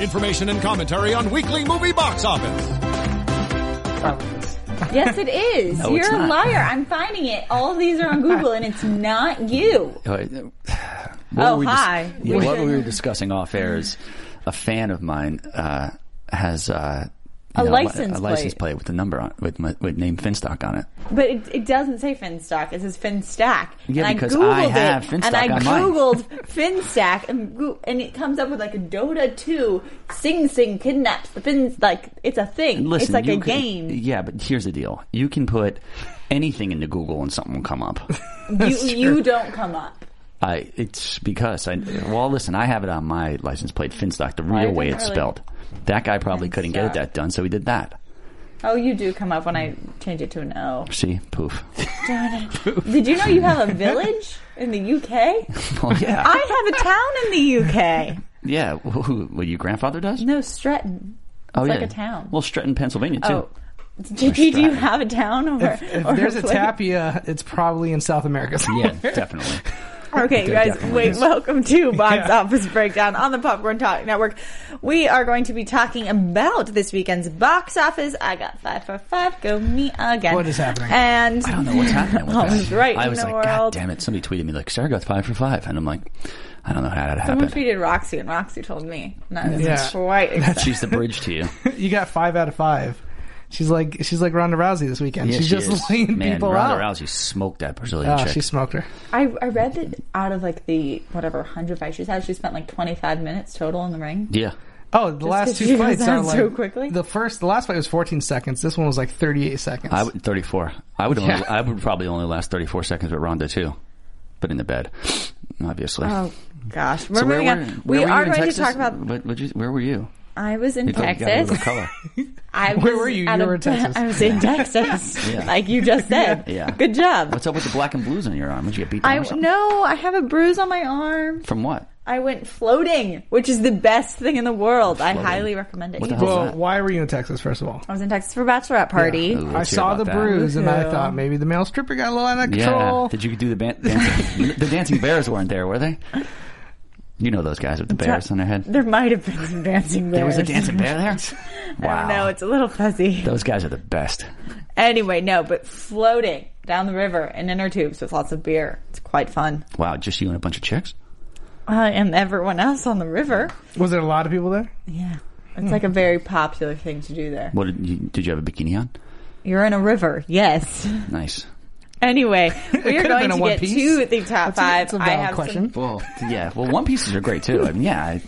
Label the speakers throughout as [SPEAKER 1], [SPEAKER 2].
[SPEAKER 1] Information and commentary on weekly movie box office.
[SPEAKER 2] Yes, it is.
[SPEAKER 3] No,
[SPEAKER 2] You're
[SPEAKER 3] it's
[SPEAKER 2] a
[SPEAKER 3] not.
[SPEAKER 2] liar. I'm finding it. All of these are on Google, and it's not you.
[SPEAKER 3] Uh, what
[SPEAKER 2] Oh,
[SPEAKER 3] were we dis-
[SPEAKER 2] hi.
[SPEAKER 3] yeah,
[SPEAKER 2] We
[SPEAKER 3] what
[SPEAKER 2] should-
[SPEAKER 3] we were discussing off air is a fan of mine uh, has uh,
[SPEAKER 2] A
[SPEAKER 3] you know, li-
[SPEAKER 2] license
[SPEAKER 3] a license
[SPEAKER 2] plate.
[SPEAKER 3] plate with the number on with my, with name Finstock on it.
[SPEAKER 2] But it, it doesn't say Finstock. It says Finstack.
[SPEAKER 3] Yeah,
[SPEAKER 2] and
[SPEAKER 3] because
[SPEAKER 2] I Googled
[SPEAKER 3] I have
[SPEAKER 2] it,
[SPEAKER 3] Finstack
[SPEAKER 2] and I
[SPEAKER 3] on mine.
[SPEAKER 2] Googled Finstack, and, Goo- and it comes up with like a Dota 2, Sing Sing kidnaps the Fins. Like, it's a thing.
[SPEAKER 3] Listen,
[SPEAKER 2] it's like
[SPEAKER 3] you
[SPEAKER 2] a
[SPEAKER 3] can-
[SPEAKER 2] game.
[SPEAKER 3] Yeah, but here's the deal: you can put anything into Google and something will come up.
[SPEAKER 2] You, you don't come up.
[SPEAKER 3] I it's because I well listen I have it on my license plate Finstock the real
[SPEAKER 2] did
[SPEAKER 3] way
[SPEAKER 2] I
[SPEAKER 3] it's
[SPEAKER 2] really-
[SPEAKER 3] spelled. That guy probably couldn't get
[SPEAKER 2] Finstock.
[SPEAKER 3] it that done, so he did that.
[SPEAKER 2] Oh, you do come up when I change it to an O.
[SPEAKER 3] See, poof.
[SPEAKER 2] Did you know you have a village in the UK?
[SPEAKER 3] well, yeah,
[SPEAKER 2] I have a town in the UK.
[SPEAKER 3] yeah. Who, who, what your grandfather does?
[SPEAKER 2] No, Stretton.
[SPEAKER 3] oh
[SPEAKER 2] like
[SPEAKER 3] yeah,
[SPEAKER 2] a town.
[SPEAKER 3] Well, Stretton, Pennsylvania too.
[SPEAKER 2] Oh, JP, do you
[SPEAKER 3] Stratton.
[SPEAKER 2] have a town over?
[SPEAKER 4] If there's a tapia, it's probably in South America.
[SPEAKER 3] Yeah,
[SPEAKER 4] somewhere.
[SPEAKER 3] definitely.
[SPEAKER 2] Okay, you guys,
[SPEAKER 3] definitely
[SPEAKER 2] wait,
[SPEAKER 3] is.
[SPEAKER 2] welcome to Box
[SPEAKER 4] Yeah.
[SPEAKER 2] Office Breakdown on the Popcorn Talk Network. We are going to be talking about this weekend's box office. I got five for five. Go me again.
[SPEAKER 4] What is happening?
[SPEAKER 2] And
[SPEAKER 3] I don't know what's happening with
[SPEAKER 2] All
[SPEAKER 3] that.
[SPEAKER 2] is right
[SPEAKER 3] I
[SPEAKER 2] in
[SPEAKER 3] was
[SPEAKER 2] the
[SPEAKER 3] like,
[SPEAKER 2] world.
[SPEAKER 3] God damn it! Somebody tweeted me like, "Sarah got five for five. and I'm like, I don't know how that
[SPEAKER 2] Someone
[SPEAKER 3] happened.
[SPEAKER 2] tweeted Roxy, and Roxy told me. And I was
[SPEAKER 4] Yeah.
[SPEAKER 2] quite excited.
[SPEAKER 3] She's the bridge to you.
[SPEAKER 4] you got five out of five. She's like she's like Ronda Rousey this weekend.
[SPEAKER 3] Yeah,
[SPEAKER 4] she's
[SPEAKER 3] she
[SPEAKER 4] just
[SPEAKER 3] is.
[SPEAKER 4] laying
[SPEAKER 3] Man,
[SPEAKER 4] people
[SPEAKER 3] Ronda
[SPEAKER 4] out.
[SPEAKER 3] Rousey smoked that Brazilian
[SPEAKER 2] Ah,
[SPEAKER 4] Oh,
[SPEAKER 3] chick.
[SPEAKER 4] she smoked her.
[SPEAKER 2] I, I read that out of like the whatever 100 fights she's had, she spent like 25 minutes total in the ring.
[SPEAKER 3] yeah,
[SPEAKER 4] Oh, the last
[SPEAKER 2] 'cause she
[SPEAKER 4] two
[SPEAKER 2] goes
[SPEAKER 4] fights are
[SPEAKER 2] down
[SPEAKER 4] like
[SPEAKER 2] so quickly?
[SPEAKER 4] the first. The last fight was 14 seconds. This one was like 38 seconds.
[SPEAKER 3] I would 34. I would only, I would probably only last 34 seconds with Ronda too, but in the bed, obviously.
[SPEAKER 2] Oh, gosh. We're
[SPEAKER 3] So where
[SPEAKER 2] moving
[SPEAKER 3] were-
[SPEAKER 2] on.
[SPEAKER 3] where
[SPEAKER 2] We
[SPEAKER 3] were you
[SPEAKER 2] are
[SPEAKER 3] in
[SPEAKER 2] going to
[SPEAKER 3] Texas?
[SPEAKER 2] talk about.
[SPEAKER 3] What, what'd you, where were you?
[SPEAKER 2] I was in
[SPEAKER 3] You got- you got a little
[SPEAKER 2] Texas.
[SPEAKER 3] color.
[SPEAKER 2] I was
[SPEAKER 4] Where were you?
[SPEAKER 2] at
[SPEAKER 4] You
[SPEAKER 2] a-
[SPEAKER 4] were in Texas.
[SPEAKER 2] I was in Texas,
[SPEAKER 3] Yeah.
[SPEAKER 2] like you just said.
[SPEAKER 3] Yeah.
[SPEAKER 2] Good job.
[SPEAKER 3] What's up with the black and blues on your arm? Did you get beat down
[SPEAKER 2] I
[SPEAKER 3] or something?
[SPEAKER 2] no, I have a bruise on my arm.
[SPEAKER 3] From what?
[SPEAKER 2] I went floating, which is the best thing in the world. I
[SPEAKER 3] Floating.
[SPEAKER 2] highly recommend it.
[SPEAKER 3] What the hell?
[SPEAKER 4] well,
[SPEAKER 3] that?
[SPEAKER 4] why were you in Texas first of all?
[SPEAKER 2] I was in Texas for a bachelorette party.
[SPEAKER 3] Ooh,
[SPEAKER 4] I
[SPEAKER 3] let's hear
[SPEAKER 4] saw the
[SPEAKER 3] about that.
[SPEAKER 4] bruise and I
[SPEAKER 2] Woohoo.
[SPEAKER 4] thought maybe the male stripper got a little out of
[SPEAKER 3] Yeah.
[SPEAKER 4] control.
[SPEAKER 3] Did you do the ban- dancing? the dancing bears weren't there, were they? You know those guys with the bears on their head.
[SPEAKER 2] There might have been some dancing bears.
[SPEAKER 3] There was a dancing bear there. Wow.
[SPEAKER 2] No, it's a little fuzzy.
[SPEAKER 3] those guys are the best.
[SPEAKER 2] Anyway, no, but floating down the river in inner tubes with lots of beer. It's quite fun.
[SPEAKER 3] Wow, just you and a bunch of chicks.
[SPEAKER 2] I and everyone else on the river.
[SPEAKER 4] Was there a lot of people there?
[SPEAKER 2] Yeah. It's like a very popular thing to do there.
[SPEAKER 3] What did you, did you have a bikini on?
[SPEAKER 2] You're in a river, yes.
[SPEAKER 3] Nice.
[SPEAKER 2] Anyway, we are
[SPEAKER 4] could've
[SPEAKER 2] going
[SPEAKER 4] been a
[SPEAKER 2] to
[SPEAKER 4] one
[SPEAKER 2] get
[SPEAKER 4] piece.
[SPEAKER 2] to the top five.
[SPEAKER 4] That's a
[SPEAKER 2] I
[SPEAKER 4] valid
[SPEAKER 2] have
[SPEAKER 4] question.
[SPEAKER 2] Some,
[SPEAKER 3] Well, yeah. Well, one pieces are great too. I mean, yeah. I,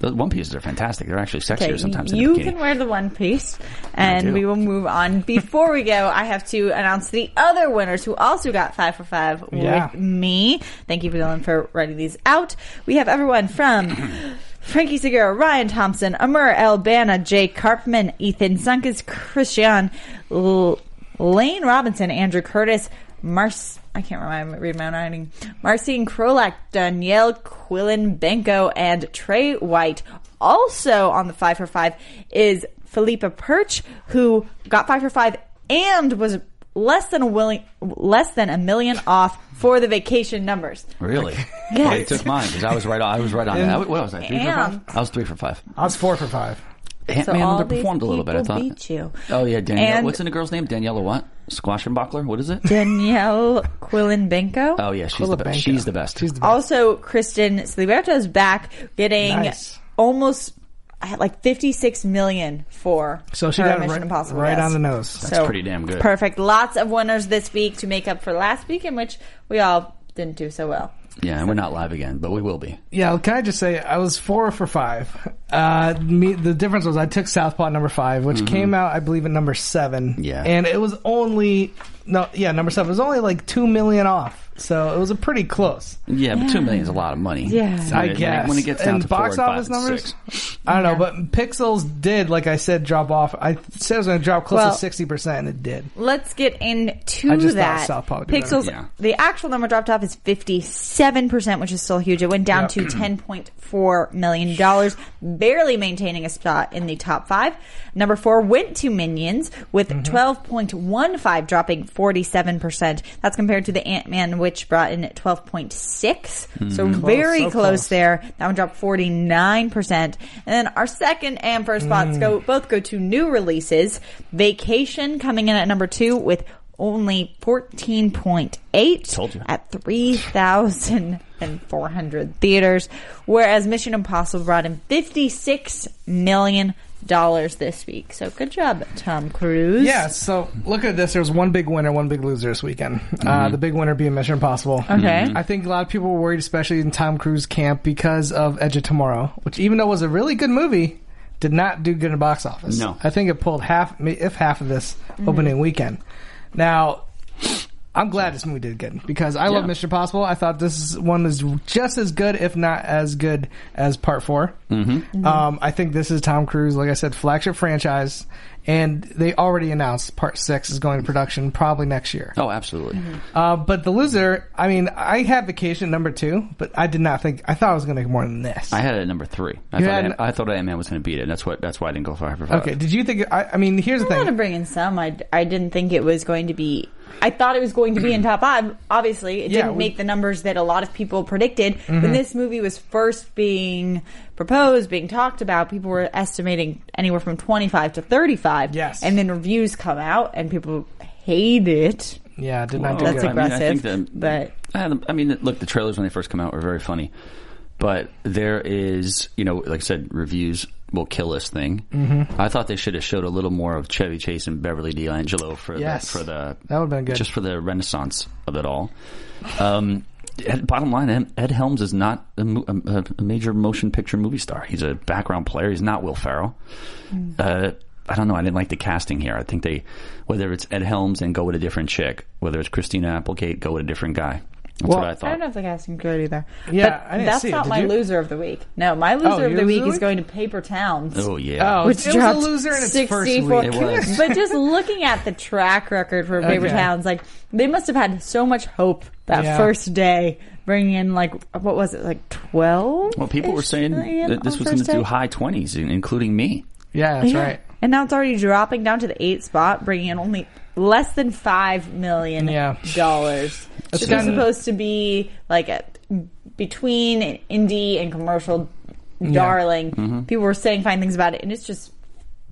[SPEAKER 3] those one pieces are fantastic. They're actually sexier
[SPEAKER 2] okay,
[SPEAKER 3] sometimes.
[SPEAKER 2] you
[SPEAKER 3] than a bikini.
[SPEAKER 2] can wear the one piece, and
[SPEAKER 3] do.
[SPEAKER 2] we will move on. Before we go, I have to announce the other winners who also got five for five
[SPEAKER 4] Yeah.
[SPEAKER 2] with me. Thank you, Dylan, for writing these out. We have everyone from. Frankie Segura, Ryan Thompson, Amur Albana, Jay Karpman, Ethan Sunkus, Christian, L- Lane Robinson, Andrew Curtis, Mars. I can't remember, read my own writing. Marcin Krolak, Danielle Quillen Benko, and Trey White. Also on the five for five is Philippa Perch, who got five for five and was less than a willing, less than a million off for the vacation numbers.
[SPEAKER 3] Really?
[SPEAKER 2] Yes.
[SPEAKER 3] Well, they took mine because I was right. on- I was right on that. What was I? Three
[SPEAKER 2] And-
[SPEAKER 3] for five. I was three for five.
[SPEAKER 4] I was four for five.
[SPEAKER 3] Ant
[SPEAKER 2] So
[SPEAKER 3] Man
[SPEAKER 2] all these
[SPEAKER 3] underperformed a little bit. I
[SPEAKER 2] people
[SPEAKER 3] thought.
[SPEAKER 2] beat you.
[SPEAKER 3] Oh yeah, Danielle.
[SPEAKER 2] And-
[SPEAKER 3] what's in the girl's name? Daniela what? Squashenbachler. What is it?
[SPEAKER 2] Danielle Quillenbenko.
[SPEAKER 3] Oh yeah, she's the
[SPEAKER 4] Quillibanco.
[SPEAKER 3] best. She's the best.
[SPEAKER 4] She's the best.
[SPEAKER 2] Also, Kristen Sliberto's back getting
[SPEAKER 4] Nice.
[SPEAKER 2] almost I had like 56 million for
[SPEAKER 4] So she
[SPEAKER 2] her
[SPEAKER 4] got
[SPEAKER 2] Mission
[SPEAKER 4] right-
[SPEAKER 2] Impossible.
[SPEAKER 4] right
[SPEAKER 2] guest.
[SPEAKER 4] on the nose. That's
[SPEAKER 3] pretty damn good.
[SPEAKER 2] Perfect. Lots of winners this week to make up for last week, in which we all didn't do so well.
[SPEAKER 3] yeah, and we're not live again, but we will be.
[SPEAKER 4] Yeah, can I just say I was four for five. Uh, me, the difference was I took Southpaw at number five, which came out I believe at number seven.
[SPEAKER 3] Mm-hmm. Yeah.
[SPEAKER 4] and it was only no, yeah, number seven It was only like two million off. So it was a pretty close.
[SPEAKER 3] Yeah, but two million is a lot of money.
[SPEAKER 2] Yeah.
[SPEAKER 3] When
[SPEAKER 4] I
[SPEAKER 3] it- when it-
[SPEAKER 4] guess.
[SPEAKER 3] when it gets down
[SPEAKER 4] And
[SPEAKER 3] to
[SPEAKER 4] box
[SPEAKER 3] four and
[SPEAKER 4] office
[SPEAKER 3] five and
[SPEAKER 4] numbers?
[SPEAKER 3] six.
[SPEAKER 4] I don't know, but Pixels did, like I said, drop off. I said it was going to drop close
[SPEAKER 2] Well-
[SPEAKER 4] to sixty percent, and it did.
[SPEAKER 2] Let's get into
[SPEAKER 4] I just thought
[SPEAKER 2] that.
[SPEAKER 4] South Park would do
[SPEAKER 2] Pixels.
[SPEAKER 3] better. Yeah.
[SPEAKER 2] The actual number dropped off is fifty-seven percent, which is still huge. It went down
[SPEAKER 4] Yeah.
[SPEAKER 2] to ten point four million dollars, barely maintaining a spot in the top five. Number four went to Minions
[SPEAKER 4] Mm-hmm.
[SPEAKER 2] with twelve point one five, dropping forty-seven percent. That's compared to the Ant-Man, which brought in twelve point six. So very
[SPEAKER 4] so
[SPEAKER 2] close,
[SPEAKER 4] close.
[SPEAKER 2] there. That one dropped 49%. And then our second and first spots
[SPEAKER 3] Mm.
[SPEAKER 2] go both go to new releases. Vacation coming in at number 2 with only 14.8
[SPEAKER 3] Told you.
[SPEAKER 2] at 3,400 theaters, whereas Mission Impossible brought in 56 million dollars this week. So good job, Tom Cruise.
[SPEAKER 4] Yeah. So look at this. There was one big winner, one big loser this weekend. Uh, the big winner being Mission Impossible.
[SPEAKER 2] Okay.
[SPEAKER 4] I think a lot of people were worried, especially in Tom Cruise camp, because of Edge of Tomorrow, which even though it was a really good movie, did not do good in the box office.
[SPEAKER 3] No.
[SPEAKER 4] I think it pulled half, if half of this opening weekend. Now, I'm glad this movie did good because I love
[SPEAKER 3] Yeah.
[SPEAKER 4] Mission Impossible. I thought this one was just as good, if not as good, as Part 4 Mm-hmm. Um, I think this is Tom Cruise, like I said, flagship franchise, and they already announced Part Six is going to production probably next year.
[SPEAKER 3] Oh, absolutely.
[SPEAKER 4] Uh, but the loser, I mean, I had Vacation number two, but I did not think I thought I was going to get more than this.
[SPEAKER 3] I had it at number three. I
[SPEAKER 4] You
[SPEAKER 3] thought
[SPEAKER 4] had-
[SPEAKER 3] Ant- I thought Ant Man was going to beat it. and That's what. That's why I didn't go for for five.
[SPEAKER 4] okay, did you think? I, I mean, here's the
[SPEAKER 2] I want to
[SPEAKER 4] thing.
[SPEAKER 2] bring in some. I, I didn't think it was going to be. I thought it was going to be in top five. Obviously, it
[SPEAKER 4] Yeah,
[SPEAKER 2] didn't
[SPEAKER 4] we- Mm-hmm.
[SPEAKER 2] make the numbers that a lot of people predicted. When this movie was first being proposed, being talked about, people were estimating anywhere from 25 to 35.
[SPEAKER 4] Yes.
[SPEAKER 2] And then reviews come out and people hate it.
[SPEAKER 4] Yeah, I did not do
[SPEAKER 2] That's
[SPEAKER 4] good.
[SPEAKER 3] Oh, I mean, I
[SPEAKER 2] aggressive,
[SPEAKER 3] think that-
[SPEAKER 2] but-
[SPEAKER 3] I, had- I mean, look, the trailers when they first come out were very funny, but there is, you know, like I said, reviews will kill this thing. Mm-hmm. I thought they should have showed a little more of Chevy Chase and Beverly D'Angelo for
[SPEAKER 4] Yes.
[SPEAKER 3] the, for the
[SPEAKER 4] That would've been good.
[SPEAKER 3] just for the renaissance of it all. Um, Ed- bottom line, Ed- Ed Helms is not a, mo- a, a major motion picture movie star. He's a background player. He's not Will Ferrell.
[SPEAKER 4] Hmm.
[SPEAKER 3] Uh, I don't know. I didn't like the casting here. I think they, whether it's Ed Helms and go with a different chick, whether it's Christina Applegate, go with a different guy. That's
[SPEAKER 4] Well,
[SPEAKER 3] what I
[SPEAKER 2] I
[SPEAKER 3] thought.
[SPEAKER 2] don't know if the casting good either.
[SPEAKER 4] Yeah,
[SPEAKER 2] but
[SPEAKER 4] I didn't
[SPEAKER 2] that's
[SPEAKER 4] see it.
[SPEAKER 2] not
[SPEAKER 4] Did
[SPEAKER 2] my
[SPEAKER 4] you? Oh,
[SPEAKER 2] loser of the week. No, my loser of
[SPEAKER 4] yours
[SPEAKER 2] the
[SPEAKER 4] is
[SPEAKER 2] week
[SPEAKER 4] the
[SPEAKER 2] is
[SPEAKER 4] week?
[SPEAKER 2] going to Paper Towns.
[SPEAKER 3] Oh yeah.
[SPEAKER 4] Oh,
[SPEAKER 2] which
[SPEAKER 4] it
[SPEAKER 2] dropped
[SPEAKER 4] was a loser in its first
[SPEAKER 2] 64.
[SPEAKER 4] week.
[SPEAKER 3] It was.
[SPEAKER 2] But just looking at the track record for Paper
[SPEAKER 4] Okay.
[SPEAKER 2] Towns, like they must have had so much hope that
[SPEAKER 4] Yeah.
[SPEAKER 2] first day, bringing in like what was it, like twelve?
[SPEAKER 3] Well, people were saying that this was going to do high twenties, including me.
[SPEAKER 4] Yeah, that's right.
[SPEAKER 2] And now it's already dropping down to the eighth spot, bringing in only less than five million
[SPEAKER 4] Yeah.
[SPEAKER 2] dollars. This was
[SPEAKER 4] kinda-
[SPEAKER 2] supposed to be like a, between an indie and commercial darling.
[SPEAKER 4] Mm-hmm.
[SPEAKER 2] People were saying fine things about it, and it's just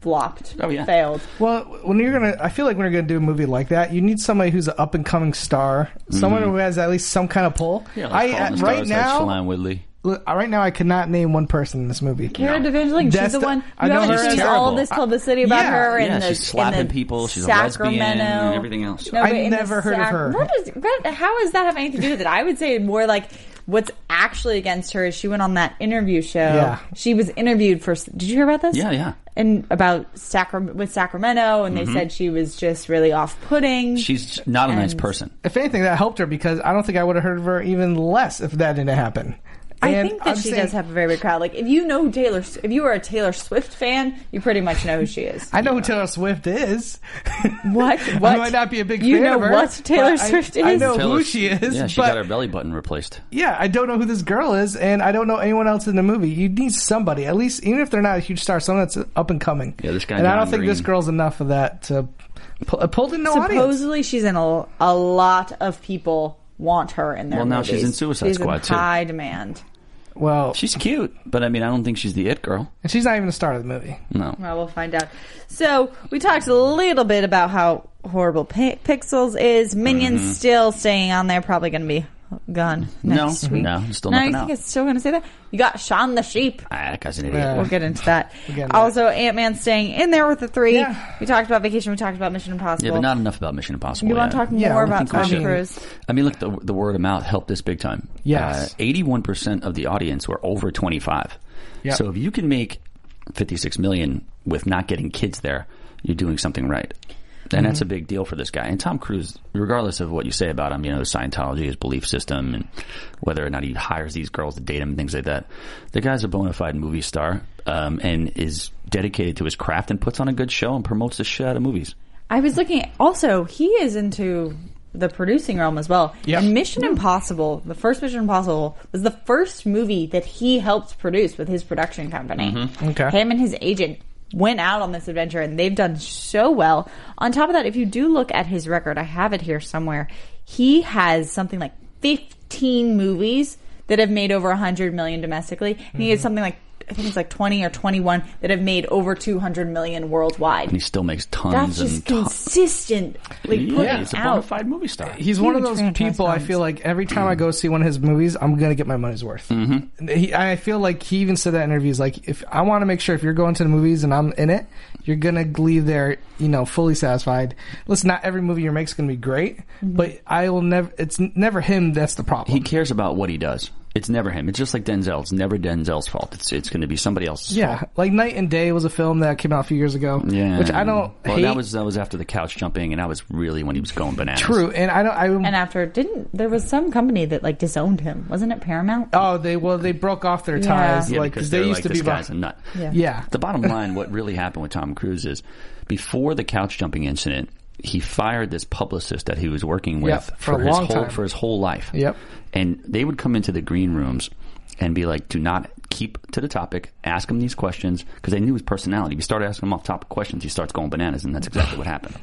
[SPEAKER 2] flopped.
[SPEAKER 3] Oh, yeah.
[SPEAKER 2] failed.
[SPEAKER 4] Well, when you're gonna, I feel like when you're gonna do a movie like that, you need somebody who's an up and coming star, someone
[SPEAKER 3] Mm-hmm.
[SPEAKER 4] who has at least some kind of pull. I uh, right now,
[SPEAKER 3] Shailene Woodley.
[SPEAKER 4] look, uh, right now, I could not name one person in this movie.
[SPEAKER 2] Cara Devine, she's
[SPEAKER 4] That's
[SPEAKER 2] the
[SPEAKER 4] the-
[SPEAKER 2] one.
[SPEAKER 4] I
[SPEAKER 2] you
[SPEAKER 4] know
[SPEAKER 2] haven't
[SPEAKER 4] her
[SPEAKER 2] seen
[SPEAKER 4] as-
[SPEAKER 2] all
[SPEAKER 3] Terrible.
[SPEAKER 2] this publicity about
[SPEAKER 4] Yeah.
[SPEAKER 2] her.
[SPEAKER 3] Yeah,
[SPEAKER 2] and the,
[SPEAKER 3] she's slapping
[SPEAKER 2] and the
[SPEAKER 3] people. She's a
[SPEAKER 2] Sacramento.
[SPEAKER 3] lesbian and everything else.
[SPEAKER 2] No,
[SPEAKER 4] I
[SPEAKER 2] but in the
[SPEAKER 4] never heard of her.
[SPEAKER 2] What is, what, how does that have anything to do with it? I would say more like what's actually against her is she went on that interview show.
[SPEAKER 4] Yeah.
[SPEAKER 2] She was interviewed for. Did you hear about this?
[SPEAKER 3] Yeah, yeah.
[SPEAKER 2] And about Sacram- with Sacramento, and they said she was just really off-putting.
[SPEAKER 3] She's not a nice
[SPEAKER 2] And-
[SPEAKER 3] person.
[SPEAKER 4] If anything, that helped her because I don't think I would have heard of her even less if that didn't happen.
[SPEAKER 2] I
[SPEAKER 4] And
[SPEAKER 2] think that
[SPEAKER 4] I'm
[SPEAKER 2] she
[SPEAKER 4] saying-
[SPEAKER 2] does have a very big crowd. Like if you know Taylor, if you are a Taylor Swift fan, you pretty much know who she is.
[SPEAKER 4] I know who Taylor Swift is.
[SPEAKER 2] What?
[SPEAKER 4] I
[SPEAKER 2] What?
[SPEAKER 4] might not be a big
[SPEAKER 2] You
[SPEAKER 4] fan
[SPEAKER 2] know
[SPEAKER 4] of her,
[SPEAKER 2] what Taylor
[SPEAKER 4] but I-
[SPEAKER 2] Swift
[SPEAKER 4] I
[SPEAKER 2] is?
[SPEAKER 4] know who
[SPEAKER 3] Taylor's-
[SPEAKER 4] she is.
[SPEAKER 3] Yeah, she
[SPEAKER 4] but
[SPEAKER 3] got her belly button replaced.
[SPEAKER 4] yeah, I don't know who this girl is, and I don't know anyone else in the movie. You need somebody, at least, even if they're not a huge star, someone that's up and coming.
[SPEAKER 3] Yeah, this guy
[SPEAKER 4] And I don't
[SPEAKER 3] John
[SPEAKER 4] think this
[SPEAKER 3] Green.
[SPEAKER 4] girl's enough of that to pull, uh, pulled in no audience.
[SPEAKER 2] Supposedly, she's in a, a lot of people want her in their
[SPEAKER 3] Well, now she's
[SPEAKER 2] movies.
[SPEAKER 3] in Suicide
[SPEAKER 2] She's
[SPEAKER 3] Squad,
[SPEAKER 2] in
[SPEAKER 3] too.
[SPEAKER 2] High demand.
[SPEAKER 4] Well,
[SPEAKER 3] She's cute, but I mean, I don't think she's the it girl.
[SPEAKER 4] and she's not even the star of the movie.
[SPEAKER 3] No.
[SPEAKER 2] Well, we'll find out. So we talked a little bit about how horrible Pi Pixels is. Minions still staying on there, probably going to be gone
[SPEAKER 3] Mm-hmm. No,
[SPEAKER 2] next week.
[SPEAKER 3] no, still
[SPEAKER 2] no,
[SPEAKER 3] nothing
[SPEAKER 2] you
[SPEAKER 3] out.
[SPEAKER 2] think it's still going to say that? You got Shaun the Sheep.
[SPEAKER 3] Ah, that guy's an idiot.
[SPEAKER 4] Yeah.
[SPEAKER 2] We'll get into that.
[SPEAKER 4] Uh, into that.
[SPEAKER 2] also, Ant Man staying in there with the three.
[SPEAKER 4] Yeah.
[SPEAKER 2] We talked about Vacation. We talked about Mission Impossible.
[SPEAKER 3] Yeah, but not Oh, enough about Mission Impossible.
[SPEAKER 2] you want
[SPEAKER 3] yet.
[SPEAKER 2] to talk more
[SPEAKER 4] Yeah, I
[SPEAKER 2] about
[SPEAKER 4] think we
[SPEAKER 2] Tom
[SPEAKER 4] should.
[SPEAKER 2] Cruise?
[SPEAKER 3] I mean, look, the, the word of mouth helped this big time. Uh,
[SPEAKER 4] Yes.
[SPEAKER 3] eighty-one percent of the audience were over twenty-five.
[SPEAKER 4] Yep.
[SPEAKER 3] So if you can make fifty-six million with not getting kids there, you're doing something right. And
[SPEAKER 4] Mm-hmm.
[SPEAKER 3] that's a big deal for this guy. And Tom Cruise, regardless of what you say about him, you know, his Scientology, his belief system, and whether or not he hires these girls to date him, things like that, the guy's a bona fide movie star um, and is dedicated to his craft and puts on a good show and promotes the shit out of movies.
[SPEAKER 2] I was looking. At, also, he is into the producing realm as well.
[SPEAKER 4] Yeah.
[SPEAKER 2] And Mission Impossible, the first Mission Impossible, was the first movie that he helped produce with his production company.
[SPEAKER 4] Okay.
[SPEAKER 2] Him and his agent went out on this adventure, and they've done so well. On top of that, if you do look at his record, I have it here somewhere. He has something like fifteen movies that have made over hundred million domestically. And He has something like. I think it's like 20 or 21 that have made over 200 million worldwide.
[SPEAKER 3] And he still makes
[SPEAKER 2] That's
[SPEAKER 3] tons
[SPEAKER 2] just
[SPEAKER 3] and tons.
[SPEAKER 2] consistent. Like putting
[SPEAKER 3] yeah, he's a bona
[SPEAKER 2] out.
[SPEAKER 3] fide movie star.
[SPEAKER 4] He's one of
[SPEAKER 2] Huge
[SPEAKER 4] those
[SPEAKER 2] franchise
[SPEAKER 4] people. I
[SPEAKER 2] films.
[SPEAKER 4] feel like every time I go see one of his movies, I'm gonna get my money's worth. Mm-hmm. He, I feel like he even said that in interviews. Like, if I want to make sure if you're going to the movies and I'm in it, you're gonna leave there, you know, fully satisfied. Listen, not every movie you make is gonna be great, but I will never. It's never him that's the problem.
[SPEAKER 3] he cares about what he does. It's never him. It's just like Denzel. It's never Denzel's fault. It's it's going to be somebody else's.
[SPEAKER 4] yeah, like Night and Day was a film that came out a few years ago,
[SPEAKER 3] Yeah,
[SPEAKER 4] which I don't
[SPEAKER 3] Well,
[SPEAKER 4] hate.
[SPEAKER 3] that was that was after the couch jumping, and that was really when he was going bananas.
[SPEAKER 4] true, and I don't. I
[SPEAKER 2] And after didn't there was some company that like disowned him? Wasn't it Paramount?
[SPEAKER 4] oh, they well, they broke off their ties.
[SPEAKER 3] Yeah,
[SPEAKER 4] like
[SPEAKER 3] because
[SPEAKER 4] they
[SPEAKER 3] they're
[SPEAKER 4] used
[SPEAKER 3] like,
[SPEAKER 4] to
[SPEAKER 3] this
[SPEAKER 4] be.
[SPEAKER 3] guy's a
[SPEAKER 4] behind-
[SPEAKER 3] nut.
[SPEAKER 4] yeah,
[SPEAKER 3] The bottom line, what really happened with Tom Cruise is, before the couch jumping incident, he fired this publicist that he was working with
[SPEAKER 4] Yep, for a
[SPEAKER 3] his
[SPEAKER 4] long
[SPEAKER 3] whole
[SPEAKER 4] time.
[SPEAKER 3] for his whole life.
[SPEAKER 4] Yep.
[SPEAKER 3] And they would come into the green rooms and be like, "Do not keep to the topic. Ask him these questions because they knew his personality. If you start asking him off topic questions, he starts going bananas, and that's exactly what happened.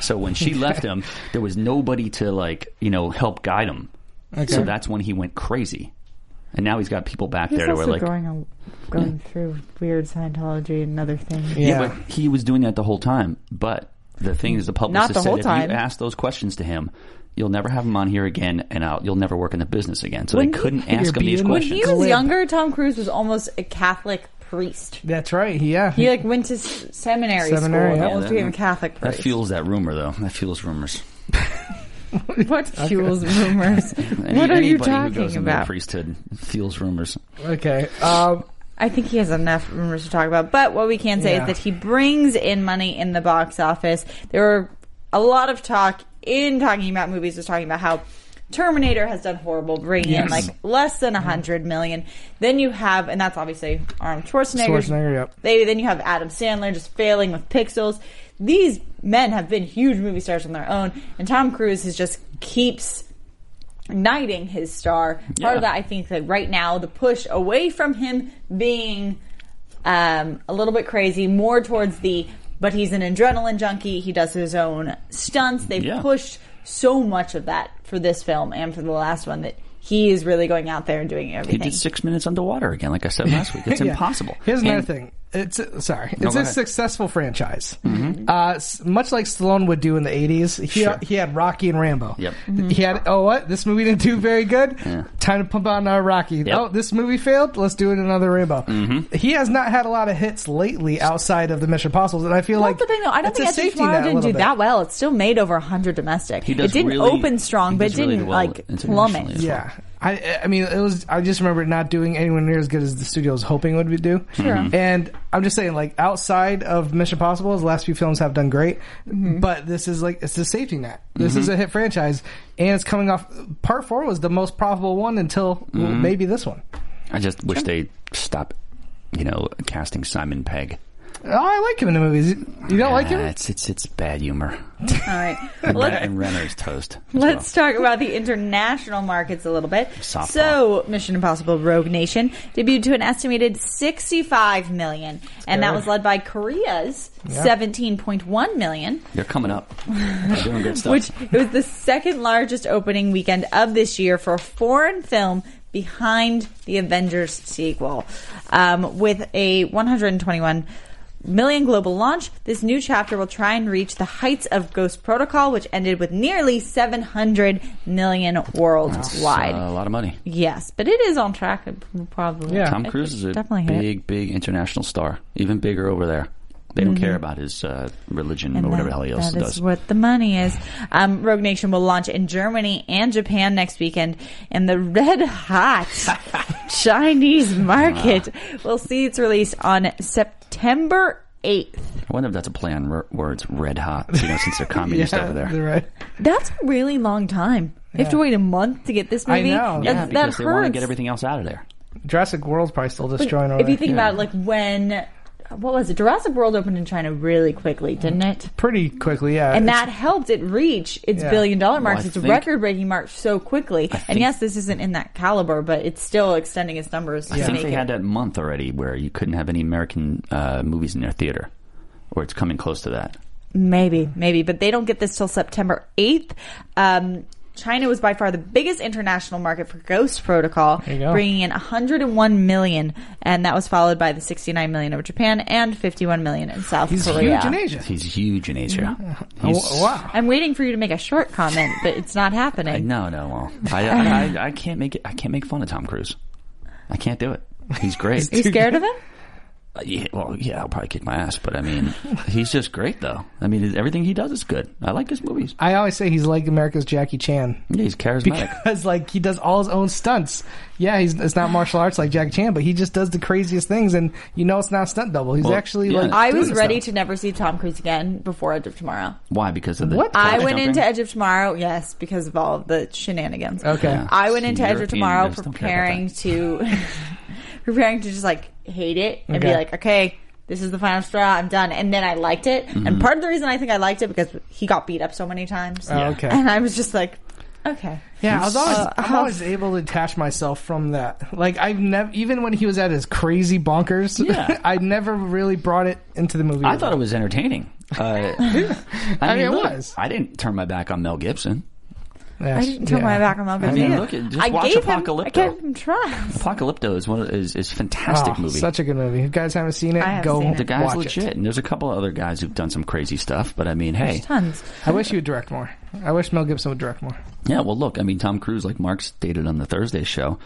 [SPEAKER 3] so when she left him, there was nobody to like you know help guide him. So that's when he went crazy. And now he's got people back
[SPEAKER 2] He's
[SPEAKER 3] there that
[SPEAKER 2] also
[SPEAKER 3] were like,
[SPEAKER 2] going on, going through weird Scientology and other things.
[SPEAKER 4] yeah.
[SPEAKER 3] yeah, but he was doing that the whole time. But the thing is, the publicist
[SPEAKER 2] Not the
[SPEAKER 3] said
[SPEAKER 2] whole
[SPEAKER 3] if
[SPEAKER 2] time.
[SPEAKER 3] you ask those questions to him, you'll never have him on here again, and out, you'll never work in the business again. So
[SPEAKER 2] When
[SPEAKER 3] they
[SPEAKER 2] he-
[SPEAKER 3] couldn't ask him these
[SPEAKER 4] being-
[SPEAKER 2] When
[SPEAKER 3] questions.
[SPEAKER 2] he was
[SPEAKER 4] Glib.
[SPEAKER 2] younger, Tom Cruise was almost a Catholic priest.
[SPEAKER 4] That's right. Yeah,
[SPEAKER 2] He like went to s-
[SPEAKER 4] Seminary,
[SPEAKER 2] seminary, school and
[SPEAKER 4] yeah.
[SPEAKER 2] almost
[SPEAKER 3] Yeah,
[SPEAKER 2] became a
[SPEAKER 3] that-
[SPEAKER 2] Catholic
[SPEAKER 3] that
[SPEAKER 2] priest.
[SPEAKER 3] fuels that rumor, though. That fuels rumors.
[SPEAKER 2] what fuels rumors?
[SPEAKER 3] Any-
[SPEAKER 2] what are you
[SPEAKER 3] anybody who goes
[SPEAKER 2] talking
[SPEAKER 3] into the
[SPEAKER 2] about?
[SPEAKER 3] priesthood fuels rumors.
[SPEAKER 4] Okay. Um,
[SPEAKER 2] I think he has enough rumors to talk about. But what we can say
[SPEAKER 4] Yeah.
[SPEAKER 2] is that he brings in money in the box office. There were a lot of talk in talking about movies was talking about how Terminator has done horrible, bringing in like less than a hundred million. Then you have, and that's obviously Arnold Schwarzenegger.
[SPEAKER 4] Schwarzenegger, yep.
[SPEAKER 2] They then you have Adam Sandler just failing with Pixels. These men have been huge movie stars on their own, and Tom Cruise is just keeps igniting his star. Part
[SPEAKER 3] Yeah.
[SPEAKER 2] of that, I think that right now the push away from him being um, a little bit crazy, more towards the but he's an adrenaline junkie. He does his own stunts. They've
[SPEAKER 3] Yeah.
[SPEAKER 2] pushed so much of that for this film and for the last one that he is really going out there and doing
[SPEAKER 3] He
[SPEAKER 2] everything.
[SPEAKER 3] did six minutes underwater again, like I said last week. It's
[SPEAKER 4] yeah.
[SPEAKER 3] impossible.
[SPEAKER 4] Here's another
[SPEAKER 3] And-
[SPEAKER 4] thing. It's sorry.
[SPEAKER 3] No,
[SPEAKER 4] it's
[SPEAKER 3] go
[SPEAKER 4] a
[SPEAKER 3] ahead. Mm-hmm.
[SPEAKER 4] successful franchise. Uh, s- much like Stallone would do in the '80s, he
[SPEAKER 3] Sure.
[SPEAKER 4] he had Rocky and Rambo.
[SPEAKER 3] Yep.
[SPEAKER 4] He had oh what this movie didn't do very good. Time to pump out another Rocky. Oh this movie failed. Let's do it another Rambo.
[SPEAKER 3] Mm-hmm.
[SPEAKER 4] He has not had a lot of hits lately outside of the Mission Impossible, and I feel like
[SPEAKER 2] That's the thing, though. I don't
[SPEAKER 4] it's
[SPEAKER 2] think
[SPEAKER 4] a
[SPEAKER 2] Edge of
[SPEAKER 4] safety
[SPEAKER 2] Tomorrow
[SPEAKER 4] net a
[SPEAKER 2] didn't do
[SPEAKER 4] little bit.
[SPEAKER 2] that well. It still made over 100 domestic.
[SPEAKER 3] He does
[SPEAKER 2] it didn't
[SPEAKER 3] really-
[SPEAKER 2] open strong,
[SPEAKER 3] he
[SPEAKER 2] but it
[SPEAKER 3] does really
[SPEAKER 2] didn't
[SPEAKER 3] well
[SPEAKER 2] like
[SPEAKER 3] internationally
[SPEAKER 2] plummet.
[SPEAKER 3] as well.
[SPEAKER 4] Yeah. I, I mean, it was. I just remember it not doing anywhere near as good as the studio was hoping it would do. Sure.
[SPEAKER 3] Mm-hmm.
[SPEAKER 4] And I'm just saying, like outside of Mission Possible, the last few films have done great,
[SPEAKER 2] Mm-hmm.
[SPEAKER 4] but this is like it's a safety net. This
[SPEAKER 3] Mm-hmm.
[SPEAKER 4] is a hit franchise, and it's coming off. Part four was the most profitable one until well,
[SPEAKER 3] Mm-hmm.
[SPEAKER 4] maybe this one.
[SPEAKER 3] I just wish they stop, you know, casting Simon Pegg.
[SPEAKER 4] Oh, I like him in the movies. You don't like
[SPEAKER 3] Ah,
[SPEAKER 4] him?
[SPEAKER 3] It's it's it's bad humor.
[SPEAKER 2] All right. Let's-
[SPEAKER 3] and Renner's toast. as well.
[SPEAKER 2] Let's talk about the international markets a little bit.
[SPEAKER 3] Softball.
[SPEAKER 2] So, Mission Impossible Rogue Nation debuted to an estimated 65 million, and that was led by Korea's 17.1 million,
[SPEAKER 3] They're coming up. They're doing good stuff.
[SPEAKER 2] which it was the second largest opening weekend of this year for a foreign film behind the Avengers sequel. Um, with a 121 million global launch, this new chapter will try and reach the heights of Ghost Protocol, which ended with nearly 700 million worldwide.
[SPEAKER 3] Uh, a lot of money.
[SPEAKER 2] yes, but it is on track. It Probably.
[SPEAKER 4] Yeah.
[SPEAKER 3] Tom
[SPEAKER 2] It
[SPEAKER 3] Cruise is a
[SPEAKER 2] definitely hit it.
[SPEAKER 3] big, big international star, even bigger over there. They don't care about his uh, religion or
[SPEAKER 2] Mm-hmm. And that-
[SPEAKER 3] whatever the hell he else
[SPEAKER 2] that is
[SPEAKER 3] does.
[SPEAKER 2] what the money is. Um, Rogue Nation will launch in Germany and Japan next weekend, and the red hot Chinese market will see its release on September eighth.
[SPEAKER 3] I wonder if that's a play on r- words, red hot, you know, since they're communist over there.
[SPEAKER 4] they're right.
[SPEAKER 2] That's a really long time. You have to wait a month to get this
[SPEAKER 4] I
[SPEAKER 2] movie.
[SPEAKER 4] know.
[SPEAKER 2] That's-
[SPEAKER 4] Yeah,
[SPEAKER 3] Yeah,
[SPEAKER 2] that
[SPEAKER 3] because
[SPEAKER 2] hurts.
[SPEAKER 3] they want to get everything else out of there.
[SPEAKER 4] Jurassic World's probably still destroying over
[SPEAKER 2] if
[SPEAKER 4] there.
[SPEAKER 2] you think about it, like when what was it? Jurassic World opened in China really quickly, didn't it?
[SPEAKER 4] pretty quickly, yeah.
[SPEAKER 2] And
[SPEAKER 4] It's-
[SPEAKER 2] that helped it reach its
[SPEAKER 4] Yeah.
[SPEAKER 2] billion dollar marks,
[SPEAKER 3] I
[SPEAKER 2] its
[SPEAKER 3] think-
[SPEAKER 2] record breaking mark so quickly. and
[SPEAKER 3] think-
[SPEAKER 2] yes, this isn't in that caliber, but it's still extending its numbers.
[SPEAKER 3] I
[SPEAKER 2] to
[SPEAKER 3] think
[SPEAKER 2] make
[SPEAKER 3] they
[SPEAKER 2] it.
[SPEAKER 3] had that month already where you couldn't have any American uh, movies in their theater, or it's coming close to that.
[SPEAKER 2] Maybe, maybe, but they don't get this till September 8th. Um, China was by far the biggest international market for Ghost Protocol,
[SPEAKER 4] you go.
[SPEAKER 2] bringing in 101 million, and that was followed by the 69 million over Japan and 51 million in South
[SPEAKER 4] he's
[SPEAKER 2] Korea.
[SPEAKER 4] huge in Asia.
[SPEAKER 3] He's huge in Asia. He's-
[SPEAKER 4] Oh, wow.
[SPEAKER 2] I'm waiting for you to make a short comment, but it's not happening.
[SPEAKER 3] No, no, well, I, I, I, I can't make it. I can't make fun of Tom Cruise. I can't do it. He's great.
[SPEAKER 2] Are you scared of him?
[SPEAKER 3] Uh, yeah, well, yeah, I'll probably kick my ass, but I mean, he's just great though. I mean, everything he does is good. I like his movies.
[SPEAKER 4] I always say he's like America's Jackie Chan.
[SPEAKER 3] Yeah, he's charismatic.
[SPEAKER 4] Because like he does all his own stunts. Yeah, he's it's not martial arts like Jackie Chan, but he just does the craziest things, and you know it's not a stunt double. He's
[SPEAKER 3] Well,
[SPEAKER 4] actually
[SPEAKER 3] yeah.
[SPEAKER 4] like
[SPEAKER 2] I
[SPEAKER 4] doing
[SPEAKER 2] was
[SPEAKER 4] the
[SPEAKER 2] ready
[SPEAKER 4] stuff.
[SPEAKER 2] to never see Tom Cruise again before Edge of Tomorrow.
[SPEAKER 3] Why? Because of the
[SPEAKER 4] What?
[SPEAKER 3] couch
[SPEAKER 2] I went
[SPEAKER 3] jumping?
[SPEAKER 2] into Edge of Tomorrow, yes, because of all of the shenanigans.
[SPEAKER 4] Okay. Yeah.
[SPEAKER 2] I went into Edge of
[SPEAKER 3] European
[SPEAKER 2] Tomorrow
[SPEAKER 3] guys don't care
[SPEAKER 2] preparing
[SPEAKER 3] about
[SPEAKER 2] to preparing to just like hate it and be
[SPEAKER 4] Okay.
[SPEAKER 2] like, okay, this is the final straw, I'm done. And then I liked it.
[SPEAKER 3] Mm-hmm.
[SPEAKER 2] And part of the reason I think I liked it because he got beat up so many times.
[SPEAKER 4] Oh, okay.
[SPEAKER 2] And I was just like, okay.
[SPEAKER 4] Yeah, I was always I'm always able to detach myself from that. Like I've never even when he was at his crazy bonkers,
[SPEAKER 3] Yeah.
[SPEAKER 4] I never really brought it into the movie.
[SPEAKER 3] I thought it was entertaining. Uh, I,
[SPEAKER 4] I mean, it
[SPEAKER 3] look,
[SPEAKER 4] was.
[SPEAKER 3] I didn't turn my back on Mel Gibson.
[SPEAKER 4] Yeah.
[SPEAKER 2] I didn't turn my back on my
[SPEAKER 3] I mean, look at- just watch
[SPEAKER 2] gave
[SPEAKER 3] Apocalypto.
[SPEAKER 2] Him, I gave him trials.
[SPEAKER 3] Apocalypto is one of, is is a fantastic
[SPEAKER 4] Oh,
[SPEAKER 3] movie.
[SPEAKER 4] Such a good movie. If you guys haven't seen it,
[SPEAKER 2] I have
[SPEAKER 4] go
[SPEAKER 2] seen it.
[SPEAKER 3] the guy's
[SPEAKER 4] watch
[SPEAKER 3] legit,
[SPEAKER 4] it.
[SPEAKER 3] and there's a couple of other guys who've done some crazy stuff. But I mean, hey,
[SPEAKER 2] Tons.
[SPEAKER 4] I wish he would direct more. I wish Mel Gibson would direct more.
[SPEAKER 3] Yeah, well, look, I mean, Tom Cruise, like Mark stated on the Thursday show,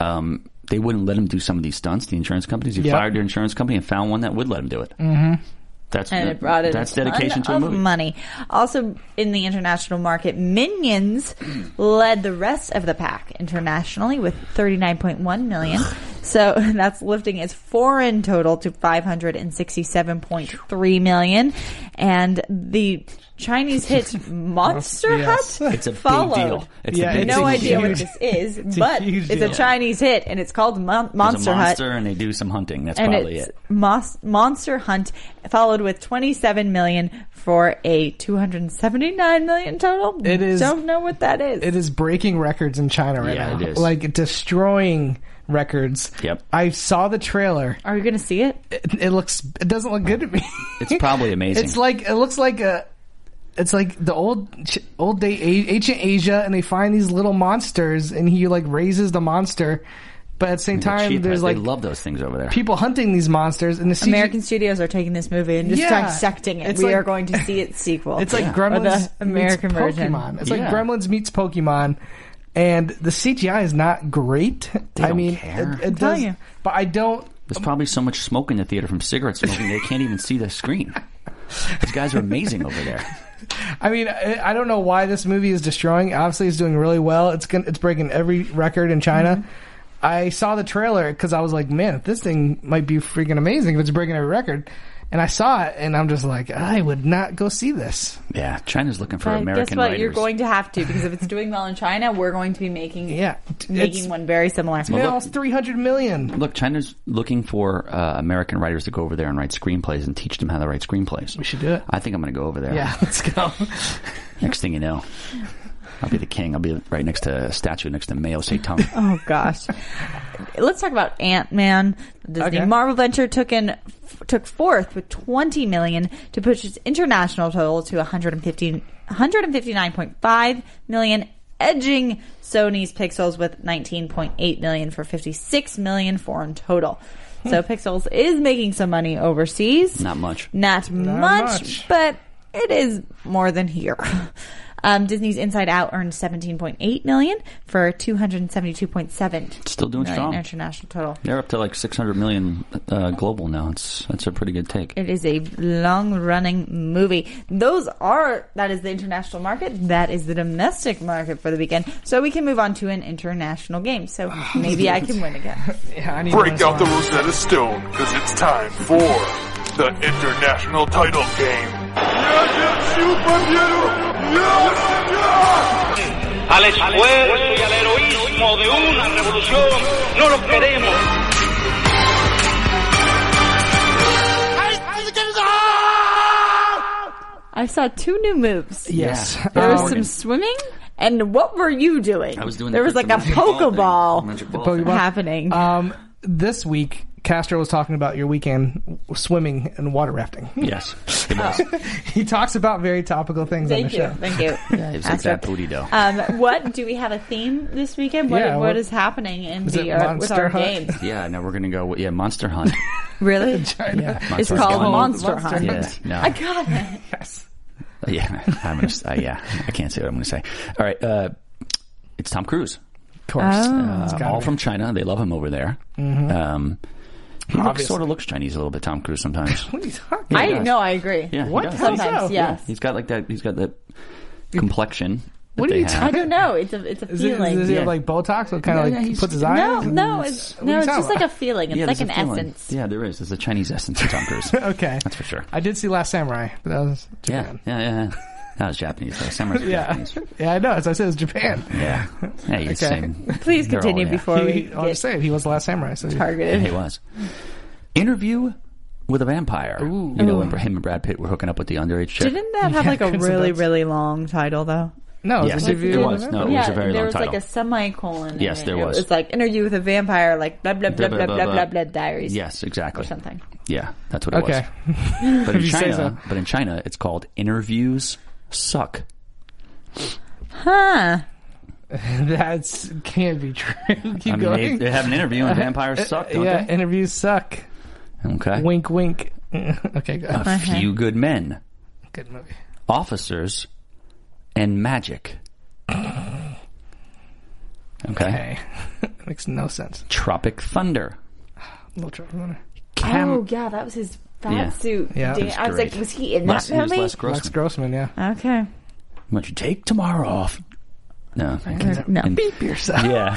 [SPEAKER 3] um, they wouldn't let him do some of these stunts. The insurance companies, he
[SPEAKER 4] Yep.
[SPEAKER 3] fired your insurance company and found one that would let him do it. Mm-hmm. That's
[SPEAKER 2] and it brought in
[SPEAKER 3] that's
[SPEAKER 2] a ton
[SPEAKER 3] dedication to a
[SPEAKER 2] of
[SPEAKER 3] movie.
[SPEAKER 2] money. Also, in the international market, Minions led the rest of the pack internationally with 39.1 million. so that's lifting its foreign total to 567.3 million, and the Chinese hit Monster
[SPEAKER 4] Yes.
[SPEAKER 2] Hut
[SPEAKER 3] It's a
[SPEAKER 2] followed.
[SPEAKER 3] big deal. It's
[SPEAKER 4] Yeah,
[SPEAKER 3] a big
[SPEAKER 4] it's
[SPEAKER 2] No
[SPEAKER 3] deal.
[SPEAKER 4] a
[SPEAKER 2] idea what
[SPEAKER 4] huge-
[SPEAKER 2] this is,
[SPEAKER 4] a
[SPEAKER 2] but
[SPEAKER 4] huge
[SPEAKER 2] it's a
[SPEAKER 4] deal.
[SPEAKER 2] Chinese hit, and it's called Mon-
[SPEAKER 3] There's
[SPEAKER 2] Monster
[SPEAKER 3] a
[SPEAKER 2] Hut
[SPEAKER 3] monster, and they do some hunting. That's
[SPEAKER 2] and
[SPEAKER 3] probably
[SPEAKER 2] it's
[SPEAKER 3] it.
[SPEAKER 2] Mos- Monster Hunt, followed with 27 million for a 279 million total.
[SPEAKER 4] It is-
[SPEAKER 2] Don't know what that is.
[SPEAKER 4] It is breaking records in China right
[SPEAKER 3] Yeah,
[SPEAKER 4] now.
[SPEAKER 3] it is.
[SPEAKER 4] Like destroying records.
[SPEAKER 3] Yep.
[SPEAKER 4] I saw the trailer.
[SPEAKER 2] Are you going to see it?
[SPEAKER 4] It, it looks. It doesn't look good to me.
[SPEAKER 3] It's probably amazing.
[SPEAKER 4] It's like it looks like a. It's like the old, ch- old day a- ancient Asia, and they find these little monsters, and he like raises the monster, but at the same time,
[SPEAKER 3] Cheetah,
[SPEAKER 4] there's like
[SPEAKER 3] they love those things over there.
[SPEAKER 4] people hunting these monsters, and the CG
[SPEAKER 2] American studios are taking this movie and just
[SPEAKER 4] Yeah.
[SPEAKER 2] dissecting it.
[SPEAKER 4] It's
[SPEAKER 2] we
[SPEAKER 4] like-
[SPEAKER 2] are going to see its sequel.
[SPEAKER 4] It's like
[SPEAKER 2] Or
[SPEAKER 4] Gremlins
[SPEAKER 2] the American
[SPEAKER 4] meets
[SPEAKER 2] version.
[SPEAKER 4] Pokemon. It's
[SPEAKER 3] Yeah.
[SPEAKER 4] like Gremlins meets Pokemon, and the CGI is not great. I
[SPEAKER 3] don't
[SPEAKER 4] mean,
[SPEAKER 3] care.
[SPEAKER 4] it, it does,
[SPEAKER 2] telling you.
[SPEAKER 4] but I don't.
[SPEAKER 3] There's probably so much smoke in the theater from cigarette smoking they can't even see the screen. These guys are amazing over there.
[SPEAKER 4] I mean, I, I don't know why this movie is destroying. Obviously, it's doing really well. It's gonna, it's breaking every record in China. I saw the trailer because I was like, man, this thing might be freaking amazing if it's breaking every record. And I saw it, and I'm just like, I would not go see this.
[SPEAKER 3] Yeah, China's looking for
[SPEAKER 2] But
[SPEAKER 3] American
[SPEAKER 2] guess what?
[SPEAKER 3] writers.
[SPEAKER 2] You're going to have to because if it's doing well in China, we're going to be making
[SPEAKER 4] Yeah, it's-
[SPEAKER 2] making one very similar.
[SPEAKER 4] Man, almost 300 million.
[SPEAKER 3] Look, China's looking for uh, American writers to go over there and write screenplays and teach them how to write screenplays. We
[SPEAKER 4] should do it.
[SPEAKER 3] I think I'm going to go over there.
[SPEAKER 4] Yeah, let's go.
[SPEAKER 3] Next thing you know, I'll be the king. I'll be right next to a statue next to Mayo Zedong.
[SPEAKER 2] Oh gosh. Let's talk about Ant Man. Disney
[SPEAKER 4] Okay.
[SPEAKER 2] Marvel venture took in f- took fourth with 20 million to push its international total to 115 159.5 million, edging Sony's Pixels with 19.8 million for 56 million foreign total. So Pixels is making some money overseas.
[SPEAKER 3] Hmm. Not much.
[SPEAKER 2] Not, much,
[SPEAKER 4] much.
[SPEAKER 2] but it is more than here. Um, Disney's Inside Out earned 17.8 million for 272.7
[SPEAKER 3] Still doing
[SPEAKER 2] million
[SPEAKER 3] strong.
[SPEAKER 2] international total.
[SPEAKER 3] They're up to like 600 million uh, global now. It's that's a pretty good take.
[SPEAKER 2] It is a long-running movie. Those are that is the international market. That is the domestic market for the weekend. So we can move on to an international game. So
[SPEAKER 3] Oh,
[SPEAKER 2] maybe I can win again.
[SPEAKER 4] Yeah, I need to
[SPEAKER 5] Break
[SPEAKER 4] learn
[SPEAKER 5] out the
[SPEAKER 4] some-
[SPEAKER 5] Rosetta Stone, because it's time for the international title game.
[SPEAKER 6] al esfuerzo y al heroísmo de una revolución. No lo queremos.
[SPEAKER 2] I saw two new moves.
[SPEAKER 4] Yes.
[SPEAKER 2] There was
[SPEAKER 4] Um,
[SPEAKER 2] some swimming, and what were you doing?
[SPEAKER 3] Oh, I was doing.
[SPEAKER 2] There
[SPEAKER 3] the
[SPEAKER 2] was like a
[SPEAKER 3] magic ball thing. uh,
[SPEAKER 2] pokeball
[SPEAKER 3] Magic ball
[SPEAKER 4] Pokeball.
[SPEAKER 3] thing.
[SPEAKER 2] happening.
[SPEAKER 4] Um, this week, Castro was talking about your weekend swimming and water rafting.
[SPEAKER 3] Yes. It was.
[SPEAKER 4] he talks about very topical things on
[SPEAKER 2] Thank
[SPEAKER 4] the
[SPEAKER 2] you.
[SPEAKER 4] show.
[SPEAKER 2] Thank you.
[SPEAKER 3] It was like
[SPEAKER 2] Astro.
[SPEAKER 3] that booty dough.
[SPEAKER 2] Um, what do we have a theme this weekend? What,
[SPEAKER 4] Yeah,
[SPEAKER 2] what
[SPEAKER 4] what-
[SPEAKER 2] is happening in
[SPEAKER 4] Is
[SPEAKER 2] the
[SPEAKER 4] it
[SPEAKER 2] uh, with
[SPEAKER 4] Monster
[SPEAKER 2] our
[SPEAKER 4] Hunt?
[SPEAKER 2] games?
[SPEAKER 3] yeah. Now we're gonna go. with- Yeah. Monster Hunt.
[SPEAKER 2] Really?
[SPEAKER 4] Yeah.
[SPEAKER 2] It's
[SPEAKER 3] Monster
[SPEAKER 2] called
[SPEAKER 3] Hunt.
[SPEAKER 2] Monster,
[SPEAKER 4] Monster
[SPEAKER 2] Hunt.
[SPEAKER 3] Yeah. No.
[SPEAKER 2] I got it.
[SPEAKER 4] Yes.
[SPEAKER 3] Yeah, I'm gonna. Uh, yeah, I can't say what I'm gonna say. All right, uh, it's Tom Cruise.
[SPEAKER 4] Of course.
[SPEAKER 2] Oh.
[SPEAKER 3] Uh,
[SPEAKER 4] gotta
[SPEAKER 3] all
[SPEAKER 4] be. Mm-hmm.
[SPEAKER 3] from China. They love him over there. Um, he looks, sort of looks Chinese a little bit. Tom Cruise sometimes.
[SPEAKER 4] What are you talking about?
[SPEAKER 2] I
[SPEAKER 3] does.
[SPEAKER 2] know. I agree.
[SPEAKER 3] Yeah, he
[SPEAKER 4] What?
[SPEAKER 3] does.
[SPEAKER 4] How
[SPEAKER 3] He's-
[SPEAKER 2] Sometimes,
[SPEAKER 4] so?
[SPEAKER 2] yes.
[SPEAKER 3] He's got like that. He's got that complexion. that
[SPEAKER 4] What are
[SPEAKER 3] they
[SPEAKER 4] you
[SPEAKER 3] have.
[SPEAKER 2] I don't know. It's a it's a
[SPEAKER 4] Is it,
[SPEAKER 2] feeling.
[SPEAKER 4] does he
[SPEAKER 3] Yeah.
[SPEAKER 4] have like Botox? What kind of like he puts his eye?
[SPEAKER 2] no,
[SPEAKER 4] in?
[SPEAKER 2] no, it's
[SPEAKER 4] What are
[SPEAKER 2] no.
[SPEAKER 4] you
[SPEAKER 2] It's
[SPEAKER 4] talking
[SPEAKER 2] just like a
[SPEAKER 4] about?
[SPEAKER 2] feeling. It's
[SPEAKER 3] Yeah,
[SPEAKER 2] like
[SPEAKER 3] there's
[SPEAKER 2] an
[SPEAKER 3] a feeling.
[SPEAKER 2] essence.
[SPEAKER 3] Yeah, there is. There's a Chinese essence to Tom Cruise.
[SPEAKER 4] okay.
[SPEAKER 3] That's for sure.
[SPEAKER 4] I did see Last Samurai, but that was
[SPEAKER 3] yeah,
[SPEAKER 4] Japan.
[SPEAKER 3] yeah, yeah. yeah. That was Japanese. Though. Samurai's
[SPEAKER 4] Yeah.
[SPEAKER 3] Japanese.
[SPEAKER 4] Yeah, I know. As I said, it's Japan.
[SPEAKER 3] Yeah. Hey, it's
[SPEAKER 4] Okay.
[SPEAKER 3] same.
[SPEAKER 2] Please
[SPEAKER 3] They're all-
[SPEAKER 2] continue
[SPEAKER 3] yeah.
[SPEAKER 2] before
[SPEAKER 4] He,
[SPEAKER 2] we
[SPEAKER 4] he, I'm
[SPEAKER 2] get
[SPEAKER 4] just saying, he was the Last Samurai. So he-
[SPEAKER 2] targeted.
[SPEAKER 3] He was. Interview with a vampire. You know, when him and Brad Pitt were hooking up with the underage chick.
[SPEAKER 2] Didn't that have
[SPEAKER 4] Yeah,
[SPEAKER 2] like a
[SPEAKER 4] Crimson
[SPEAKER 2] really
[SPEAKER 4] Dust.
[SPEAKER 2] really long title though?
[SPEAKER 4] No, it
[SPEAKER 3] Yes,
[SPEAKER 4] was
[SPEAKER 3] it
[SPEAKER 4] interview
[SPEAKER 3] was.
[SPEAKER 4] with
[SPEAKER 3] No,
[SPEAKER 4] him.
[SPEAKER 3] it was
[SPEAKER 2] yeah,
[SPEAKER 3] a very
[SPEAKER 2] there
[SPEAKER 3] long
[SPEAKER 2] was like
[SPEAKER 3] title.
[SPEAKER 2] a semicolon. in
[SPEAKER 3] Yes,
[SPEAKER 2] it.
[SPEAKER 3] there
[SPEAKER 2] It
[SPEAKER 3] was.
[SPEAKER 2] was like interview with a vampire, like blah blah blah
[SPEAKER 3] Blah,
[SPEAKER 2] blah
[SPEAKER 3] blah,
[SPEAKER 2] blah
[SPEAKER 3] blah.
[SPEAKER 2] blah blah diaries.
[SPEAKER 3] Yes, exactly.
[SPEAKER 2] or something.
[SPEAKER 3] Yeah, that's what it
[SPEAKER 4] Okay.
[SPEAKER 3] was. But in
[SPEAKER 4] you say
[SPEAKER 3] China,
[SPEAKER 4] so.
[SPEAKER 3] but in China, it's called interviews suck.
[SPEAKER 2] Huh?
[SPEAKER 4] That's can't be true. Keep
[SPEAKER 3] I mean, they,
[SPEAKER 4] going.
[SPEAKER 3] they have an interview and vampires suck, don't
[SPEAKER 4] yeah,
[SPEAKER 3] they?
[SPEAKER 4] interviews suck.
[SPEAKER 3] Okay.
[SPEAKER 4] Wink, wink. okay, good.
[SPEAKER 3] A few good men,
[SPEAKER 4] good movie.
[SPEAKER 3] officers, and magic. Okay.
[SPEAKER 4] Okay, makes no sense.
[SPEAKER 3] Tropic Thunder.
[SPEAKER 4] Little Trevor Leonard.
[SPEAKER 3] Cam-
[SPEAKER 2] oh yeah, that was his fat
[SPEAKER 3] Yeah.
[SPEAKER 2] suit.
[SPEAKER 4] Yeah.
[SPEAKER 2] Dan-
[SPEAKER 4] It was
[SPEAKER 2] I was like,
[SPEAKER 3] great.
[SPEAKER 2] was he in
[SPEAKER 3] Les,
[SPEAKER 2] that
[SPEAKER 3] he was
[SPEAKER 2] movie?
[SPEAKER 3] Les
[SPEAKER 4] Lex
[SPEAKER 3] Grossman.
[SPEAKER 4] Grossman. Yeah.
[SPEAKER 2] Okay.
[SPEAKER 3] Why don't you take tomorrow off? No. thank you.
[SPEAKER 2] No.
[SPEAKER 3] And-
[SPEAKER 4] Beep yourself.
[SPEAKER 3] Yeah.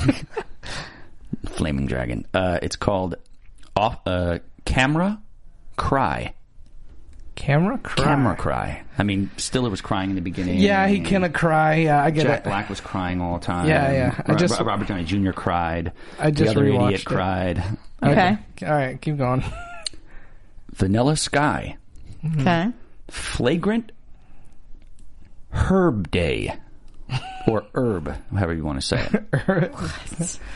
[SPEAKER 3] Flaming Dragon. Uh, it's called off, uh, Camera Cry.
[SPEAKER 4] Camera cry.
[SPEAKER 3] Camera Cry. I mean, Stiller was crying in the beginning.
[SPEAKER 4] Yeah, he kind of cry. Yeah, I get
[SPEAKER 3] Jack
[SPEAKER 4] it.
[SPEAKER 3] Black was crying all the time.
[SPEAKER 4] Yeah, yeah. I
[SPEAKER 3] Ro-
[SPEAKER 4] just-
[SPEAKER 3] Ro- Robert Downey Jr. cried.
[SPEAKER 4] I just
[SPEAKER 3] the other
[SPEAKER 4] rewatched
[SPEAKER 3] idiot
[SPEAKER 4] it.
[SPEAKER 3] cried.
[SPEAKER 2] Okay.
[SPEAKER 4] All right, keep going.
[SPEAKER 3] Vanilla Sky.
[SPEAKER 2] Okay.
[SPEAKER 3] Flagrant Herb Day. Or herb, however you want to say it.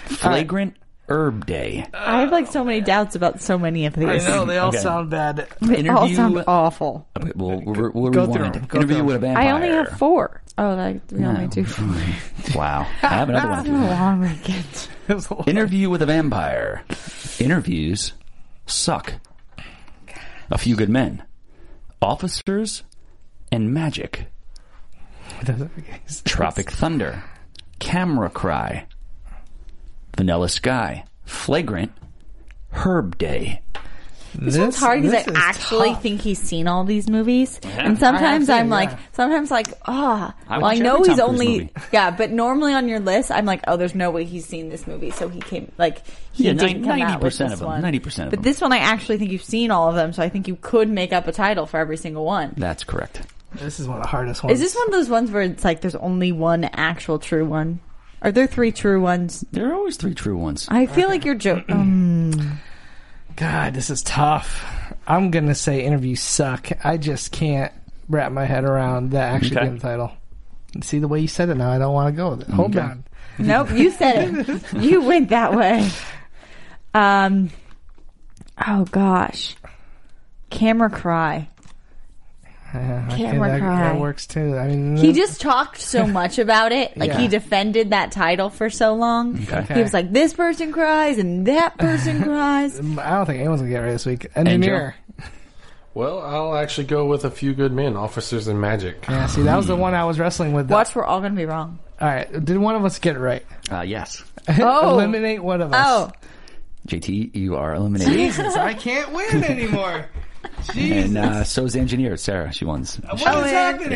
[SPEAKER 3] Flagrant Herb Day.
[SPEAKER 2] I have like so many doubts about so many of these.
[SPEAKER 4] they all
[SPEAKER 3] Okay.
[SPEAKER 4] sound bad.
[SPEAKER 2] They all
[SPEAKER 3] Interview-
[SPEAKER 2] sound awful.
[SPEAKER 3] Okay, well, we're, we're
[SPEAKER 4] Go through
[SPEAKER 3] rewinding.
[SPEAKER 4] 'em. Go
[SPEAKER 3] Interview
[SPEAKER 4] through 'em.
[SPEAKER 3] with a vampire.
[SPEAKER 2] I only have four. Oh, that we only do four.
[SPEAKER 3] Wow. I have another one.
[SPEAKER 2] long weekend.
[SPEAKER 4] It was a little-
[SPEAKER 3] Interview with a vampire. Interviews suck. A few good men. Officers and magic.
[SPEAKER 4] It doesn't make any sense.
[SPEAKER 3] Tropic Thunder. Camera Cry. Vanilla Sky. Flagrant. Herb Day.
[SPEAKER 4] This
[SPEAKER 2] It's hard because
[SPEAKER 4] this
[SPEAKER 2] I
[SPEAKER 4] is
[SPEAKER 2] actually
[SPEAKER 4] tough.
[SPEAKER 2] think he's seen all these movies, and sometimes
[SPEAKER 4] I have to,
[SPEAKER 2] I'm like,
[SPEAKER 4] yeah.
[SPEAKER 2] sometimes like, ah,
[SPEAKER 3] I
[SPEAKER 2] well, I
[SPEAKER 3] watch
[SPEAKER 2] know
[SPEAKER 3] every
[SPEAKER 2] he's
[SPEAKER 3] Tom Cruise
[SPEAKER 2] only,
[SPEAKER 3] movie.
[SPEAKER 2] yeah, but normally on your list, I'm like, oh, there's no way he's seen this movie, so he came, like, he
[SPEAKER 3] Yeah,
[SPEAKER 2] didn't come out with
[SPEAKER 3] 90%
[SPEAKER 2] this
[SPEAKER 3] of them,
[SPEAKER 2] one.
[SPEAKER 3] 90% of
[SPEAKER 2] But
[SPEAKER 3] them.
[SPEAKER 2] this one, I actually think you've seen all of them, so I think you could make up a title for every single one.
[SPEAKER 3] That's correct.
[SPEAKER 4] This is one of the hardest ones.
[SPEAKER 2] Is this one of those ones where it's like there's only one actual true one? Are there three true ones?
[SPEAKER 3] There are always three true ones.
[SPEAKER 2] I feel like you're joking.
[SPEAKER 4] God, this is tough. I'm gonna say interviews suck. I just can't wrap my head around that actually
[SPEAKER 3] Okay.
[SPEAKER 4] being the title. See the way you said it now, I don't want to go with it. Hold on.
[SPEAKER 2] Nope, you said it. You went that way. Um. Oh gosh. Camera cry.
[SPEAKER 4] Yeah, okay,
[SPEAKER 2] Camera
[SPEAKER 4] Uh, that,
[SPEAKER 2] cry.
[SPEAKER 4] that works too. I mean, mm,
[SPEAKER 2] He just talked so much about it. Like he
[SPEAKER 4] Yeah.
[SPEAKER 2] defended that title for so long. He was like, "This person cries and that person cries."
[SPEAKER 4] I don't think anyone's gonna get it right this week. Engineer.
[SPEAKER 7] Well, I'll actually go with a few good men, officers and magic.
[SPEAKER 4] Yeah, see, that was the one I was wrestling with.
[SPEAKER 2] Watch, we're all gonna be wrong.
[SPEAKER 4] All right, did one of us get it right?
[SPEAKER 3] Uh, yes.
[SPEAKER 2] Oh,
[SPEAKER 4] Eliminate one of us.
[SPEAKER 2] oh,
[SPEAKER 3] JT, you are eliminated.
[SPEAKER 4] Jesus, I can't win anymore.
[SPEAKER 3] and uh, so's the engineer Sarah. She wins.
[SPEAKER 2] Oh.
[SPEAKER 4] What is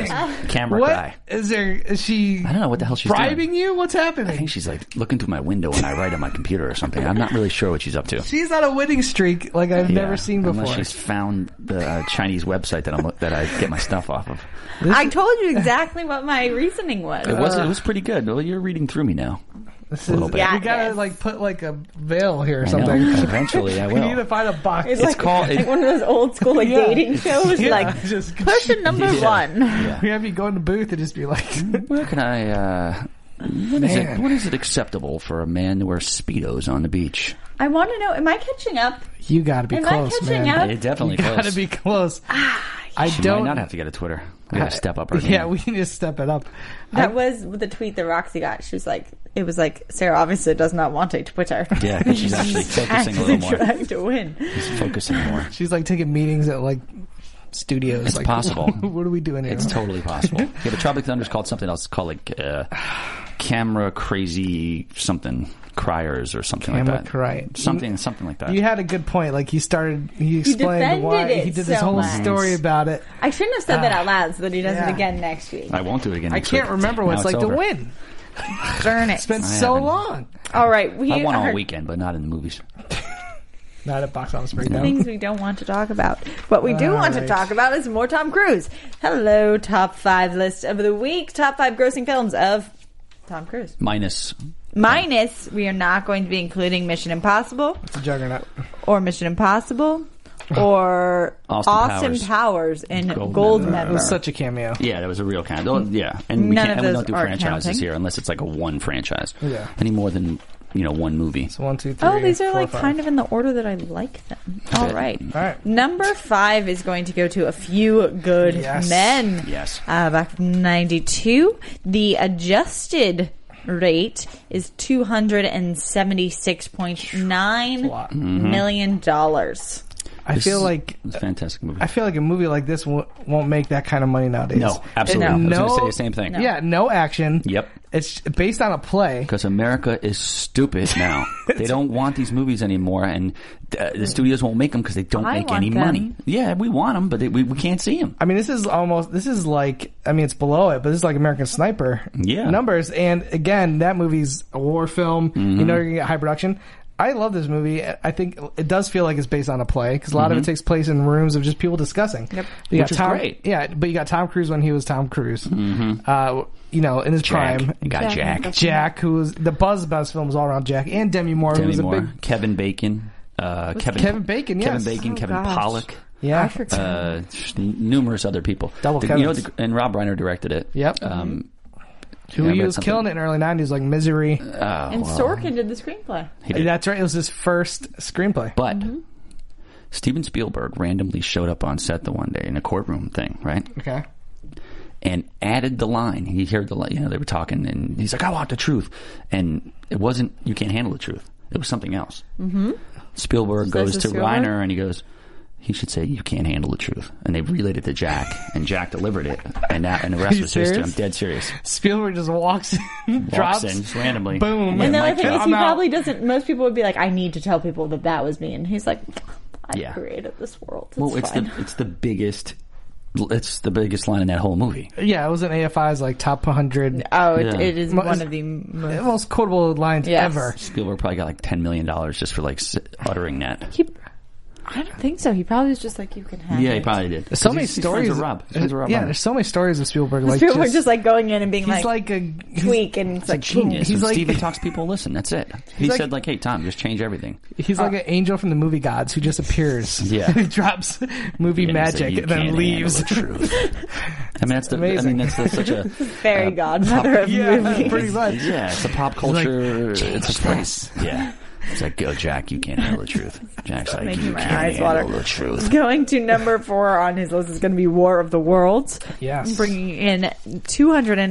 [SPEAKER 4] happening?
[SPEAKER 3] Camera
[SPEAKER 4] What
[SPEAKER 3] guy.
[SPEAKER 4] is there? Is she?
[SPEAKER 3] I don't know what the hell she's
[SPEAKER 4] bribing
[SPEAKER 3] doing.
[SPEAKER 4] you. What's happening?
[SPEAKER 3] I think she's like looking through my window when I write on my computer or something. I'm not really sure what she's up to.
[SPEAKER 4] she's on a winning streak like I've
[SPEAKER 3] Yeah,
[SPEAKER 4] never seen before.
[SPEAKER 3] Unless she's found the uh, Chinese website that I'm that I get my stuff off of.
[SPEAKER 2] I told you exactly what my reasoning was.
[SPEAKER 3] It was it was pretty good. Well, you're reading through me now.
[SPEAKER 4] This
[SPEAKER 3] little
[SPEAKER 4] is-
[SPEAKER 3] bit. Yeah,
[SPEAKER 4] we gotta
[SPEAKER 2] it is.
[SPEAKER 4] like put like a veil here or
[SPEAKER 3] I know.
[SPEAKER 4] something.
[SPEAKER 3] Eventually, I
[SPEAKER 4] we need to
[SPEAKER 3] will.
[SPEAKER 4] find a box.
[SPEAKER 2] It's, like,
[SPEAKER 3] called-
[SPEAKER 2] like one of those old school like
[SPEAKER 4] Yeah.
[SPEAKER 2] dating shows.
[SPEAKER 4] Yeah,
[SPEAKER 2] like
[SPEAKER 4] just-
[SPEAKER 2] push a number
[SPEAKER 3] Yeah.
[SPEAKER 2] one.
[SPEAKER 4] we have you go in the booth and just be like,
[SPEAKER 3] Where can I? Uh, what is it? What is it acceptable for a man to wear speedos on the beach?
[SPEAKER 2] I want to know: Am I catching up?
[SPEAKER 4] "You gotta be
[SPEAKER 2] Am I
[SPEAKER 4] close,
[SPEAKER 2] catching
[SPEAKER 4] man.
[SPEAKER 2] up? Ah,
[SPEAKER 3] It definitely
[SPEAKER 4] You gotta
[SPEAKER 3] close.
[SPEAKER 4] be close." I
[SPEAKER 3] She
[SPEAKER 4] don't
[SPEAKER 3] might not have to get a Twitter. We gotta step up our game.
[SPEAKER 4] Yeah, we need to step it up.
[SPEAKER 2] That was the tweet that Roxy got. She was like, "It was like Sarah obviously does not want a Twitter.
[SPEAKER 3] Yeah, 'cause she's actually focusing a little more.
[SPEAKER 2] trying to win.
[SPEAKER 3] Just focusing more.
[SPEAKER 4] She's like taking meetings at like studios.
[SPEAKER 3] It's
[SPEAKER 4] like,
[SPEAKER 3] possible.
[SPEAKER 4] what are we doing here?
[SPEAKER 3] It's totally possible. Yeah, but Tropic Thunder's called something else. It's called like uh, camera crazy something criers or something
[SPEAKER 4] Camera
[SPEAKER 3] like that.
[SPEAKER 4] cry-
[SPEAKER 3] Something something like that.
[SPEAKER 4] You had a good point. Like he started, he explained
[SPEAKER 2] defended
[SPEAKER 4] why
[SPEAKER 2] it
[SPEAKER 4] he did this
[SPEAKER 2] so
[SPEAKER 4] whole
[SPEAKER 2] much.
[SPEAKER 4] story about it.
[SPEAKER 2] I shouldn't have said that
[SPEAKER 3] Ah.
[SPEAKER 2] out loud so that he does
[SPEAKER 4] Yeah.
[SPEAKER 2] it again next week.
[SPEAKER 3] I won't do it again.
[SPEAKER 4] I
[SPEAKER 3] next
[SPEAKER 4] can't
[SPEAKER 3] week.
[SPEAKER 4] remember what
[SPEAKER 3] Now
[SPEAKER 4] it's like
[SPEAKER 3] over.
[SPEAKER 4] to win.
[SPEAKER 2] Darn it!
[SPEAKER 4] It's been
[SPEAKER 3] I
[SPEAKER 4] so
[SPEAKER 3] haven't.
[SPEAKER 4] long.
[SPEAKER 2] all right, we
[SPEAKER 3] I won
[SPEAKER 2] are
[SPEAKER 3] all weekend, but not in the movies.
[SPEAKER 4] Not at box office breakdown.
[SPEAKER 2] things we don't want to talk about. What we do want to
[SPEAKER 4] right.
[SPEAKER 2] talk about is more Tom Cruise. Hello, top five list of the week. Top five grossing films of Tom Cruise.
[SPEAKER 3] Minus
[SPEAKER 2] Minus, we are not going to be including Mission Impossible
[SPEAKER 4] Juggernaut.
[SPEAKER 2] or Mission Impossible or
[SPEAKER 3] Austin
[SPEAKER 2] Austin,
[SPEAKER 3] Powers.
[SPEAKER 2] Powers. in
[SPEAKER 3] Gold
[SPEAKER 2] Gold,
[SPEAKER 3] Member.
[SPEAKER 4] It
[SPEAKER 2] Member.
[SPEAKER 4] was such a cameo.
[SPEAKER 3] Yeah, that was a real kind. Oh,
[SPEAKER 4] Mm.
[SPEAKER 3] yeah, and we,
[SPEAKER 2] None
[SPEAKER 3] can't,
[SPEAKER 2] of
[SPEAKER 3] and we
[SPEAKER 2] those
[SPEAKER 3] don't do
[SPEAKER 2] are
[SPEAKER 3] franchises
[SPEAKER 2] counting.
[SPEAKER 3] here unless it's like a one franchise.
[SPEAKER 4] Yeah.
[SPEAKER 3] any more than you know one movie.
[SPEAKER 4] One, two, three.
[SPEAKER 2] Oh, these are like kind of in the order that I like them. All right.
[SPEAKER 4] All right.
[SPEAKER 2] Number five is going to go to A Few Good
[SPEAKER 4] Yes.
[SPEAKER 2] Men.
[SPEAKER 3] Yes.
[SPEAKER 2] Uh, back from 92. The adjusted rate is $276.9 million. dollars.
[SPEAKER 4] I feel like
[SPEAKER 3] It's a fantastic movie.
[SPEAKER 4] I feel like a movie like this w- won't make that kind of money nowadays.
[SPEAKER 3] no, absolutely.
[SPEAKER 2] No.
[SPEAKER 3] I was
[SPEAKER 4] No.
[SPEAKER 3] going to say the same thing.
[SPEAKER 4] Yeah, no action.
[SPEAKER 3] Yep.
[SPEAKER 4] It's based on a play.
[SPEAKER 3] Because America is stupid now. they don't want these movies anymore, and uh,
[SPEAKER 4] Mm.
[SPEAKER 3] the studios won't make them because they don't
[SPEAKER 2] I
[SPEAKER 3] make
[SPEAKER 2] want
[SPEAKER 3] any
[SPEAKER 2] them.
[SPEAKER 3] money. Yeah, we want them, but they, we, we can't see them.
[SPEAKER 4] I mean, this is almost this is like I mean, it's below it, but this is like American Sniper
[SPEAKER 3] Yeah.
[SPEAKER 4] numbers. And again, that movie's a war film.
[SPEAKER 3] Mm-hmm.
[SPEAKER 4] You know, you're gonna get high production. I love this movie. I think it does feel like it's based on a play because a lot of it takes place in rooms of just people discussing. Yep, you
[SPEAKER 3] Mm-hmm. Which
[SPEAKER 4] got
[SPEAKER 3] is
[SPEAKER 4] Tom,
[SPEAKER 3] great. Mm-hmm.
[SPEAKER 4] Yeah, but you got Tom Cruise when he was Tom Cruise. Uh, you know, in his prime.
[SPEAKER 3] Jack. Got Jack.
[SPEAKER 4] Jack, who was the buzz about this film was all around Jack, and Demi Moore, who
[SPEAKER 3] Demi
[SPEAKER 4] was
[SPEAKER 3] Moore.
[SPEAKER 4] a big
[SPEAKER 3] Kevin Bacon. Uh, Kevin,
[SPEAKER 4] Kevin Bacon,
[SPEAKER 3] Kevin
[SPEAKER 4] yes.
[SPEAKER 3] Bacon,
[SPEAKER 4] Oh,
[SPEAKER 3] Kevin
[SPEAKER 2] gosh.
[SPEAKER 3] Pollock.
[SPEAKER 4] yeah.
[SPEAKER 3] uh, numerous other people.
[SPEAKER 4] Double
[SPEAKER 3] The- you know,
[SPEAKER 4] Kevins.
[SPEAKER 3] the- and Rob Reiner directed it.
[SPEAKER 4] Yep. Mm-hmm.
[SPEAKER 3] Um,
[SPEAKER 4] who
[SPEAKER 3] I
[SPEAKER 4] he
[SPEAKER 3] read
[SPEAKER 4] was
[SPEAKER 3] something- Uh,
[SPEAKER 4] killing it in the early '90s, like Misery.
[SPEAKER 2] And Sorkin did the screenplay.
[SPEAKER 3] did.
[SPEAKER 4] That's right. It was his first screenplay.
[SPEAKER 3] But
[SPEAKER 2] Mm-hmm.
[SPEAKER 3] Steven Spielberg randomly showed up on set the one day in a courtroom thing, right?
[SPEAKER 4] Okay.
[SPEAKER 3] And added the line. He heard the line. You know, they were talking, and he's like, "I want the truth," and it wasn't. You can't handle the truth. It was something else. Mm-hmm. Spielberg goes to
[SPEAKER 2] this Spielberg?
[SPEAKER 3] Reiner, and he goes. He should say, "You can't handle the truth," and they relayed it to Jack, and Jack delivered it, and that, and the rest
[SPEAKER 4] you
[SPEAKER 3] was history. I'm
[SPEAKER 4] serious?
[SPEAKER 3] dead serious.
[SPEAKER 4] Spielberg just walks in,
[SPEAKER 3] Drops
[SPEAKER 4] drops
[SPEAKER 3] in just randomly.
[SPEAKER 4] Boom.
[SPEAKER 3] Yeah,
[SPEAKER 4] And
[SPEAKER 2] And the
[SPEAKER 3] mic
[SPEAKER 2] other thing
[SPEAKER 3] drop.
[SPEAKER 2] is, he
[SPEAKER 4] I'm out.
[SPEAKER 2] probably doesn't. Most people would be like, "I need to tell people that that was me," and he's like, "I
[SPEAKER 3] Yeah.
[SPEAKER 2] created this world. It's
[SPEAKER 3] Well, it's
[SPEAKER 2] fine."
[SPEAKER 3] the it's the biggest it's the biggest line in that whole movie.
[SPEAKER 4] Yeah, it was in AFI's like top 100
[SPEAKER 2] oh, it,
[SPEAKER 3] Yeah.
[SPEAKER 2] it is
[SPEAKER 4] Mo-
[SPEAKER 2] one of the most.
[SPEAKER 4] most quotable lines
[SPEAKER 2] Yes.
[SPEAKER 4] ever.
[SPEAKER 3] Spielberg probably got like ten million dollars just for like s- uttering that.
[SPEAKER 2] He, I don't think so. He probably was just like, "You can have."
[SPEAKER 3] Yeah, he
[SPEAKER 2] it."
[SPEAKER 3] probably did.
[SPEAKER 4] There's so many
[SPEAKER 3] He's- he's
[SPEAKER 4] stories.
[SPEAKER 3] Friends with Rob. He's friends with Rob
[SPEAKER 4] yeah,
[SPEAKER 3] Reiner.
[SPEAKER 4] there's so many stories of Spielberg. Like
[SPEAKER 2] People
[SPEAKER 4] just,
[SPEAKER 2] are just like going in and being
[SPEAKER 4] he's
[SPEAKER 2] like,
[SPEAKER 4] like, a he's-
[SPEAKER 2] tweak, and it's like
[SPEAKER 3] genius.
[SPEAKER 4] he's
[SPEAKER 3] When
[SPEAKER 4] like-
[SPEAKER 3] Steven talks, people listen. That's it. He
[SPEAKER 4] like-
[SPEAKER 3] said like, "Hey Tom, just change everything."
[SPEAKER 4] He's like
[SPEAKER 2] Uh.
[SPEAKER 4] an angel from the movie gods who just appears.
[SPEAKER 3] Yeah.
[SPEAKER 4] he drops movie
[SPEAKER 3] And he said,
[SPEAKER 4] magic
[SPEAKER 3] "You
[SPEAKER 4] and then
[SPEAKER 3] can't
[SPEAKER 4] leaves.
[SPEAKER 3] handle the truth. I mean, that's the, I mean,
[SPEAKER 4] Amazing.
[SPEAKER 3] that's the, such a
[SPEAKER 2] "Hmm, fairy godmother of
[SPEAKER 4] yeah,
[SPEAKER 2] movies.
[SPEAKER 4] pretty much.
[SPEAKER 3] yeah. It's a pop
[SPEAKER 4] like,
[SPEAKER 3] culture. it's a place. Yeah. It's like, go, Jack. You can't handle the truth. Jack's like,
[SPEAKER 2] making
[SPEAKER 3] you
[SPEAKER 2] my
[SPEAKER 3] can't
[SPEAKER 2] eyes
[SPEAKER 3] handle
[SPEAKER 2] water.
[SPEAKER 3] the truth.
[SPEAKER 2] Going to number four on his list is going to be War of the Worlds.
[SPEAKER 4] Yes.
[SPEAKER 2] Bringing in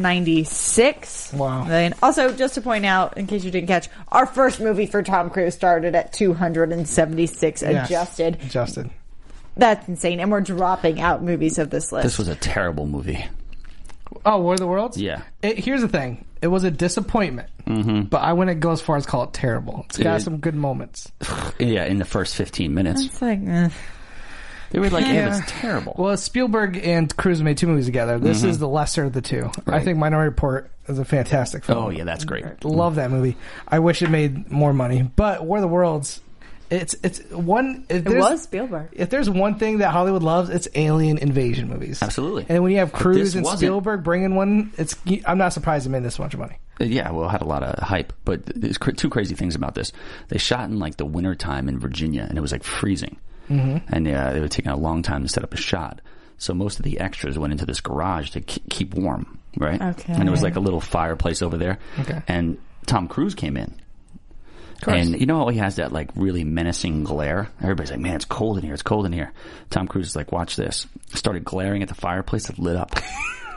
[SPEAKER 2] 296
[SPEAKER 4] Wow.
[SPEAKER 2] million. Also, just to point out, in case you didn't catch, our first movie for Tom Cruise started at 276
[SPEAKER 4] Yes.
[SPEAKER 2] adjusted.
[SPEAKER 4] Adjusted.
[SPEAKER 2] That's insane. And we're dropping out movies of this list.
[SPEAKER 3] This was a terrible movie.
[SPEAKER 4] Oh, War of the Worlds.
[SPEAKER 3] Yeah. Mm-hmm.
[SPEAKER 4] It, here's the thing. It was a disappointment, but I wouldn't go as far as call it terrible. It's got
[SPEAKER 3] It-
[SPEAKER 4] some good moments.
[SPEAKER 3] Yeah, in the first fifteen minutes.
[SPEAKER 2] It's like, eh.
[SPEAKER 3] They were like, yeah, it's terrible.
[SPEAKER 4] Well, Spielberg and Cruise made two movies together. This
[SPEAKER 3] Mm-hmm.
[SPEAKER 4] is the lesser of the two. I think Minority Report is a fantastic film.
[SPEAKER 3] oh yeah, that's great.
[SPEAKER 4] Love that movie. I wish it made more money. But War of the Worlds, it's it's one. If
[SPEAKER 2] It
[SPEAKER 4] there's-
[SPEAKER 2] was Spielberg.
[SPEAKER 4] If there's one thing that Hollywood loves, it's alien invasion movies.
[SPEAKER 3] Absolutely.
[SPEAKER 4] And when you have
[SPEAKER 3] But
[SPEAKER 4] Cruise
[SPEAKER 3] this
[SPEAKER 4] and
[SPEAKER 3] wasn't.
[SPEAKER 4] Spielberg bringing one, it's I'm not surprised it made this much money.
[SPEAKER 3] Yeah, well, it had a lot of hype, but there's cr- two crazy things about this. They shot in like the winter time in Virginia, and it was like freezing, mm-hmm. and uh, they were taking a long time to set up a shot. So most of the extras went into this garage to k- keep warm, right?
[SPEAKER 2] Okay.
[SPEAKER 3] And there was like a little fireplace over there, okay. and Tom Cruise came in. And you know how he has that like really menacing glare? Everybody's like, man, it's cold in here. It's cold in here. Tom Cruise is like, watch this. Started glaring at the fireplace that lit up.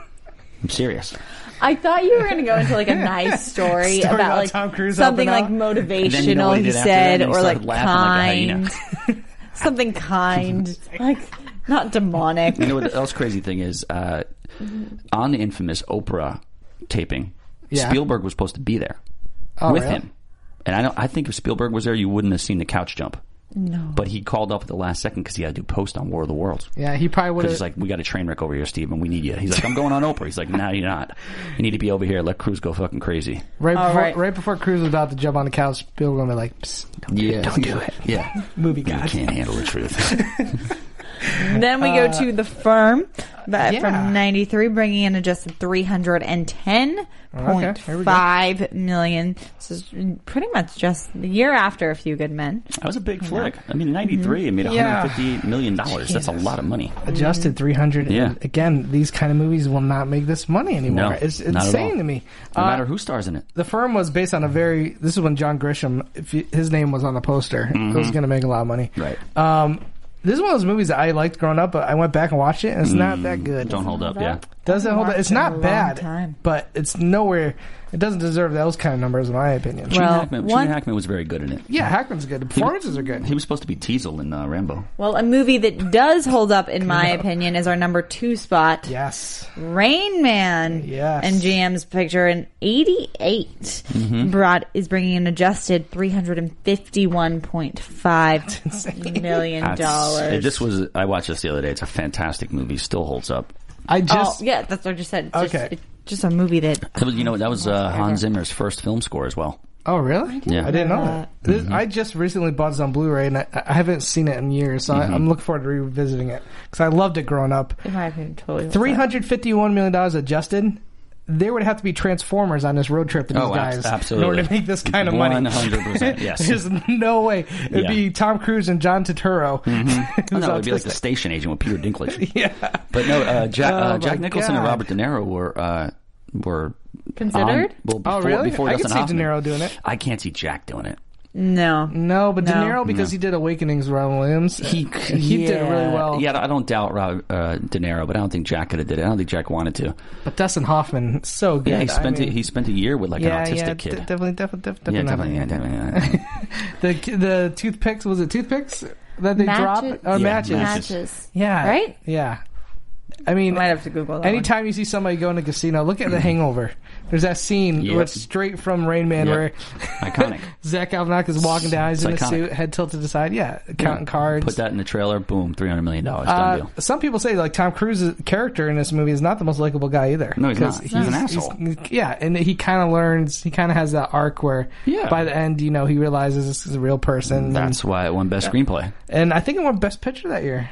[SPEAKER 3] I'm serious.
[SPEAKER 2] I thought you were going to go into like a nice story, about,
[SPEAKER 4] about
[SPEAKER 2] like
[SPEAKER 4] Tom Cruise
[SPEAKER 2] something like
[SPEAKER 4] helping
[SPEAKER 3] And then you know
[SPEAKER 2] motivational
[SPEAKER 3] what he
[SPEAKER 2] he
[SPEAKER 3] did after that?
[SPEAKER 2] said
[SPEAKER 3] He
[SPEAKER 2] or like
[SPEAKER 3] started laughing like a
[SPEAKER 2] kind. something kind. like not demonic.
[SPEAKER 3] You know what the else crazy thing is? Uh, on the infamous Oprah taping,
[SPEAKER 4] Yeah. Oh,
[SPEAKER 3] Spielberg was supposed to be there with
[SPEAKER 4] really?
[SPEAKER 3] him. And I don't. I think if Spielberg was there, you wouldn't have seen the couch jump. No. But he called up at the last second because he had to do post on War of the Worlds.
[SPEAKER 4] Yeah, he probably would
[SPEAKER 3] Because he's
[SPEAKER 4] have.
[SPEAKER 3] like, we got a train wreck over here, Steve, and we need you. He's like, I'm going on Oprah. He's like, no, you're not. You need to be over here. Let Cruz go fucking crazy.
[SPEAKER 4] right
[SPEAKER 2] All
[SPEAKER 4] before
[SPEAKER 2] right.
[SPEAKER 4] right. before Cruise was about to jump on the couch, Spielberg would be like, Psst, don't do it, don't do it.
[SPEAKER 3] Yeah.
[SPEAKER 4] Movie
[SPEAKER 3] You
[SPEAKER 4] god.
[SPEAKER 3] can't handle the truth.
[SPEAKER 2] Then we go to the firm that
[SPEAKER 4] yeah.
[SPEAKER 2] from '93, bringing in adjusted three hundred and ten point
[SPEAKER 4] here we go.
[SPEAKER 2] five million. This is pretty much just the year after A Few Good Men.
[SPEAKER 3] That was a big flick. I mean, in '93, it made
[SPEAKER 4] Yeah.
[SPEAKER 3] 158 million dollars. That's a lot of money.
[SPEAKER 2] Mm.
[SPEAKER 4] Adjusted 300. and
[SPEAKER 3] Yeah.
[SPEAKER 4] Again, these kind of movies will not make this money anymore.
[SPEAKER 3] No,
[SPEAKER 4] it's
[SPEAKER 3] not at all.
[SPEAKER 4] insane to me.
[SPEAKER 3] No
[SPEAKER 4] Uh,
[SPEAKER 3] matter who stars in it.
[SPEAKER 4] the firm was based on a very. This is when John Grisham, if you, his name was on the poster, it was going to make a lot of money.
[SPEAKER 3] Mm-hmm. Right.
[SPEAKER 4] Um, this is one of those movies that I liked growing up, but I went back and watched it, and it's not that good.
[SPEAKER 3] Mm, Don't hold up. Yeah.
[SPEAKER 4] Doesn't hold.
[SPEAKER 2] Watched
[SPEAKER 4] up. It's
[SPEAKER 2] it a
[SPEAKER 4] not
[SPEAKER 2] long
[SPEAKER 4] bad,
[SPEAKER 2] time.
[SPEAKER 4] but it's nowhere. It doesn't deserve those kind of numbers, in my opinion.
[SPEAKER 2] Well-
[SPEAKER 3] Gene Hackman, Gene
[SPEAKER 2] one-
[SPEAKER 3] Hackman was very good in it.
[SPEAKER 4] yeah, Hackman's good. The performances are good.
[SPEAKER 3] He was supposed to be Teasel in uh, Rambo.
[SPEAKER 2] Well, a movie that does hold up, in my opinion, is our number two spot,
[SPEAKER 4] yes,
[SPEAKER 2] Rain Man.
[SPEAKER 4] Yes.
[SPEAKER 2] And GM's picture in '88
[SPEAKER 4] Mm-hmm.
[SPEAKER 2] brought is bringing an adjusted three hundred and fifty-one point five million
[SPEAKER 3] That's-
[SPEAKER 2] dollars.
[SPEAKER 3] This was I watched this the other day. It's a fantastic movie. Still holds up.
[SPEAKER 4] I just
[SPEAKER 2] oh, yeah, that's what I just said. It's just-
[SPEAKER 4] Okay.
[SPEAKER 2] it's just a movie that
[SPEAKER 3] That was, you know that was uh, Hans Zimmer's first film score as well.
[SPEAKER 4] Oh, really?
[SPEAKER 3] Yeah. Mm-hmm.
[SPEAKER 4] I didn't know that. This, I just recently bought this on Blu-ray, and I, I haven't seen it in years, so
[SPEAKER 3] Mm-hmm.
[SPEAKER 4] I, I'm looking forward to revisiting it because I loved it growing up.
[SPEAKER 2] In my opinion, totally. was
[SPEAKER 4] Three
[SPEAKER 2] that.
[SPEAKER 4] hundred fifty-one million dollars adjusted. There would have to be Transformers on this road trip to these
[SPEAKER 3] Oh, abs-
[SPEAKER 4] guys
[SPEAKER 3] absolutely.
[SPEAKER 4] in order to make this kind of money.
[SPEAKER 3] 100%, yes.
[SPEAKER 4] There's no way. It'd
[SPEAKER 3] Yeah.
[SPEAKER 4] be Tom Cruise and John Turturro.
[SPEAKER 3] Oh,
[SPEAKER 4] who's
[SPEAKER 3] no, it'd be like the
[SPEAKER 4] autistic.
[SPEAKER 3] station agent with Peter Dinklage.
[SPEAKER 4] yeah.
[SPEAKER 3] But no, uh, Jack,
[SPEAKER 4] Oh,
[SPEAKER 3] uh,
[SPEAKER 4] my
[SPEAKER 3] Jack Nicholson and
[SPEAKER 4] God.
[SPEAKER 3] Robert De Niro were uh, were
[SPEAKER 2] Considered?
[SPEAKER 3] on- well, before,
[SPEAKER 4] Oh, really?
[SPEAKER 3] Before
[SPEAKER 4] I
[SPEAKER 3] Dustin
[SPEAKER 4] could see
[SPEAKER 3] Hoffman.
[SPEAKER 4] De Niro doing it.
[SPEAKER 3] I can't see Jack doing it.
[SPEAKER 2] No.
[SPEAKER 4] No, but De
[SPEAKER 2] No.
[SPEAKER 4] Niro because he did Awakenings with Robin Williams.
[SPEAKER 3] He
[SPEAKER 4] he did really well.
[SPEAKER 3] Yeah, I don't doubt Rob, uh, De Niro, but I don't think Jack could have did it. I don't think Jack wanted to.
[SPEAKER 4] But Dustin Hoffman, so good.
[SPEAKER 3] Yeah, he
[SPEAKER 4] I
[SPEAKER 3] spent
[SPEAKER 4] mean-
[SPEAKER 3] a, he spent a year with like
[SPEAKER 4] yeah,
[SPEAKER 3] an autistic
[SPEAKER 4] yeah,
[SPEAKER 3] kid.
[SPEAKER 4] de- definitely, definitely, definitely.
[SPEAKER 3] yeah,
[SPEAKER 4] not.
[SPEAKER 3] definitely, yeah, definitely. yeah.
[SPEAKER 4] The the toothpicks was it toothpicks that they
[SPEAKER 2] Matches.
[SPEAKER 4] drop or
[SPEAKER 3] Yeah,
[SPEAKER 4] matches?
[SPEAKER 3] matches.
[SPEAKER 2] Matches.
[SPEAKER 4] Yeah,
[SPEAKER 2] Right?
[SPEAKER 4] Yeah. I mean,
[SPEAKER 2] Might have to Google that.
[SPEAKER 4] anytime you see somebody go in a casino, look at The Hangover. There's that scene
[SPEAKER 3] Mm-hmm. Yep.
[SPEAKER 4] where it's straight from Rain Man
[SPEAKER 3] Yep.
[SPEAKER 4] where
[SPEAKER 3] Iconic.
[SPEAKER 4] Zach Galifianakis is walking down, he's in
[SPEAKER 3] It's
[SPEAKER 4] a
[SPEAKER 3] iconic.
[SPEAKER 4] suit, head tilted to the side. Yeah, counting cards.
[SPEAKER 3] Put that in the trailer. Boom, three hundred million dollars. Done
[SPEAKER 4] Uh,
[SPEAKER 3] deal.
[SPEAKER 4] some people say like Tom Cruise's character in this movie is not the most likable guy either.
[SPEAKER 3] No, he's
[SPEAKER 4] 'Cause
[SPEAKER 3] not. He's an asshole.
[SPEAKER 4] he's- yeah, and he kind of learns. He kind of has that arc where
[SPEAKER 3] Yeah.
[SPEAKER 4] by the end, you know, he realizes this is a real person. and-
[SPEAKER 3] That's why it won Best Screenplay.
[SPEAKER 4] And I think it won Best Picture that year.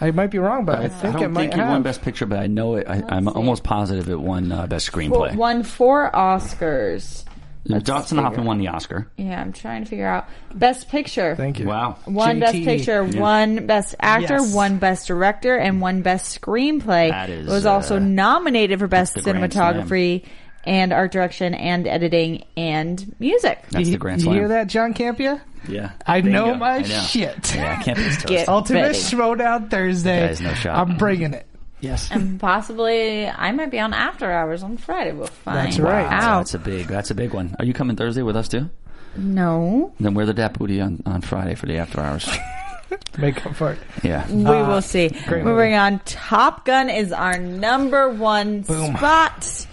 [SPEAKER 4] I might be wrong, but I,
[SPEAKER 3] I
[SPEAKER 4] think
[SPEAKER 3] don't
[SPEAKER 4] it might
[SPEAKER 3] think it
[SPEAKER 4] have.
[SPEAKER 3] won Best Picture, but I know it. I, I'm almost positive it won uh, Best
[SPEAKER 2] Well,
[SPEAKER 3] Screenplay.
[SPEAKER 2] won four Oscars.
[SPEAKER 3] Dustin Hoffman won the Oscar.
[SPEAKER 2] Yeah, I'm trying to figure out. Best Picture.
[SPEAKER 4] Thank you.
[SPEAKER 3] Wow.
[SPEAKER 2] One best
[SPEAKER 4] JT.
[SPEAKER 2] picture, one best actor,
[SPEAKER 4] Yes.
[SPEAKER 2] one best director, and one best screenplay.
[SPEAKER 3] That is,
[SPEAKER 2] was also
[SPEAKER 3] uh,
[SPEAKER 2] nominated for best
[SPEAKER 3] the grand
[SPEAKER 2] cinematography and art direction and editing and music.
[SPEAKER 3] That's
[SPEAKER 4] You,
[SPEAKER 3] the grand
[SPEAKER 4] you
[SPEAKER 3] slam.
[SPEAKER 4] hear that, John Campia?
[SPEAKER 3] Yeah.
[SPEAKER 4] I know
[SPEAKER 3] Bingo.
[SPEAKER 4] my
[SPEAKER 3] I know.
[SPEAKER 4] shit.
[SPEAKER 3] Yeah, I can't be toast.
[SPEAKER 2] Get
[SPEAKER 4] Ultimate
[SPEAKER 2] ready.
[SPEAKER 4] Showdown Thursday.
[SPEAKER 3] That is no shot.
[SPEAKER 4] I'm bringing it. Yes.
[SPEAKER 2] Possibly, I might be on After Hours on Friday. We'll find
[SPEAKER 4] That's right.
[SPEAKER 3] Wow,
[SPEAKER 2] out.
[SPEAKER 3] That's a big. That's a big one. Are you coming Thursday with us too?
[SPEAKER 2] No,
[SPEAKER 3] Then wear the dap booty on, on Friday for the after hours.
[SPEAKER 4] Make up for it.
[SPEAKER 3] yeah.
[SPEAKER 2] we will see. Moving on, Top Gun is our number one spot,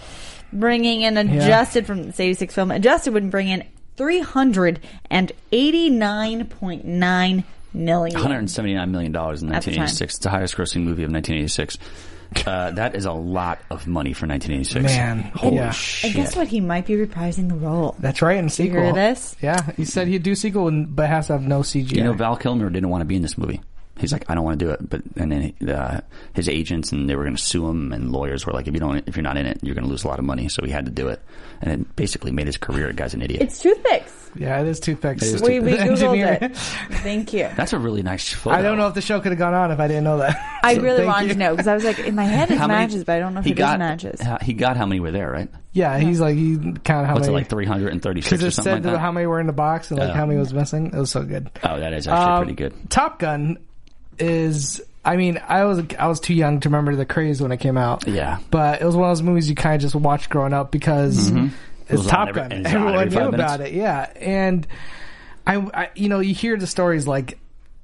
[SPEAKER 2] bringing in adjusted from this '86 film. Adjusted would bring in three hundred and eighty-nine point nine million.
[SPEAKER 3] 179 million dollars in
[SPEAKER 2] At the time.
[SPEAKER 3] 1986. It's the highest grossing movie of 1986. Uh, that is a lot of money for 1986.
[SPEAKER 4] Man,
[SPEAKER 3] holy
[SPEAKER 4] yeah.
[SPEAKER 2] And
[SPEAKER 3] shit!
[SPEAKER 2] guess what? He might be reprising the role.
[SPEAKER 4] That's right, in a
[SPEAKER 2] you
[SPEAKER 4] sequel.
[SPEAKER 2] hear this?
[SPEAKER 4] Yeah, he said he'd do sequel, and, but has to have no CGI.
[SPEAKER 3] You know, Val Kilmer didn't want to be in this movie. He's like, I don't want to do it. But and then uh, his agents and they were going to sue him, and lawyers were like, if you don't, if you're not in it, you're going to lose a lot of money. So he had to do it, and it basically made his career. The guy's an idiot.
[SPEAKER 2] It's toothpicks.
[SPEAKER 4] yeah, it is toothpicks.
[SPEAKER 3] It is
[SPEAKER 2] We, we
[SPEAKER 4] The engineer.
[SPEAKER 2] googled it. Thank you.
[SPEAKER 3] That's a really nice photo.
[SPEAKER 4] I don't know if the show could have gone on if I didn't know that.
[SPEAKER 2] I
[SPEAKER 4] So
[SPEAKER 2] really
[SPEAKER 4] thank
[SPEAKER 2] wanted
[SPEAKER 4] you.
[SPEAKER 2] to know because I was like, in my head it
[SPEAKER 3] How many-
[SPEAKER 2] matches, but I don't know if
[SPEAKER 3] he
[SPEAKER 2] it does
[SPEAKER 3] got
[SPEAKER 2] matches.
[SPEAKER 3] how- he got how many were there, right?
[SPEAKER 4] Yeah, he's like he counted how
[SPEAKER 3] What's it
[SPEAKER 4] many
[SPEAKER 3] like 336
[SPEAKER 4] because
[SPEAKER 3] or
[SPEAKER 4] it
[SPEAKER 3] something like
[SPEAKER 4] said
[SPEAKER 3] that? Oh.
[SPEAKER 4] how many were in the box and like
[SPEAKER 3] Yeah.
[SPEAKER 4] how many was missing. It was so good.
[SPEAKER 3] oh, that is actually
[SPEAKER 4] Um,
[SPEAKER 3] pretty good.
[SPEAKER 4] Top Gun is. I mean, I was I was too young to remember the craze when it came out.
[SPEAKER 3] Yeah.
[SPEAKER 4] but it was one of those movies you kind of just watched growing up because
[SPEAKER 3] Mm-hmm. It was
[SPEAKER 4] it's
[SPEAKER 3] on
[SPEAKER 4] Top
[SPEAKER 3] every-
[SPEAKER 4] Gun.
[SPEAKER 3] and it's on
[SPEAKER 4] Everyone
[SPEAKER 3] every
[SPEAKER 4] knew
[SPEAKER 3] five
[SPEAKER 4] about it. Yeah, and I, I, you know, you hear the stories like.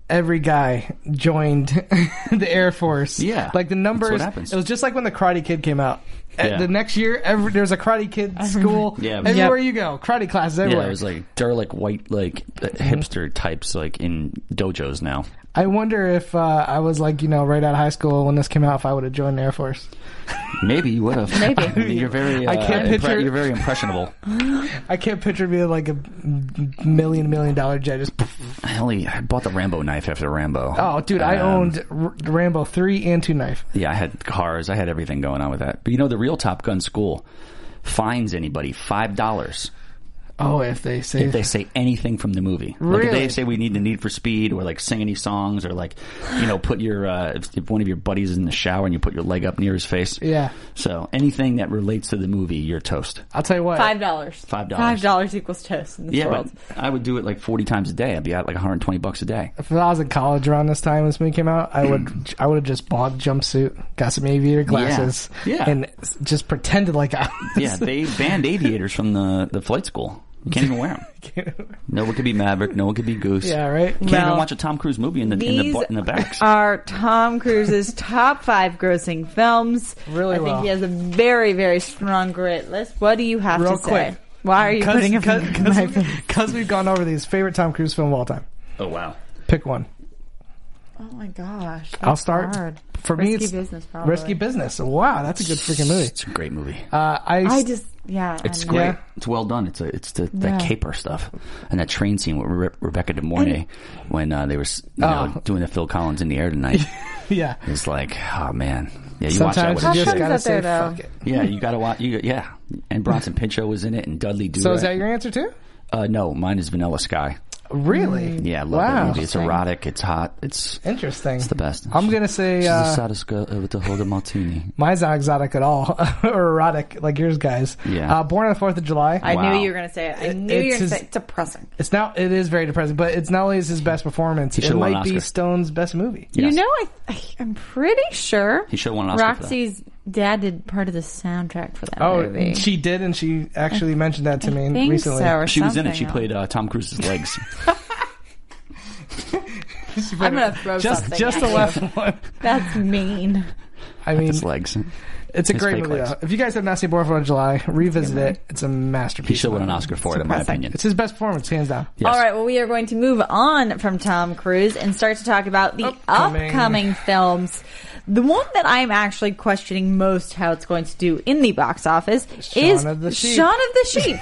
[SPEAKER 4] Every guy joined the Air Force.
[SPEAKER 3] Yeah.
[SPEAKER 4] like the
[SPEAKER 3] That's what
[SPEAKER 4] numbers.
[SPEAKER 3] happens.
[SPEAKER 4] It was just like when the Karate Kid came out. Uh,
[SPEAKER 3] Yeah.
[SPEAKER 4] The next year, every, there was a Karate Kid school.
[SPEAKER 3] Yeah.
[SPEAKER 4] everywhere
[SPEAKER 2] Yep.
[SPEAKER 4] you go, karate classes
[SPEAKER 3] Yeah,
[SPEAKER 4] everywhere.
[SPEAKER 3] it was like they're like white like uh,
[SPEAKER 4] Mm-hmm.
[SPEAKER 3] hipster types like in dojos now.
[SPEAKER 4] I wonder if uh, I was like, you know, right out of high school when this came out, if I would have joined the Air Force.
[SPEAKER 3] Maybe you would have. Maybe you're very. Uh,
[SPEAKER 4] I can't
[SPEAKER 3] impre-
[SPEAKER 4] picture-
[SPEAKER 3] You're very impressionable.
[SPEAKER 4] I can't picture being like a million million dollar jet. Just,
[SPEAKER 3] I only I bought the Rambo knife after Rambo.
[SPEAKER 4] oh, dude, I
[SPEAKER 3] Um,
[SPEAKER 4] owned R- Rambo three and two knife.
[SPEAKER 3] Yeah, I had cars. I had everything going on with that. But you know, the real Top Gun school fines anybody five dollars
[SPEAKER 4] Oh, if they say
[SPEAKER 3] if they say anything from the movie. Like if
[SPEAKER 4] Really?
[SPEAKER 3] they say we need the Need for Speed or like sing any songs or like you know put your uh, if, if one of your buddies is in the shower and you put your leg up near his face.
[SPEAKER 4] Yeah.
[SPEAKER 3] So anything that relates to the movie, you're toast.
[SPEAKER 4] I'll tell you what.
[SPEAKER 2] Five dollars.
[SPEAKER 3] Five dollars.
[SPEAKER 2] Five dollars equals toast in this
[SPEAKER 3] Yeah,
[SPEAKER 2] world.
[SPEAKER 3] but I would do it like 40 times a day. I'd be out like 120 bucks a day.
[SPEAKER 4] If I was in college around this time this movie came out, I would I would have just bought a jumpsuit, got some aviator glasses,
[SPEAKER 3] Yeah.
[SPEAKER 4] and s- just pretended like I was.
[SPEAKER 3] Yeah, they banned aviators from the, the flight school. You can't even wear them. No one could be Maverick. No one could be Goose.
[SPEAKER 4] yeah, right.
[SPEAKER 3] Can't
[SPEAKER 2] Well,
[SPEAKER 3] even watch a Tom Cruise movie in the in the,
[SPEAKER 2] These
[SPEAKER 3] bu- in the backs.
[SPEAKER 2] are Tom Cruise's top five grossing films.
[SPEAKER 4] Really
[SPEAKER 2] I think
[SPEAKER 4] well.
[SPEAKER 2] he has a very, very strong grit list. What do you have
[SPEAKER 4] Real
[SPEAKER 2] to
[SPEAKER 4] quick.
[SPEAKER 2] say? Why are you putting a finger in my face?
[SPEAKER 4] Because we've gone over these favorite Tom Cruise film of all time.
[SPEAKER 3] oh wow.
[SPEAKER 4] Pick one.
[SPEAKER 2] Oh my gosh.
[SPEAKER 4] I'll
[SPEAKER 2] that's
[SPEAKER 4] start.
[SPEAKER 2] hard.
[SPEAKER 4] For
[SPEAKER 2] risky
[SPEAKER 4] me, it's
[SPEAKER 2] business. Probably.
[SPEAKER 4] risky business. Wow, that's a good freaking movie.
[SPEAKER 3] It's a great movie.
[SPEAKER 4] Uh, I,
[SPEAKER 2] I just yeah.
[SPEAKER 3] it's
[SPEAKER 2] I'm
[SPEAKER 3] great.
[SPEAKER 4] Yeah.
[SPEAKER 3] It's well done. It's a, it's the, that
[SPEAKER 2] Yeah.
[SPEAKER 3] caper stuff and that train scene with Re- Rebecca De Mornay when uh, they were s- you know,
[SPEAKER 4] Oh.
[SPEAKER 3] doing the Phil Collins in the air tonight.
[SPEAKER 4] yeah.
[SPEAKER 3] it's like, oh man, yeah. You
[SPEAKER 4] Sometimes
[SPEAKER 3] watch that
[SPEAKER 4] you
[SPEAKER 3] with a
[SPEAKER 4] just
[SPEAKER 2] Popcorn's
[SPEAKER 3] chick.
[SPEAKER 4] gotta
[SPEAKER 2] up
[SPEAKER 4] say
[SPEAKER 2] there, though.
[SPEAKER 4] fuck it.
[SPEAKER 3] Yeah, you gotta watch. You, yeah, and Bronson Pinchot was in it, and Dudley Do.
[SPEAKER 4] So is that your answer too?
[SPEAKER 3] Uh, no, mine is Vanilla Sky.
[SPEAKER 2] Mm.
[SPEAKER 4] Really?
[SPEAKER 3] Yeah, I love that
[SPEAKER 4] Wow.
[SPEAKER 3] movie. It's erotic. It's hot. It's
[SPEAKER 4] Interesting.
[SPEAKER 3] it's the best.
[SPEAKER 4] I'm gonna say,
[SPEAKER 3] she's
[SPEAKER 4] uh,
[SPEAKER 3] the saddest girl with the whole martini.
[SPEAKER 4] Mine's not exotic at all, or erotic like yours guys.
[SPEAKER 3] Yeah.
[SPEAKER 4] Uh, Born on the Fourth of July.
[SPEAKER 2] I
[SPEAKER 3] Wow.
[SPEAKER 2] knew you were going to say it. I knew you were
[SPEAKER 4] it's
[SPEAKER 2] going to
[SPEAKER 4] his-
[SPEAKER 2] say it. It's depressing.
[SPEAKER 4] it's not. It is very depressing, but it's not only is his best performance. It
[SPEAKER 3] should've won an
[SPEAKER 4] might be
[SPEAKER 3] Oscar.
[SPEAKER 4] Stone's best movie.
[SPEAKER 3] Yes.
[SPEAKER 2] You know, I, I I'm pretty sure
[SPEAKER 3] He should've won an Oscar for that.
[SPEAKER 2] Roxy's dad did part of the soundtrack for that movie.
[SPEAKER 4] Oh, she did, and she actually mentioned that to me
[SPEAKER 2] I think
[SPEAKER 4] recently.
[SPEAKER 2] so, or
[SPEAKER 3] she was in it.
[SPEAKER 2] something
[SPEAKER 3] She
[SPEAKER 2] else.
[SPEAKER 3] played uh, Tom Cruise's legs.
[SPEAKER 2] I'm gonna throw
[SPEAKER 4] Just,
[SPEAKER 2] something.
[SPEAKER 4] just
[SPEAKER 2] at
[SPEAKER 4] the
[SPEAKER 2] you.
[SPEAKER 4] left one.
[SPEAKER 2] That's mean.
[SPEAKER 4] I mean,
[SPEAKER 3] His legs.
[SPEAKER 4] it's a
[SPEAKER 3] his
[SPEAKER 4] great
[SPEAKER 3] fake
[SPEAKER 4] movie.
[SPEAKER 3] legs.
[SPEAKER 4] Though. If you guys have not seen Born on the Fourth of July, revisit it. It's a masterpiece.
[SPEAKER 3] He should have won an Oscar for it, in my opinion.
[SPEAKER 4] It's his best performance, hands down.
[SPEAKER 3] Yes.
[SPEAKER 2] All right, well, we are going to move on from Tom Cruise and start to talk about the
[SPEAKER 4] Upcoming.
[SPEAKER 2] upcoming. films. The one that I'm actually questioning most how it's going to do in the box office is
[SPEAKER 4] of the Sheep.
[SPEAKER 2] Shaun of the Sheep.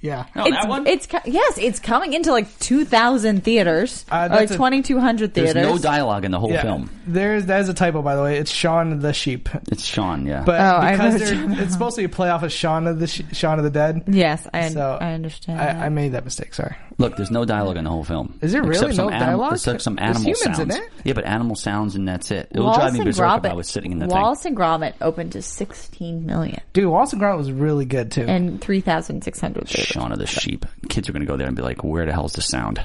[SPEAKER 4] Yeah.
[SPEAKER 3] Oh,
[SPEAKER 2] it's,
[SPEAKER 3] that one.
[SPEAKER 2] It's co- yes, it's coming into like 2,000 theaters,
[SPEAKER 4] Uh,
[SPEAKER 2] or like
[SPEAKER 4] that's a-
[SPEAKER 2] 2,200
[SPEAKER 3] There's
[SPEAKER 2] theaters.
[SPEAKER 3] no dialogue in the whole film.
[SPEAKER 4] There's that is a typo by the way. It's Shaun the Sheep,
[SPEAKER 3] It's Sean. Yeah.
[SPEAKER 4] but
[SPEAKER 2] Oh, I
[SPEAKER 4] because
[SPEAKER 2] wrote
[SPEAKER 4] they're-
[SPEAKER 2] Shaun
[SPEAKER 4] it's supposed to be a playoff of Shaun of the Sh- Shaun of the Dead.
[SPEAKER 2] yes, I,
[SPEAKER 4] So,
[SPEAKER 2] I understand. that.
[SPEAKER 4] I, I made that mistake. Sorry.
[SPEAKER 3] Look, there's no dialogue in the whole film.
[SPEAKER 4] Is there really
[SPEAKER 3] Except some
[SPEAKER 4] no
[SPEAKER 3] animal-
[SPEAKER 4] dialogue?
[SPEAKER 3] Except some
[SPEAKER 4] There's
[SPEAKER 3] animal
[SPEAKER 4] humans in
[SPEAKER 3] sounds.
[SPEAKER 4] it.
[SPEAKER 3] Yeah, but animal sounds and that's it. It would
[SPEAKER 2] Wallace
[SPEAKER 3] drive me
[SPEAKER 2] and
[SPEAKER 3] berserk if
[SPEAKER 2] Gromit-
[SPEAKER 3] I was sitting in that
[SPEAKER 2] Wallace and Gromit opened to 16 million
[SPEAKER 4] Dude, Wallace and Gromit was really good too.
[SPEAKER 2] and 3,600
[SPEAKER 3] thing.
[SPEAKER 2] theaters.
[SPEAKER 3] Shaun of the Sheep. Kids are going to go there and be like, "Where the hell's the sound?"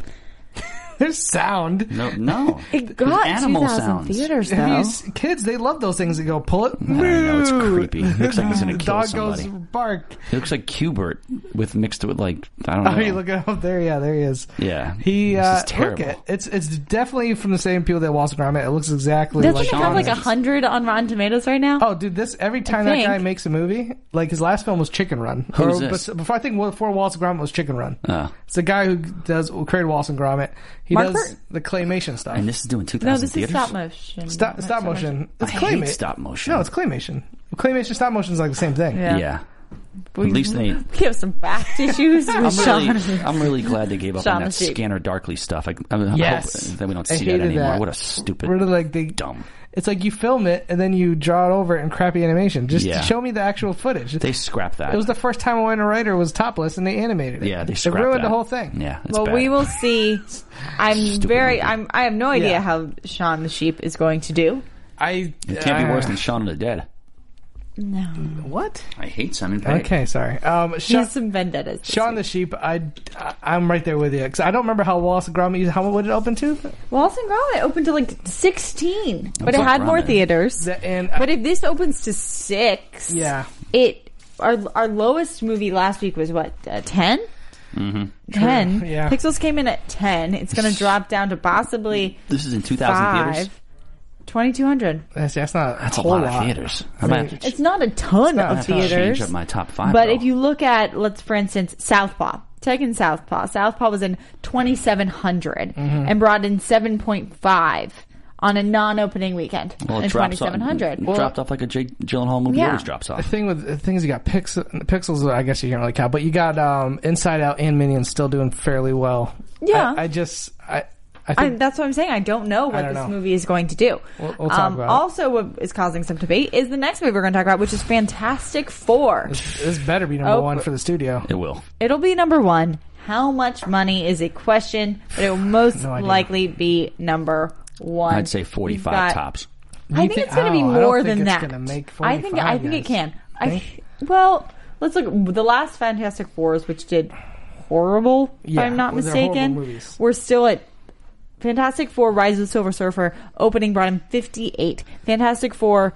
[SPEAKER 4] There's sound.
[SPEAKER 3] No, no.
[SPEAKER 2] It got
[SPEAKER 3] There's animal
[SPEAKER 2] 2,000
[SPEAKER 3] sounds.
[SPEAKER 2] theaters
[SPEAKER 4] Have you
[SPEAKER 2] though.
[SPEAKER 4] s- kids, they love those things that go pull it.
[SPEAKER 3] I know, it's creepy. It looks like he's gonna
[SPEAKER 4] The
[SPEAKER 3] kill
[SPEAKER 4] dog
[SPEAKER 3] somebody.
[SPEAKER 4] goes bark.
[SPEAKER 3] He looks like Cubert with mixed with like I don't know.
[SPEAKER 4] Oh, you look it up there. Yeah, there he is.
[SPEAKER 3] Yeah.
[SPEAKER 4] He
[SPEAKER 3] This
[SPEAKER 4] uh,
[SPEAKER 3] is terrible.
[SPEAKER 4] Look it. It's it's definitely from the same people that Wallace and Gromit. It looks exactly
[SPEAKER 2] Doesn't
[SPEAKER 4] like.
[SPEAKER 2] it have
[SPEAKER 4] Shaun
[SPEAKER 2] like
[SPEAKER 4] of
[SPEAKER 2] a
[SPEAKER 4] the-
[SPEAKER 2] hundred on Rotten Tomatoes right now?
[SPEAKER 4] Oh, dude! This every time that
[SPEAKER 2] think.
[SPEAKER 4] guy makes a movie, like his last film was Chicken Run.
[SPEAKER 3] Who's
[SPEAKER 4] Or
[SPEAKER 3] this?
[SPEAKER 4] bes- Before I think before Wallace and Gromit was Chicken Run.
[SPEAKER 3] Oh.
[SPEAKER 4] It's the guy who does who created Wallace and Gromit. He
[SPEAKER 8] Mark
[SPEAKER 4] does
[SPEAKER 8] Burton.
[SPEAKER 4] the claymation stuff.
[SPEAKER 3] And this is doing 2,000
[SPEAKER 8] No, this is
[SPEAKER 3] theaters?
[SPEAKER 8] stop motion.
[SPEAKER 4] stop
[SPEAKER 8] Not
[SPEAKER 4] stop
[SPEAKER 8] so much-
[SPEAKER 4] motion. It's
[SPEAKER 3] I
[SPEAKER 4] clayma-
[SPEAKER 3] hate stop motion.
[SPEAKER 4] No, it's claymation. Claymation stop motion is like the same thing.
[SPEAKER 8] Yeah.
[SPEAKER 3] Yeah.
[SPEAKER 8] We,
[SPEAKER 3] At least they...
[SPEAKER 8] we have some fact issues with
[SPEAKER 3] I'm
[SPEAKER 8] Sean.
[SPEAKER 3] really, I'm really glad they gave up on
[SPEAKER 8] Shaun
[SPEAKER 3] that
[SPEAKER 8] the Sheep.
[SPEAKER 3] Scanner Darkly stuff. I, I, mean, I
[SPEAKER 4] Yes.
[SPEAKER 3] hope that we don't
[SPEAKER 4] I
[SPEAKER 3] see that
[SPEAKER 4] hated
[SPEAKER 3] anymore.
[SPEAKER 4] that.
[SPEAKER 3] What a stupid,
[SPEAKER 4] Really like they
[SPEAKER 3] dumb.
[SPEAKER 4] It's like you film it and then you draw it over in crappy animation. Just
[SPEAKER 3] Yeah.
[SPEAKER 4] show me the actual footage.
[SPEAKER 3] They scrapped that.
[SPEAKER 4] it was the first time a Winona Ryder was topless and they animated it.
[SPEAKER 3] yeah, they
[SPEAKER 4] It
[SPEAKER 3] scrapped
[SPEAKER 4] ruined
[SPEAKER 3] that.
[SPEAKER 4] the whole thing.
[SPEAKER 3] Yeah, it's
[SPEAKER 8] Well,
[SPEAKER 3] bad.
[SPEAKER 8] we will see. I'm very.
[SPEAKER 3] movie.
[SPEAKER 8] I'm. I have no idea
[SPEAKER 4] Yeah.
[SPEAKER 8] how Sean the sheep is going to do.
[SPEAKER 4] I
[SPEAKER 3] It can't be
[SPEAKER 4] uh,
[SPEAKER 3] worse than Shaun of the Dead.
[SPEAKER 8] No,
[SPEAKER 4] what?
[SPEAKER 3] I hate Simon
[SPEAKER 8] uh,
[SPEAKER 3] Pegg.
[SPEAKER 4] Okay, sorry. Um,
[SPEAKER 8] he
[SPEAKER 4] Sha-
[SPEAKER 8] has some vendettas. this
[SPEAKER 4] Shaun
[SPEAKER 8] week.
[SPEAKER 4] the Sheep. I I'm right there with you because I don't remember how Wallace and Gromit. How would it open to?
[SPEAKER 8] Wallace and Gromit opened to like 16, but it
[SPEAKER 3] fuck
[SPEAKER 8] had more
[SPEAKER 3] Gromit.
[SPEAKER 8] theaters.
[SPEAKER 4] The- and uh,
[SPEAKER 8] but if this opens to six,
[SPEAKER 4] Yeah.
[SPEAKER 8] it our our lowest movie last week was what uh, 10. Mm-hmm. Ten.
[SPEAKER 4] yeah.
[SPEAKER 8] Pixels came in at ten. It's going to drop down to possibly
[SPEAKER 3] This is in 2,000
[SPEAKER 8] five.
[SPEAKER 3] theaters.
[SPEAKER 8] Twenty two hundred.
[SPEAKER 4] that's, that's not
[SPEAKER 3] That's a
[SPEAKER 4] whole
[SPEAKER 3] lot, of theaters. I might have to,
[SPEAKER 8] It's not a ton
[SPEAKER 4] not-
[SPEAKER 8] of
[SPEAKER 4] it's
[SPEAKER 3] have to change
[SPEAKER 8] theaters.
[SPEAKER 3] up my top five.
[SPEAKER 8] But
[SPEAKER 3] though.
[SPEAKER 8] if you look at, let's for instance, Southpaw. Take in Southpaw. Southpaw was in 2,700
[SPEAKER 4] Mm-hmm.
[SPEAKER 8] and brought in 7.5 on a non-opening weekend
[SPEAKER 3] well, it
[SPEAKER 8] in
[SPEAKER 3] drops off-
[SPEAKER 8] 2,700.
[SPEAKER 3] it dropped off like a Jake Gyllenhaal movie
[SPEAKER 8] Yeah.
[SPEAKER 3] always drops
[SPEAKER 4] The
[SPEAKER 3] off.
[SPEAKER 4] thing with the things you got pixel, pixels. I guess you can't really count, but you got um, Inside Out and Minions still doing fairly well.
[SPEAKER 8] Yeah.
[SPEAKER 4] I, I just I I
[SPEAKER 8] I,
[SPEAKER 4] think
[SPEAKER 8] that's what I'm saying. I don't know what
[SPEAKER 4] don't
[SPEAKER 8] this
[SPEAKER 4] know.
[SPEAKER 8] movie is going to do. Um,
[SPEAKER 4] We'll- we'll talk about it.
[SPEAKER 8] also, what is causing some debate is the next movie we're going to talk about, which is Fantastic Four.
[SPEAKER 4] this better be number
[SPEAKER 8] Oh.
[SPEAKER 4] one for the studio.
[SPEAKER 3] It will.
[SPEAKER 8] It'll be number one. How much money is a question, but it will most
[SPEAKER 4] No idea.
[SPEAKER 8] likely be number one.
[SPEAKER 3] I'd say 45
[SPEAKER 8] We've got-
[SPEAKER 3] tops.
[SPEAKER 8] I think,
[SPEAKER 4] think-
[SPEAKER 8] it's going to be
[SPEAKER 4] oh, I don't
[SPEAKER 8] more
[SPEAKER 4] think
[SPEAKER 8] than
[SPEAKER 4] it's
[SPEAKER 8] that.
[SPEAKER 4] gonna make
[SPEAKER 8] I think
[SPEAKER 4] 45,
[SPEAKER 8] I think it
[SPEAKER 4] guys.
[SPEAKER 8] can. I
[SPEAKER 4] Think?
[SPEAKER 8] well, let's look. The last Fantastic Fours, which did horrible,
[SPEAKER 4] Yeah,
[SPEAKER 8] if I'm not
[SPEAKER 4] well, they're horrible
[SPEAKER 8] mistaken,
[SPEAKER 4] movies.
[SPEAKER 8] we're still at Fantastic Four: Rise of the Silver Surfer opening brought in 58. Fantastic Four,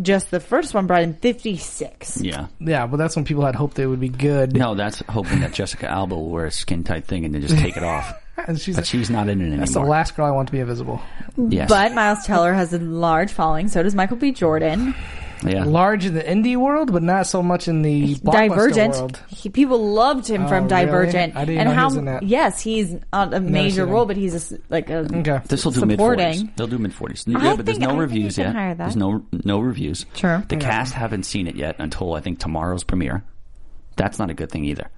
[SPEAKER 8] just the first one brought in 56.
[SPEAKER 3] Yeah.
[SPEAKER 4] Yeah, but that's when people had hoped they would be good.
[SPEAKER 3] No, that's hoping that Jessica Alba will wear a skin tight thing and then just take it off.
[SPEAKER 4] and she's
[SPEAKER 3] But she's not in it anymore.
[SPEAKER 4] that's the last girl I want to be invisible.
[SPEAKER 3] Yes.
[SPEAKER 8] But Miles Teller has a large following. So does Michael B. Jordan.
[SPEAKER 3] yeah.
[SPEAKER 4] Large in the indie world, but not so much in the blockbuster
[SPEAKER 8] Divergent.
[SPEAKER 4] world.
[SPEAKER 8] He, people loved him
[SPEAKER 4] Oh,
[SPEAKER 8] from
[SPEAKER 4] really?
[SPEAKER 8] Divergent.
[SPEAKER 4] I didn't
[SPEAKER 8] and
[SPEAKER 4] know he
[SPEAKER 8] how?
[SPEAKER 4] was in that.
[SPEAKER 8] Yes, he's on a major
[SPEAKER 4] seen
[SPEAKER 8] role,
[SPEAKER 4] him.
[SPEAKER 8] but he's a s like a
[SPEAKER 4] Okay,
[SPEAKER 3] This will do mid
[SPEAKER 8] supporting.
[SPEAKER 3] forties. They'll do mid forties.
[SPEAKER 8] I
[SPEAKER 3] Yeah, but there's
[SPEAKER 8] think- I
[SPEAKER 3] no
[SPEAKER 8] think
[SPEAKER 3] reviews
[SPEAKER 8] you can
[SPEAKER 3] yet.
[SPEAKER 8] hire that.
[SPEAKER 3] There's no no reviews.
[SPEAKER 8] Sure.
[SPEAKER 3] The cast haven't seen it yet until I think tomorrow's premiere. That's not a good thing either.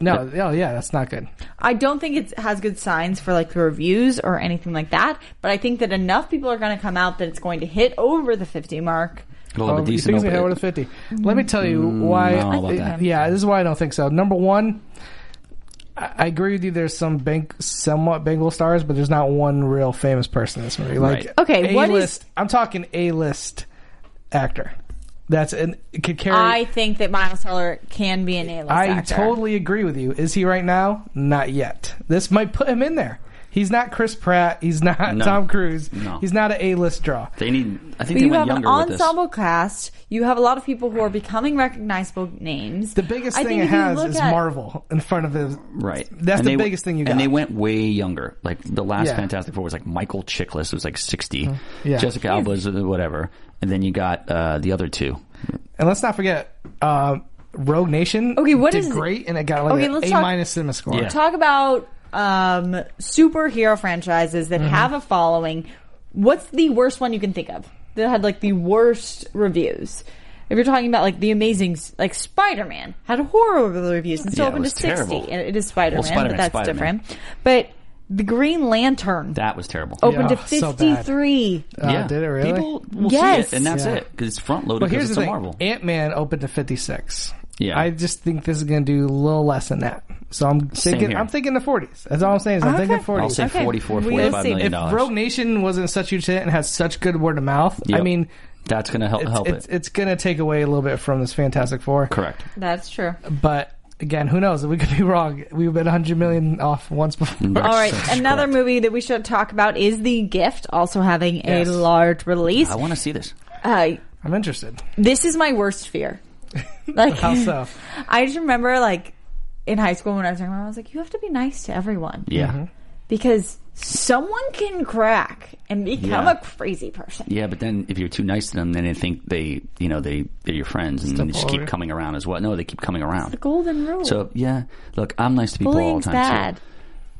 [SPEAKER 4] no, oh yeah, that's not good.
[SPEAKER 8] I don't think it has good signs for like the reviews or anything like that, but I think that enough people are going to come out that it's going to hit over the 50 mark.
[SPEAKER 3] It'll
[SPEAKER 4] Oh,
[SPEAKER 3] have a
[SPEAKER 4] you think
[SPEAKER 3] decent
[SPEAKER 4] it's gonna hit
[SPEAKER 3] open-
[SPEAKER 4] over the fifty? Let me tell you why.
[SPEAKER 3] I don't know about that.
[SPEAKER 4] Yeah, this is why I don't think so. Number one, I I agree with you. There's some bank, somewhat Bengal stars, but there's not one real famous person in this movie. Like
[SPEAKER 3] Right.
[SPEAKER 8] Okay, what is-
[SPEAKER 4] A-list- I'm talking A-list actor. That's an could carry.
[SPEAKER 8] I think that Miles Teller can be an A-list
[SPEAKER 4] I
[SPEAKER 8] actor.
[SPEAKER 4] totally agree with you. Is he right now? Not yet. This might put him in there. He's not Chris Pratt. He's not
[SPEAKER 3] No.
[SPEAKER 4] Tom Cruise.
[SPEAKER 3] No.
[SPEAKER 4] He's not an A-list draw.
[SPEAKER 3] They need. I think
[SPEAKER 8] But
[SPEAKER 3] they
[SPEAKER 8] you
[SPEAKER 3] went
[SPEAKER 8] have an
[SPEAKER 3] younger with this.
[SPEAKER 8] ensemble cast. You have a lot of people who are becoming recognizable names.
[SPEAKER 4] The biggest
[SPEAKER 8] I
[SPEAKER 4] thing
[SPEAKER 8] think
[SPEAKER 4] it
[SPEAKER 8] if you
[SPEAKER 4] has
[SPEAKER 8] look
[SPEAKER 4] is
[SPEAKER 8] at-
[SPEAKER 4] Marvel in front of his.
[SPEAKER 3] Right.
[SPEAKER 4] That's
[SPEAKER 3] And
[SPEAKER 4] the
[SPEAKER 3] they-
[SPEAKER 4] biggest thing you got.
[SPEAKER 3] And they went way younger. Like the last
[SPEAKER 4] Yeah. Uh-huh.
[SPEAKER 3] Fantastic Four was like Michael Chiklis was like 60
[SPEAKER 4] Yeah.
[SPEAKER 3] Jessica Alba's uh, whatever, and then you got uh, the other two.
[SPEAKER 4] And let's not forget, um, Rogue Nation.
[SPEAKER 8] Okay, what
[SPEAKER 4] did
[SPEAKER 8] is-
[SPEAKER 4] great? And it got like
[SPEAKER 8] Okay,
[SPEAKER 4] an
[SPEAKER 8] let's
[SPEAKER 4] A
[SPEAKER 8] talk-
[SPEAKER 4] minus cinema score.
[SPEAKER 3] Yeah.
[SPEAKER 8] Talk about um, superhero franchises
[SPEAKER 3] Mm-hmm.
[SPEAKER 8] that have a following. What's the worst one you can think of that had like the worst reviews? If you're talking about like the amazing, s- like Spider Man had horrible reviews and still
[SPEAKER 3] Yeah, it
[SPEAKER 8] opened to
[SPEAKER 3] was terrible.
[SPEAKER 8] sixty. And It is Spider Man, but
[SPEAKER 3] Spider-Man,
[SPEAKER 8] that's
[SPEAKER 3] Spider-Man.
[SPEAKER 8] different. But the Green Lantern
[SPEAKER 3] That was terrible.
[SPEAKER 8] opened to
[SPEAKER 4] Yeah, so bad.
[SPEAKER 8] fifty-three.
[SPEAKER 4] Oh, did it really?
[SPEAKER 3] People will
[SPEAKER 8] Yes.
[SPEAKER 3] see it, and that's
[SPEAKER 4] Yeah.
[SPEAKER 3] it because it's front loaded
[SPEAKER 4] But
[SPEAKER 3] because
[SPEAKER 4] here's
[SPEAKER 3] it's
[SPEAKER 4] the
[SPEAKER 3] a
[SPEAKER 4] thing:
[SPEAKER 3] Marvel.
[SPEAKER 4] Ant Man opened to fifty six.
[SPEAKER 3] Yeah.
[SPEAKER 4] I just think this is going to do a little less than that. So I'm
[SPEAKER 3] Same
[SPEAKER 4] thinking,
[SPEAKER 3] here.
[SPEAKER 4] I'm thinking the forties. That's all I'm saying. Is I'm
[SPEAKER 8] Okay.
[SPEAKER 4] thinking
[SPEAKER 3] I'll
[SPEAKER 4] forties.
[SPEAKER 3] say
[SPEAKER 8] Okay.
[SPEAKER 3] forty four,
[SPEAKER 8] We'll
[SPEAKER 3] forty five
[SPEAKER 8] see.
[SPEAKER 3] million
[SPEAKER 8] If
[SPEAKER 3] dollars.
[SPEAKER 4] Rogue Nation wasn't such huge hit and has such good word of mouth. I
[SPEAKER 3] Yep.
[SPEAKER 4] mean,
[SPEAKER 3] that's going to help
[SPEAKER 4] it's,
[SPEAKER 3] help
[SPEAKER 4] it's,
[SPEAKER 3] it.
[SPEAKER 4] it's going to take away a little bit from this Fantastic Four.
[SPEAKER 3] Correct.
[SPEAKER 8] That's true.
[SPEAKER 4] But again, who knows? We could be wrong. We've been hundred million off once before.
[SPEAKER 8] All right,
[SPEAKER 3] That's
[SPEAKER 8] another
[SPEAKER 3] correct.
[SPEAKER 8] movie that we should talk about is The Gift, also having
[SPEAKER 4] Yes.
[SPEAKER 8] a large release.
[SPEAKER 3] I want to see this.
[SPEAKER 8] Uh,
[SPEAKER 4] I'm interested.
[SPEAKER 8] this is my worst fear. Like
[SPEAKER 4] How so?
[SPEAKER 8] I just remember like in high school when I was younger, I was like, you have to be nice to everyone
[SPEAKER 3] Yeah.
[SPEAKER 8] because someone can crack and become
[SPEAKER 3] Yeah.
[SPEAKER 8] a crazy person.
[SPEAKER 3] Yeah, but then if you're too nice to them, then they think they, you know, they they're your friends, and they just
[SPEAKER 4] over.
[SPEAKER 3] keep coming around as well. No, they keep coming around.
[SPEAKER 8] The golden rule.
[SPEAKER 3] So yeah, look, I'm nice to people all
[SPEAKER 8] Bullying's
[SPEAKER 3] the time
[SPEAKER 8] bad.
[SPEAKER 3] too.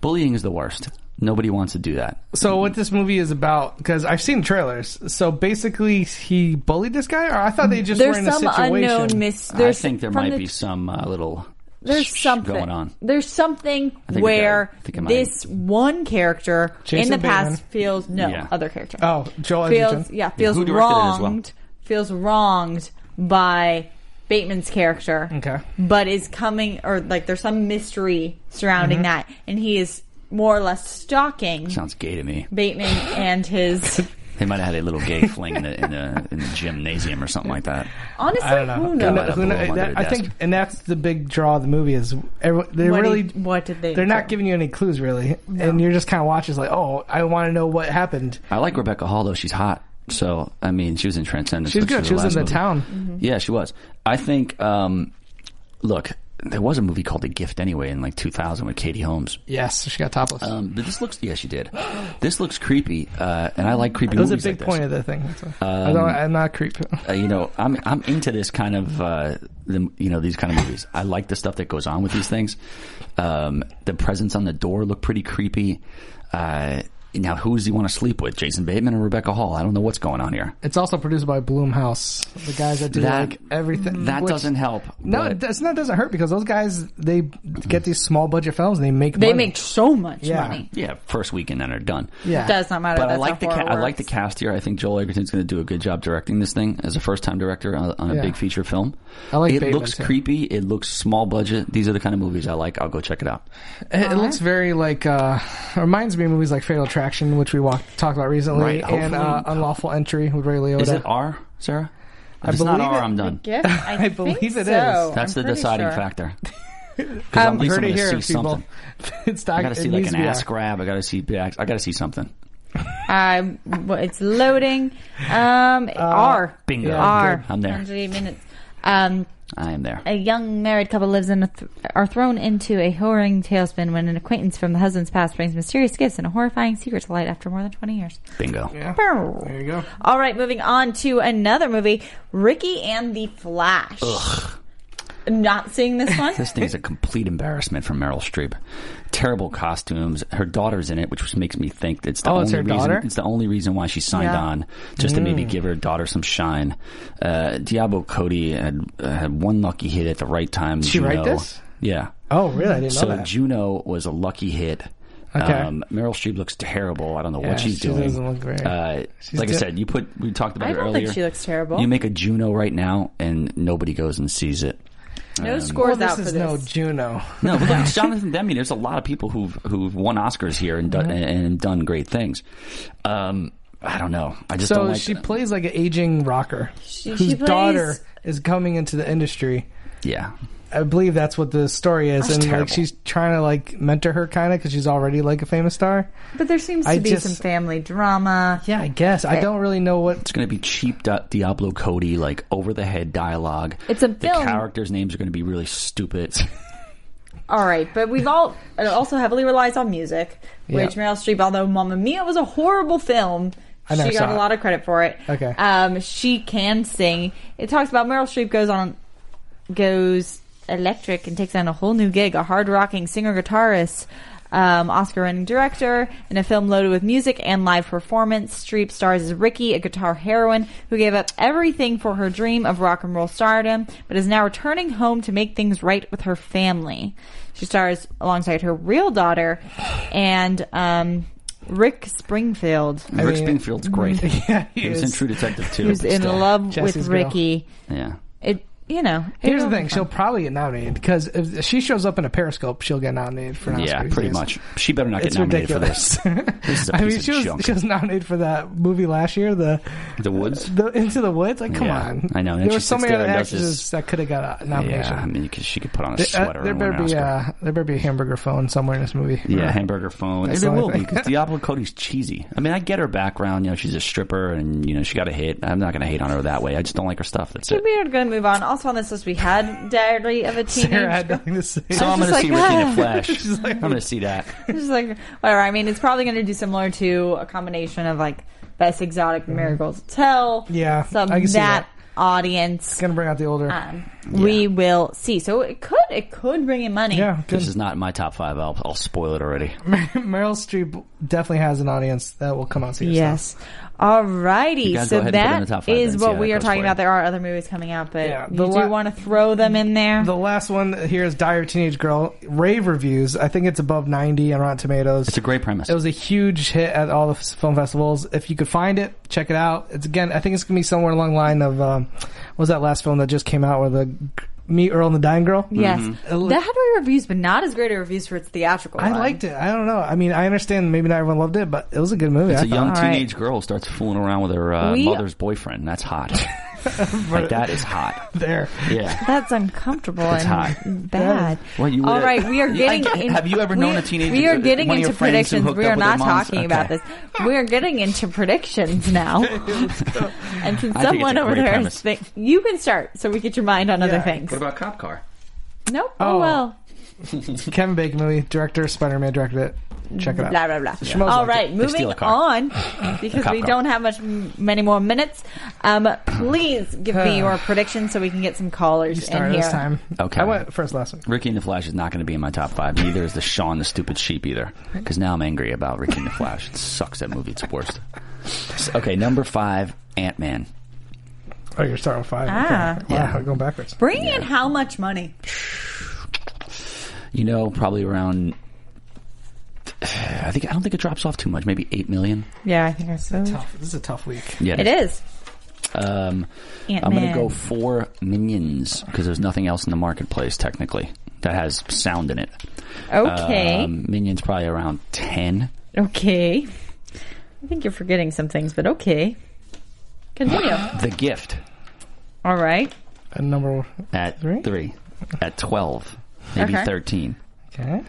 [SPEAKER 3] Bullying is the worst. Nobody wants to do that.
[SPEAKER 4] So what this movie is about? Because I've seen trailers. So basically, he bullied this guy, or I thought they just were
[SPEAKER 2] There's
[SPEAKER 4] in a
[SPEAKER 2] some
[SPEAKER 4] situation.
[SPEAKER 2] unknown mis. There's
[SPEAKER 3] I think there
[SPEAKER 2] from
[SPEAKER 3] might
[SPEAKER 2] the-
[SPEAKER 3] be some uh, little
[SPEAKER 2] There's
[SPEAKER 3] sh-
[SPEAKER 2] something
[SPEAKER 3] going on.
[SPEAKER 2] There's something
[SPEAKER 3] it
[SPEAKER 2] where
[SPEAKER 3] might- I think it might-
[SPEAKER 2] this one character
[SPEAKER 4] Jason
[SPEAKER 2] in the past
[SPEAKER 4] Bateman.
[SPEAKER 2] feels no
[SPEAKER 3] Yeah.
[SPEAKER 2] other character.
[SPEAKER 4] Oh, Joel
[SPEAKER 2] feels
[SPEAKER 4] Edgerton.
[SPEAKER 2] yeah feels
[SPEAKER 3] who directed it as well?
[SPEAKER 2] wronged feels wronged by Bateman's character.
[SPEAKER 4] Okay.
[SPEAKER 2] but is coming or like there's some mystery surrounding
[SPEAKER 3] Mm-hmm.
[SPEAKER 2] that, and he is more or less stalking
[SPEAKER 3] Sounds gay to me.
[SPEAKER 2] Bateman and his.
[SPEAKER 3] They might have had a little gay fling in the, in the in the gymnasium or something like that.
[SPEAKER 2] Honestly,
[SPEAKER 4] I don't know.
[SPEAKER 2] who
[SPEAKER 4] Who
[SPEAKER 2] knows?
[SPEAKER 4] kno-
[SPEAKER 3] Light up
[SPEAKER 4] who
[SPEAKER 3] a
[SPEAKER 4] kno-
[SPEAKER 3] little
[SPEAKER 4] that-
[SPEAKER 3] under
[SPEAKER 4] I
[SPEAKER 3] the
[SPEAKER 4] think,
[SPEAKER 3] desk.
[SPEAKER 4] and that's the big draw of the movie is everyone- they
[SPEAKER 2] What
[SPEAKER 4] really
[SPEAKER 2] did- what did they
[SPEAKER 4] They're not
[SPEAKER 2] do?
[SPEAKER 4] giving you any clues really, and you're just kind of watching it's like, oh, I want to know what happened.
[SPEAKER 3] I like Rebecca Hall though; she's hot. So I mean, she was in Transcendence.
[SPEAKER 4] She's
[SPEAKER 3] which
[SPEAKER 4] good.
[SPEAKER 3] her
[SPEAKER 4] She was in
[SPEAKER 3] last
[SPEAKER 4] the Mm-hmm.
[SPEAKER 3] movie.
[SPEAKER 4] town.
[SPEAKER 3] Yeah, she was. I think. Um, look, there was a movie called The Gift anyway in like 2000 with Katie Holmes.
[SPEAKER 4] Yes, she got topless.
[SPEAKER 3] Um, but this looks. Yeah, she did. This looks creepy, uh, and I like creepy.
[SPEAKER 4] it was a
[SPEAKER 3] movies
[SPEAKER 4] big
[SPEAKER 3] like this. Um,
[SPEAKER 4] point of the thing. That's why. I don't, I'm not a creep.
[SPEAKER 3] uh, you know, I'm I'm into this kind of uh, the, you know these kind of movies. I like the stuff that goes on with these things. Um, the presence on the door looked pretty creepy. Uh, now, who does he want to sleep with? Jason Bateman or Rebecca Hall? I don't know what's going on here.
[SPEAKER 4] It's also produced by Bloomhouse, the guys that do
[SPEAKER 3] That-
[SPEAKER 4] like everything.
[SPEAKER 3] That
[SPEAKER 4] which-
[SPEAKER 3] doesn't help.
[SPEAKER 4] No,
[SPEAKER 3] but-
[SPEAKER 4] it does- that doesn't hurt because those guys they get these small budget films and they make
[SPEAKER 2] They
[SPEAKER 4] money.
[SPEAKER 2] make so much
[SPEAKER 4] Yeah.
[SPEAKER 2] money.
[SPEAKER 3] yeah, first weekend and are done.
[SPEAKER 4] yeah.
[SPEAKER 2] Does not matter.
[SPEAKER 3] But I
[SPEAKER 2] That's
[SPEAKER 3] like
[SPEAKER 2] how
[SPEAKER 3] the
[SPEAKER 2] horror
[SPEAKER 3] ca- I like the
[SPEAKER 2] works.
[SPEAKER 3] cast here. I think Joel Egerton's going to do a good job directing this thing as a first time director on, on a
[SPEAKER 4] Yeah.
[SPEAKER 3] big feature film.
[SPEAKER 4] I like
[SPEAKER 3] it.
[SPEAKER 4] Bateman,
[SPEAKER 3] looks
[SPEAKER 4] too.
[SPEAKER 3] creepy. It looks small budget. These are the kind of movies I like. I'll go check it out.
[SPEAKER 4] It, it looks very like uh, reminds me of movies like Fatal Attraction, which we walked, talked about recently,
[SPEAKER 3] Right,
[SPEAKER 4] and uh,
[SPEAKER 3] hopefully-
[SPEAKER 4] Unlawful Entry with Ray Liotta.
[SPEAKER 3] Is it R, Sarah? If it's not
[SPEAKER 4] believe
[SPEAKER 3] R,
[SPEAKER 4] it-
[SPEAKER 3] am done.
[SPEAKER 2] Gift? I, think
[SPEAKER 4] believe it
[SPEAKER 2] so.
[SPEAKER 4] is.
[SPEAKER 3] That's
[SPEAKER 2] I'm
[SPEAKER 3] the
[SPEAKER 2] pretty
[SPEAKER 3] deciding
[SPEAKER 2] sure.
[SPEAKER 3] factor. Because I'm
[SPEAKER 4] I Um, heard
[SPEAKER 3] going
[SPEAKER 4] it
[SPEAKER 3] to
[SPEAKER 4] here,
[SPEAKER 3] see
[SPEAKER 4] people.
[SPEAKER 3] something.
[SPEAKER 4] it's not,
[SPEAKER 3] I got to
[SPEAKER 4] it
[SPEAKER 3] see like
[SPEAKER 4] needs
[SPEAKER 3] an
[SPEAKER 4] to be
[SPEAKER 3] ass
[SPEAKER 4] R.
[SPEAKER 3] grab. I got to see. I got to see something.
[SPEAKER 2] I, well, it's loading. Um, R.
[SPEAKER 3] Uh, Bingo.
[SPEAKER 2] R.
[SPEAKER 3] I'm there.
[SPEAKER 2] 108 minutes. Um,
[SPEAKER 3] I am there.
[SPEAKER 2] a young married couple lives in a th- are thrown into a whoring tailspin when an acquaintance from the husband's past brings mysterious gifts and a horrifying secret to light after more than 20 years.
[SPEAKER 3] Bingo.
[SPEAKER 2] There
[SPEAKER 4] There you go.
[SPEAKER 2] All right, moving on to another movie, Ricky and the Flash. Not seeing this one.
[SPEAKER 3] This thing's a complete embarrassment for Meryl Streep. Terrible costumes. Her daughter's in it, which makes me think it's the
[SPEAKER 4] Oh,
[SPEAKER 3] only
[SPEAKER 4] it's her
[SPEAKER 3] reason.
[SPEAKER 4] daughter? Mm.
[SPEAKER 3] It's the only reason why she signed
[SPEAKER 2] Yeah.
[SPEAKER 3] on, just to maybe give her daughter some shine. Uh, Diablo Cody had uh, had one lucky hit at the right time.
[SPEAKER 4] She
[SPEAKER 3] Juno.
[SPEAKER 4] write this?
[SPEAKER 3] Yeah.
[SPEAKER 4] Oh, really? I didn't
[SPEAKER 3] So
[SPEAKER 4] know that.
[SPEAKER 3] Juno was a lucky hit. Um,
[SPEAKER 4] Okay.
[SPEAKER 3] Meryl Streep looks terrible. I don't know
[SPEAKER 4] Yeah,
[SPEAKER 3] what she's
[SPEAKER 4] she
[SPEAKER 3] doing.
[SPEAKER 4] doesn't look great.
[SPEAKER 3] Uh,
[SPEAKER 4] She's
[SPEAKER 3] like I
[SPEAKER 4] di-
[SPEAKER 3] said, you put we talked about
[SPEAKER 2] I
[SPEAKER 3] it
[SPEAKER 2] don't
[SPEAKER 3] earlier.
[SPEAKER 2] think she looks terrible.
[SPEAKER 3] You make a Juno right now, and nobody goes and sees it.
[SPEAKER 2] no
[SPEAKER 3] Um,
[SPEAKER 4] well,
[SPEAKER 2] scores
[SPEAKER 4] this
[SPEAKER 2] out for
[SPEAKER 4] is
[SPEAKER 2] this.
[SPEAKER 4] no Juno.
[SPEAKER 3] No, but look, it's Jonathan Demme. There's a lot of people who've who've won Oscars here and done,
[SPEAKER 4] Mm-hmm.
[SPEAKER 3] and done great things. Um, I don't know. I just don't
[SPEAKER 4] So
[SPEAKER 3] like.
[SPEAKER 4] she plays like an aging rocker
[SPEAKER 2] She-
[SPEAKER 4] whose
[SPEAKER 2] she plays-
[SPEAKER 4] daughter is coming into the industry.
[SPEAKER 3] yeah,
[SPEAKER 4] I believe that's what the story is,
[SPEAKER 3] That's
[SPEAKER 4] and
[SPEAKER 3] terrible.
[SPEAKER 4] like she's trying to like mentor her kind of because she's already like a famous star.
[SPEAKER 2] but there seems to
[SPEAKER 4] I
[SPEAKER 2] be
[SPEAKER 4] just-
[SPEAKER 2] some family drama.
[SPEAKER 4] Yeah, I guess I don't really know what.
[SPEAKER 3] it's going to be cheap Di- Diablo Cody, like over the head dialogue.
[SPEAKER 2] It's a
[SPEAKER 3] the
[SPEAKER 2] film.
[SPEAKER 3] characters' names are going to be really stupid.
[SPEAKER 2] All right, but we've all it also heavily relies on music, which
[SPEAKER 4] Yeah.
[SPEAKER 2] Meryl Streep, although Mamma Mia was a horrible film,
[SPEAKER 4] I never
[SPEAKER 2] she got
[SPEAKER 4] saw
[SPEAKER 2] a
[SPEAKER 4] it.
[SPEAKER 2] lot of credit for it.
[SPEAKER 4] Okay.
[SPEAKER 2] um, she can sing. It talks about Meryl Streep goes on goes electric and takes on a whole new gig, a hard rocking singer guitarist. Um, Oscar winning director in a film loaded with music and live performance. Streep stars as Ricky, a guitar heroine who gave up everything for her dream of rock and roll stardom, but is now returning home to make things right with her family. She stars alongside her real daughter and um, Rick Springfield,
[SPEAKER 3] Rick
[SPEAKER 4] mean-
[SPEAKER 3] Springfield's great.
[SPEAKER 4] Yeah, he
[SPEAKER 3] he was in
[SPEAKER 4] is.
[SPEAKER 3] True Detective too.
[SPEAKER 2] who's
[SPEAKER 3] but
[SPEAKER 2] in
[SPEAKER 3] still.
[SPEAKER 2] love
[SPEAKER 4] Jesse's
[SPEAKER 2] with
[SPEAKER 4] girl.
[SPEAKER 2] Ricky.
[SPEAKER 3] Yeah.
[SPEAKER 2] It, you know.
[SPEAKER 4] Here's
[SPEAKER 2] it'll
[SPEAKER 4] the
[SPEAKER 2] be
[SPEAKER 4] thing: she'll
[SPEAKER 2] fun.
[SPEAKER 4] probably get nominated because if she shows up in a Periscope, she'll get nominated for an
[SPEAKER 3] Yeah,
[SPEAKER 4] Oscar.
[SPEAKER 3] pretty
[SPEAKER 4] It's-
[SPEAKER 3] much. She better not get
[SPEAKER 4] It's
[SPEAKER 3] nominated
[SPEAKER 4] ridiculous.
[SPEAKER 3] for this. This is a
[SPEAKER 4] I mean,
[SPEAKER 3] piece
[SPEAKER 4] she
[SPEAKER 3] of
[SPEAKER 4] was
[SPEAKER 3] junk.
[SPEAKER 4] she was nominated for that movie last year, the
[SPEAKER 3] the Woods.
[SPEAKER 4] the Into the Woods. Like, come
[SPEAKER 3] Yeah,
[SPEAKER 4] on,
[SPEAKER 3] I know. And
[SPEAKER 4] There
[SPEAKER 3] she
[SPEAKER 4] were so
[SPEAKER 3] sits
[SPEAKER 4] many
[SPEAKER 3] there
[SPEAKER 4] other
[SPEAKER 3] and does this-
[SPEAKER 4] actresses that could have got a nomination.
[SPEAKER 3] Yeah, I mean, you could, she could put on a
[SPEAKER 4] There- uh,
[SPEAKER 3] sweater
[SPEAKER 4] there
[SPEAKER 3] and win
[SPEAKER 4] better
[SPEAKER 3] an
[SPEAKER 4] be
[SPEAKER 3] Oscar.
[SPEAKER 4] a there better be a hamburger phone somewhere in this movie.
[SPEAKER 3] Yeah, hamburger phone.
[SPEAKER 4] That's
[SPEAKER 3] there
[SPEAKER 4] the only
[SPEAKER 3] will be
[SPEAKER 4] thing.
[SPEAKER 3] because Diablo Cody's cheesy. I mean, I get her background. You know, she's a stripper and you know she got a hit. I'm not going to hate on her that way. I just don't like her stuff. That's it.
[SPEAKER 2] We are going to move on. Also on this list, we had Diary of a Teenage
[SPEAKER 4] Sarah had
[SPEAKER 2] Girl.
[SPEAKER 4] nothing to say.
[SPEAKER 3] So I'm
[SPEAKER 2] just
[SPEAKER 3] going to see
[SPEAKER 2] like,
[SPEAKER 3] Ricky in
[SPEAKER 2] ah.
[SPEAKER 3] a flash.
[SPEAKER 4] She's like-
[SPEAKER 3] I'm going to see that.
[SPEAKER 2] It's like whatever. I mean, it's probably going to do similar to a combination of like Best Exotic Marigold Hotel.
[SPEAKER 4] Mm-hmm. Oh, Yeah,
[SPEAKER 2] some
[SPEAKER 4] I can see that.
[SPEAKER 2] that, audience
[SPEAKER 4] Gonna bring out the older.
[SPEAKER 2] um, we will see. So it could it could bring in money.
[SPEAKER 4] yeah, good.
[SPEAKER 3] This is not in my top five. I'll, I'll spoil it already.
[SPEAKER 4] Meryl Streep definitely has an audience that will come out and see her
[SPEAKER 2] Yes. All righty.
[SPEAKER 3] You guys
[SPEAKER 2] So
[SPEAKER 3] go ahead and put it in
[SPEAKER 2] that
[SPEAKER 3] the top five
[SPEAKER 2] is
[SPEAKER 3] then, see how
[SPEAKER 2] what
[SPEAKER 3] that
[SPEAKER 2] we are
[SPEAKER 3] goes for
[SPEAKER 2] talking
[SPEAKER 3] you.
[SPEAKER 2] about. There are other movies coming out, but
[SPEAKER 4] Yeah,
[SPEAKER 2] you
[SPEAKER 4] the
[SPEAKER 2] do
[SPEAKER 4] la-
[SPEAKER 2] want to throw them in there.
[SPEAKER 4] The last one here is Dire Teenage Girl rave reviews. I think it's above ninety on Rotten Tomatoes.
[SPEAKER 3] It's a great premise.
[SPEAKER 4] It was a huge hit at all the f- film festivals. If you could find it, check it out. It's again, I think it's gonna be somewhere along the line of um, what was that last film that just came out where the g- Me Earl and the Dying Girl?
[SPEAKER 2] yes.
[SPEAKER 4] look-
[SPEAKER 2] That had great reviews, but not as great a reviews for its theatrical.
[SPEAKER 4] Mm-hmm. I
[SPEAKER 2] run.
[SPEAKER 4] liked it. I don't know. I mean, I understand maybe not everyone loved it, but it was a good movie.
[SPEAKER 3] It's
[SPEAKER 4] I
[SPEAKER 3] a young
[SPEAKER 4] thought.
[SPEAKER 2] All right.
[SPEAKER 3] teenage girl starts fooling around with her uh,
[SPEAKER 2] We-
[SPEAKER 3] mother's boyfriend. That's hot. like that is hot.
[SPEAKER 4] there.
[SPEAKER 3] Yeah.
[SPEAKER 2] That's uncomfortable
[SPEAKER 3] It's hot.
[SPEAKER 2] and bad.
[SPEAKER 3] Well, you
[SPEAKER 2] All
[SPEAKER 3] would-
[SPEAKER 2] right, we are
[SPEAKER 3] I
[SPEAKER 2] getting.
[SPEAKER 3] can't-
[SPEAKER 2] in-
[SPEAKER 3] have you ever
[SPEAKER 2] we-
[SPEAKER 3] known a teenager-
[SPEAKER 2] We are getting
[SPEAKER 3] one of your
[SPEAKER 2] into
[SPEAKER 3] friends who
[SPEAKER 2] predictions.
[SPEAKER 3] hooked
[SPEAKER 2] We
[SPEAKER 3] up
[SPEAKER 2] are
[SPEAKER 3] with their
[SPEAKER 2] not
[SPEAKER 3] moms?
[SPEAKER 2] talking about
[SPEAKER 3] Okay.
[SPEAKER 2] this. We are getting into predictions now. and since
[SPEAKER 3] I think
[SPEAKER 2] someone
[SPEAKER 3] it's a
[SPEAKER 2] over
[SPEAKER 3] great
[SPEAKER 2] there is
[SPEAKER 3] premise.
[SPEAKER 2] think you can start, so we get your mind on other
[SPEAKER 4] Yeah.
[SPEAKER 2] things.
[SPEAKER 3] about Cop Car?
[SPEAKER 2] Nope.
[SPEAKER 4] Oh.
[SPEAKER 2] Oh well.
[SPEAKER 4] Kevin Bacon movie director, Spider Man directed it. Check it out.
[SPEAKER 2] Blah blah blah.
[SPEAKER 4] Schmoes
[SPEAKER 2] All
[SPEAKER 4] like
[SPEAKER 2] right,
[SPEAKER 3] steal
[SPEAKER 2] moving
[SPEAKER 3] a car.
[SPEAKER 2] on because
[SPEAKER 3] cop
[SPEAKER 2] we
[SPEAKER 3] car.
[SPEAKER 2] don't have much many more minutes. Um, please give me your predictions so we can get some callers
[SPEAKER 4] You started
[SPEAKER 2] in here.
[SPEAKER 4] this time.
[SPEAKER 3] Okay.
[SPEAKER 4] I went first last week.
[SPEAKER 3] Ricky and the Flash is not going to be in my top five. Neither is the Shaun the Stupid Sheep either. Because now I'm angry about Ricky and the Flash. It sucks that movie. It's the worst. S- Okay, number five, Ant Man.
[SPEAKER 4] Oh, you're starting with five.
[SPEAKER 2] Ah.
[SPEAKER 4] okay. wow,
[SPEAKER 3] Yeah.
[SPEAKER 4] going backwards.
[SPEAKER 2] Bring in how much money?
[SPEAKER 3] You know, probably around. I think I don't think it drops off too much. Maybe eight million.
[SPEAKER 2] Yeah, I think I said
[SPEAKER 4] Tough. This is a tough week.
[SPEAKER 3] Yeah,
[SPEAKER 2] it is.
[SPEAKER 3] Um, I'm going to go four minions because there's nothing else in the marketplace technically that has sound in it.
[SPEAKER 2] Okay.
[SPEAKER 3] Um, minions probably around ten.
[SPEAKER 2] okay. I think you're forgetting some things, but okay. Continue.
[SPEAKER 3] The Gift
[SPEAKER 2] All right.
[SPEAKER 4] A number.
[SPEAKER 3] at
[SPEAKER 4] Three?
[SPEAKER 3] three, at twelve, maybe
[SPEAKER 2] Okay.
[SPEAKER 3] thirteen.
[SPEAKER 4] Okay.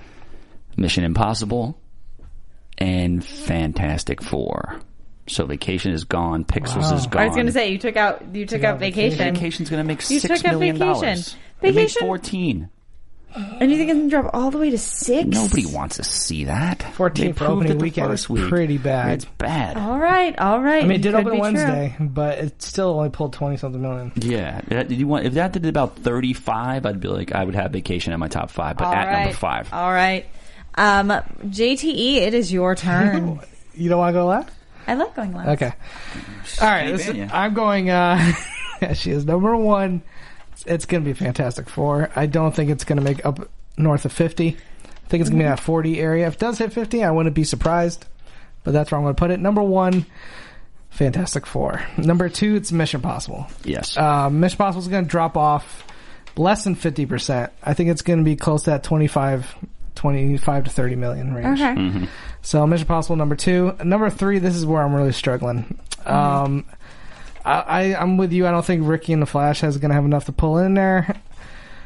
[SPEAKER 3] Mission Impossible, and Fantastic Four. So Vacation is gone. Pixels is gone.
[SPEAKER 2] I was going to say you took out you took, out vacation,
[SPEAKER 3] Vacation's going to make
[SPEAKER 2] You
[SPEAKER 3] six
[SPEAKER 2] took out
[SPEAKER 3] million dollars.
[SPEAKER 2] Vacation.
[SPEAKER 3] It made
[SPEAKER 2] Vacation-
[SPEAKER 3] fourteen.
[SPEAKER 2] and you think it's going to drop all the way to six?
[SPEAKER 3] Nobody wants to see that.
[SPEAKER 4] 14
[SPEAKER 3] They
[SPEAKER 4] for
[SPEAKER 3] proved
[SPEAKER 4] opening
[SPEAKER 3] it the
[SPEAKER 4] weekend
[SPEAKER 3] first
[SPEAKER 4] is
[SPEAKER 3] week.
[SPEAKER 4] pretty bad.
[SPEAKER 3] It's bad.
[SPEAKER 2] All right. All right.
[SPEAKER 4] I mean, it did
[SPEAKER 2] Could
[SPEAKER 4] open
[SPEAKER 2] be true.
[SPEAKER 4] Wednesday, but it still only pulled twenty something million.
[SPEAKER 3] Yeah, that, did you want if that did about thirty five, I'd be like, I would have vacation at my top five, but
[SPEAKER 2] All
[SPEAKER 3] at number
[SPEAKER 2] right. Uh,
[SPEAKER 3] five,
[SPEAKER 2] All right. Um, JTE, it is your turn.
[SPEAKER 4] You don't want to go last?
[SPEAKER 2] I like going last.
[SPEAKER 4] Okay. All right.
[SPEAKER 3] Keep
[SPEAKER 4] this
[SPEAKER 3] in,
[SPEAKER 4] is-
[SPEAKER 3] yeah.
[SPEAKER 4] I'm going. uh She is number one. It's, it's going to be Fantastic Four. I don't think it's going to make up north of fifty. I think it's going to be in that forty area. If it does hit fifty, I wouldn't be surprised. But that's where I'm going to put it. Number one, Fantastic Four. Number two, it's Mission Possible.
[SPEAKER 3] yes,
[SPEAKER 4] Uh, Mission Possible is going to drop off less than 50%. I think it's going to be close to that 25, 25 to 30 million range.
[SPEAKER 2] Okay.
[SPEAKER 4] So Mission Possible number two. Number three, this is where I'm really struggling. Um, I, I, I'm with you. I don't think Ricky and the Flash is going to have enough to pull in there.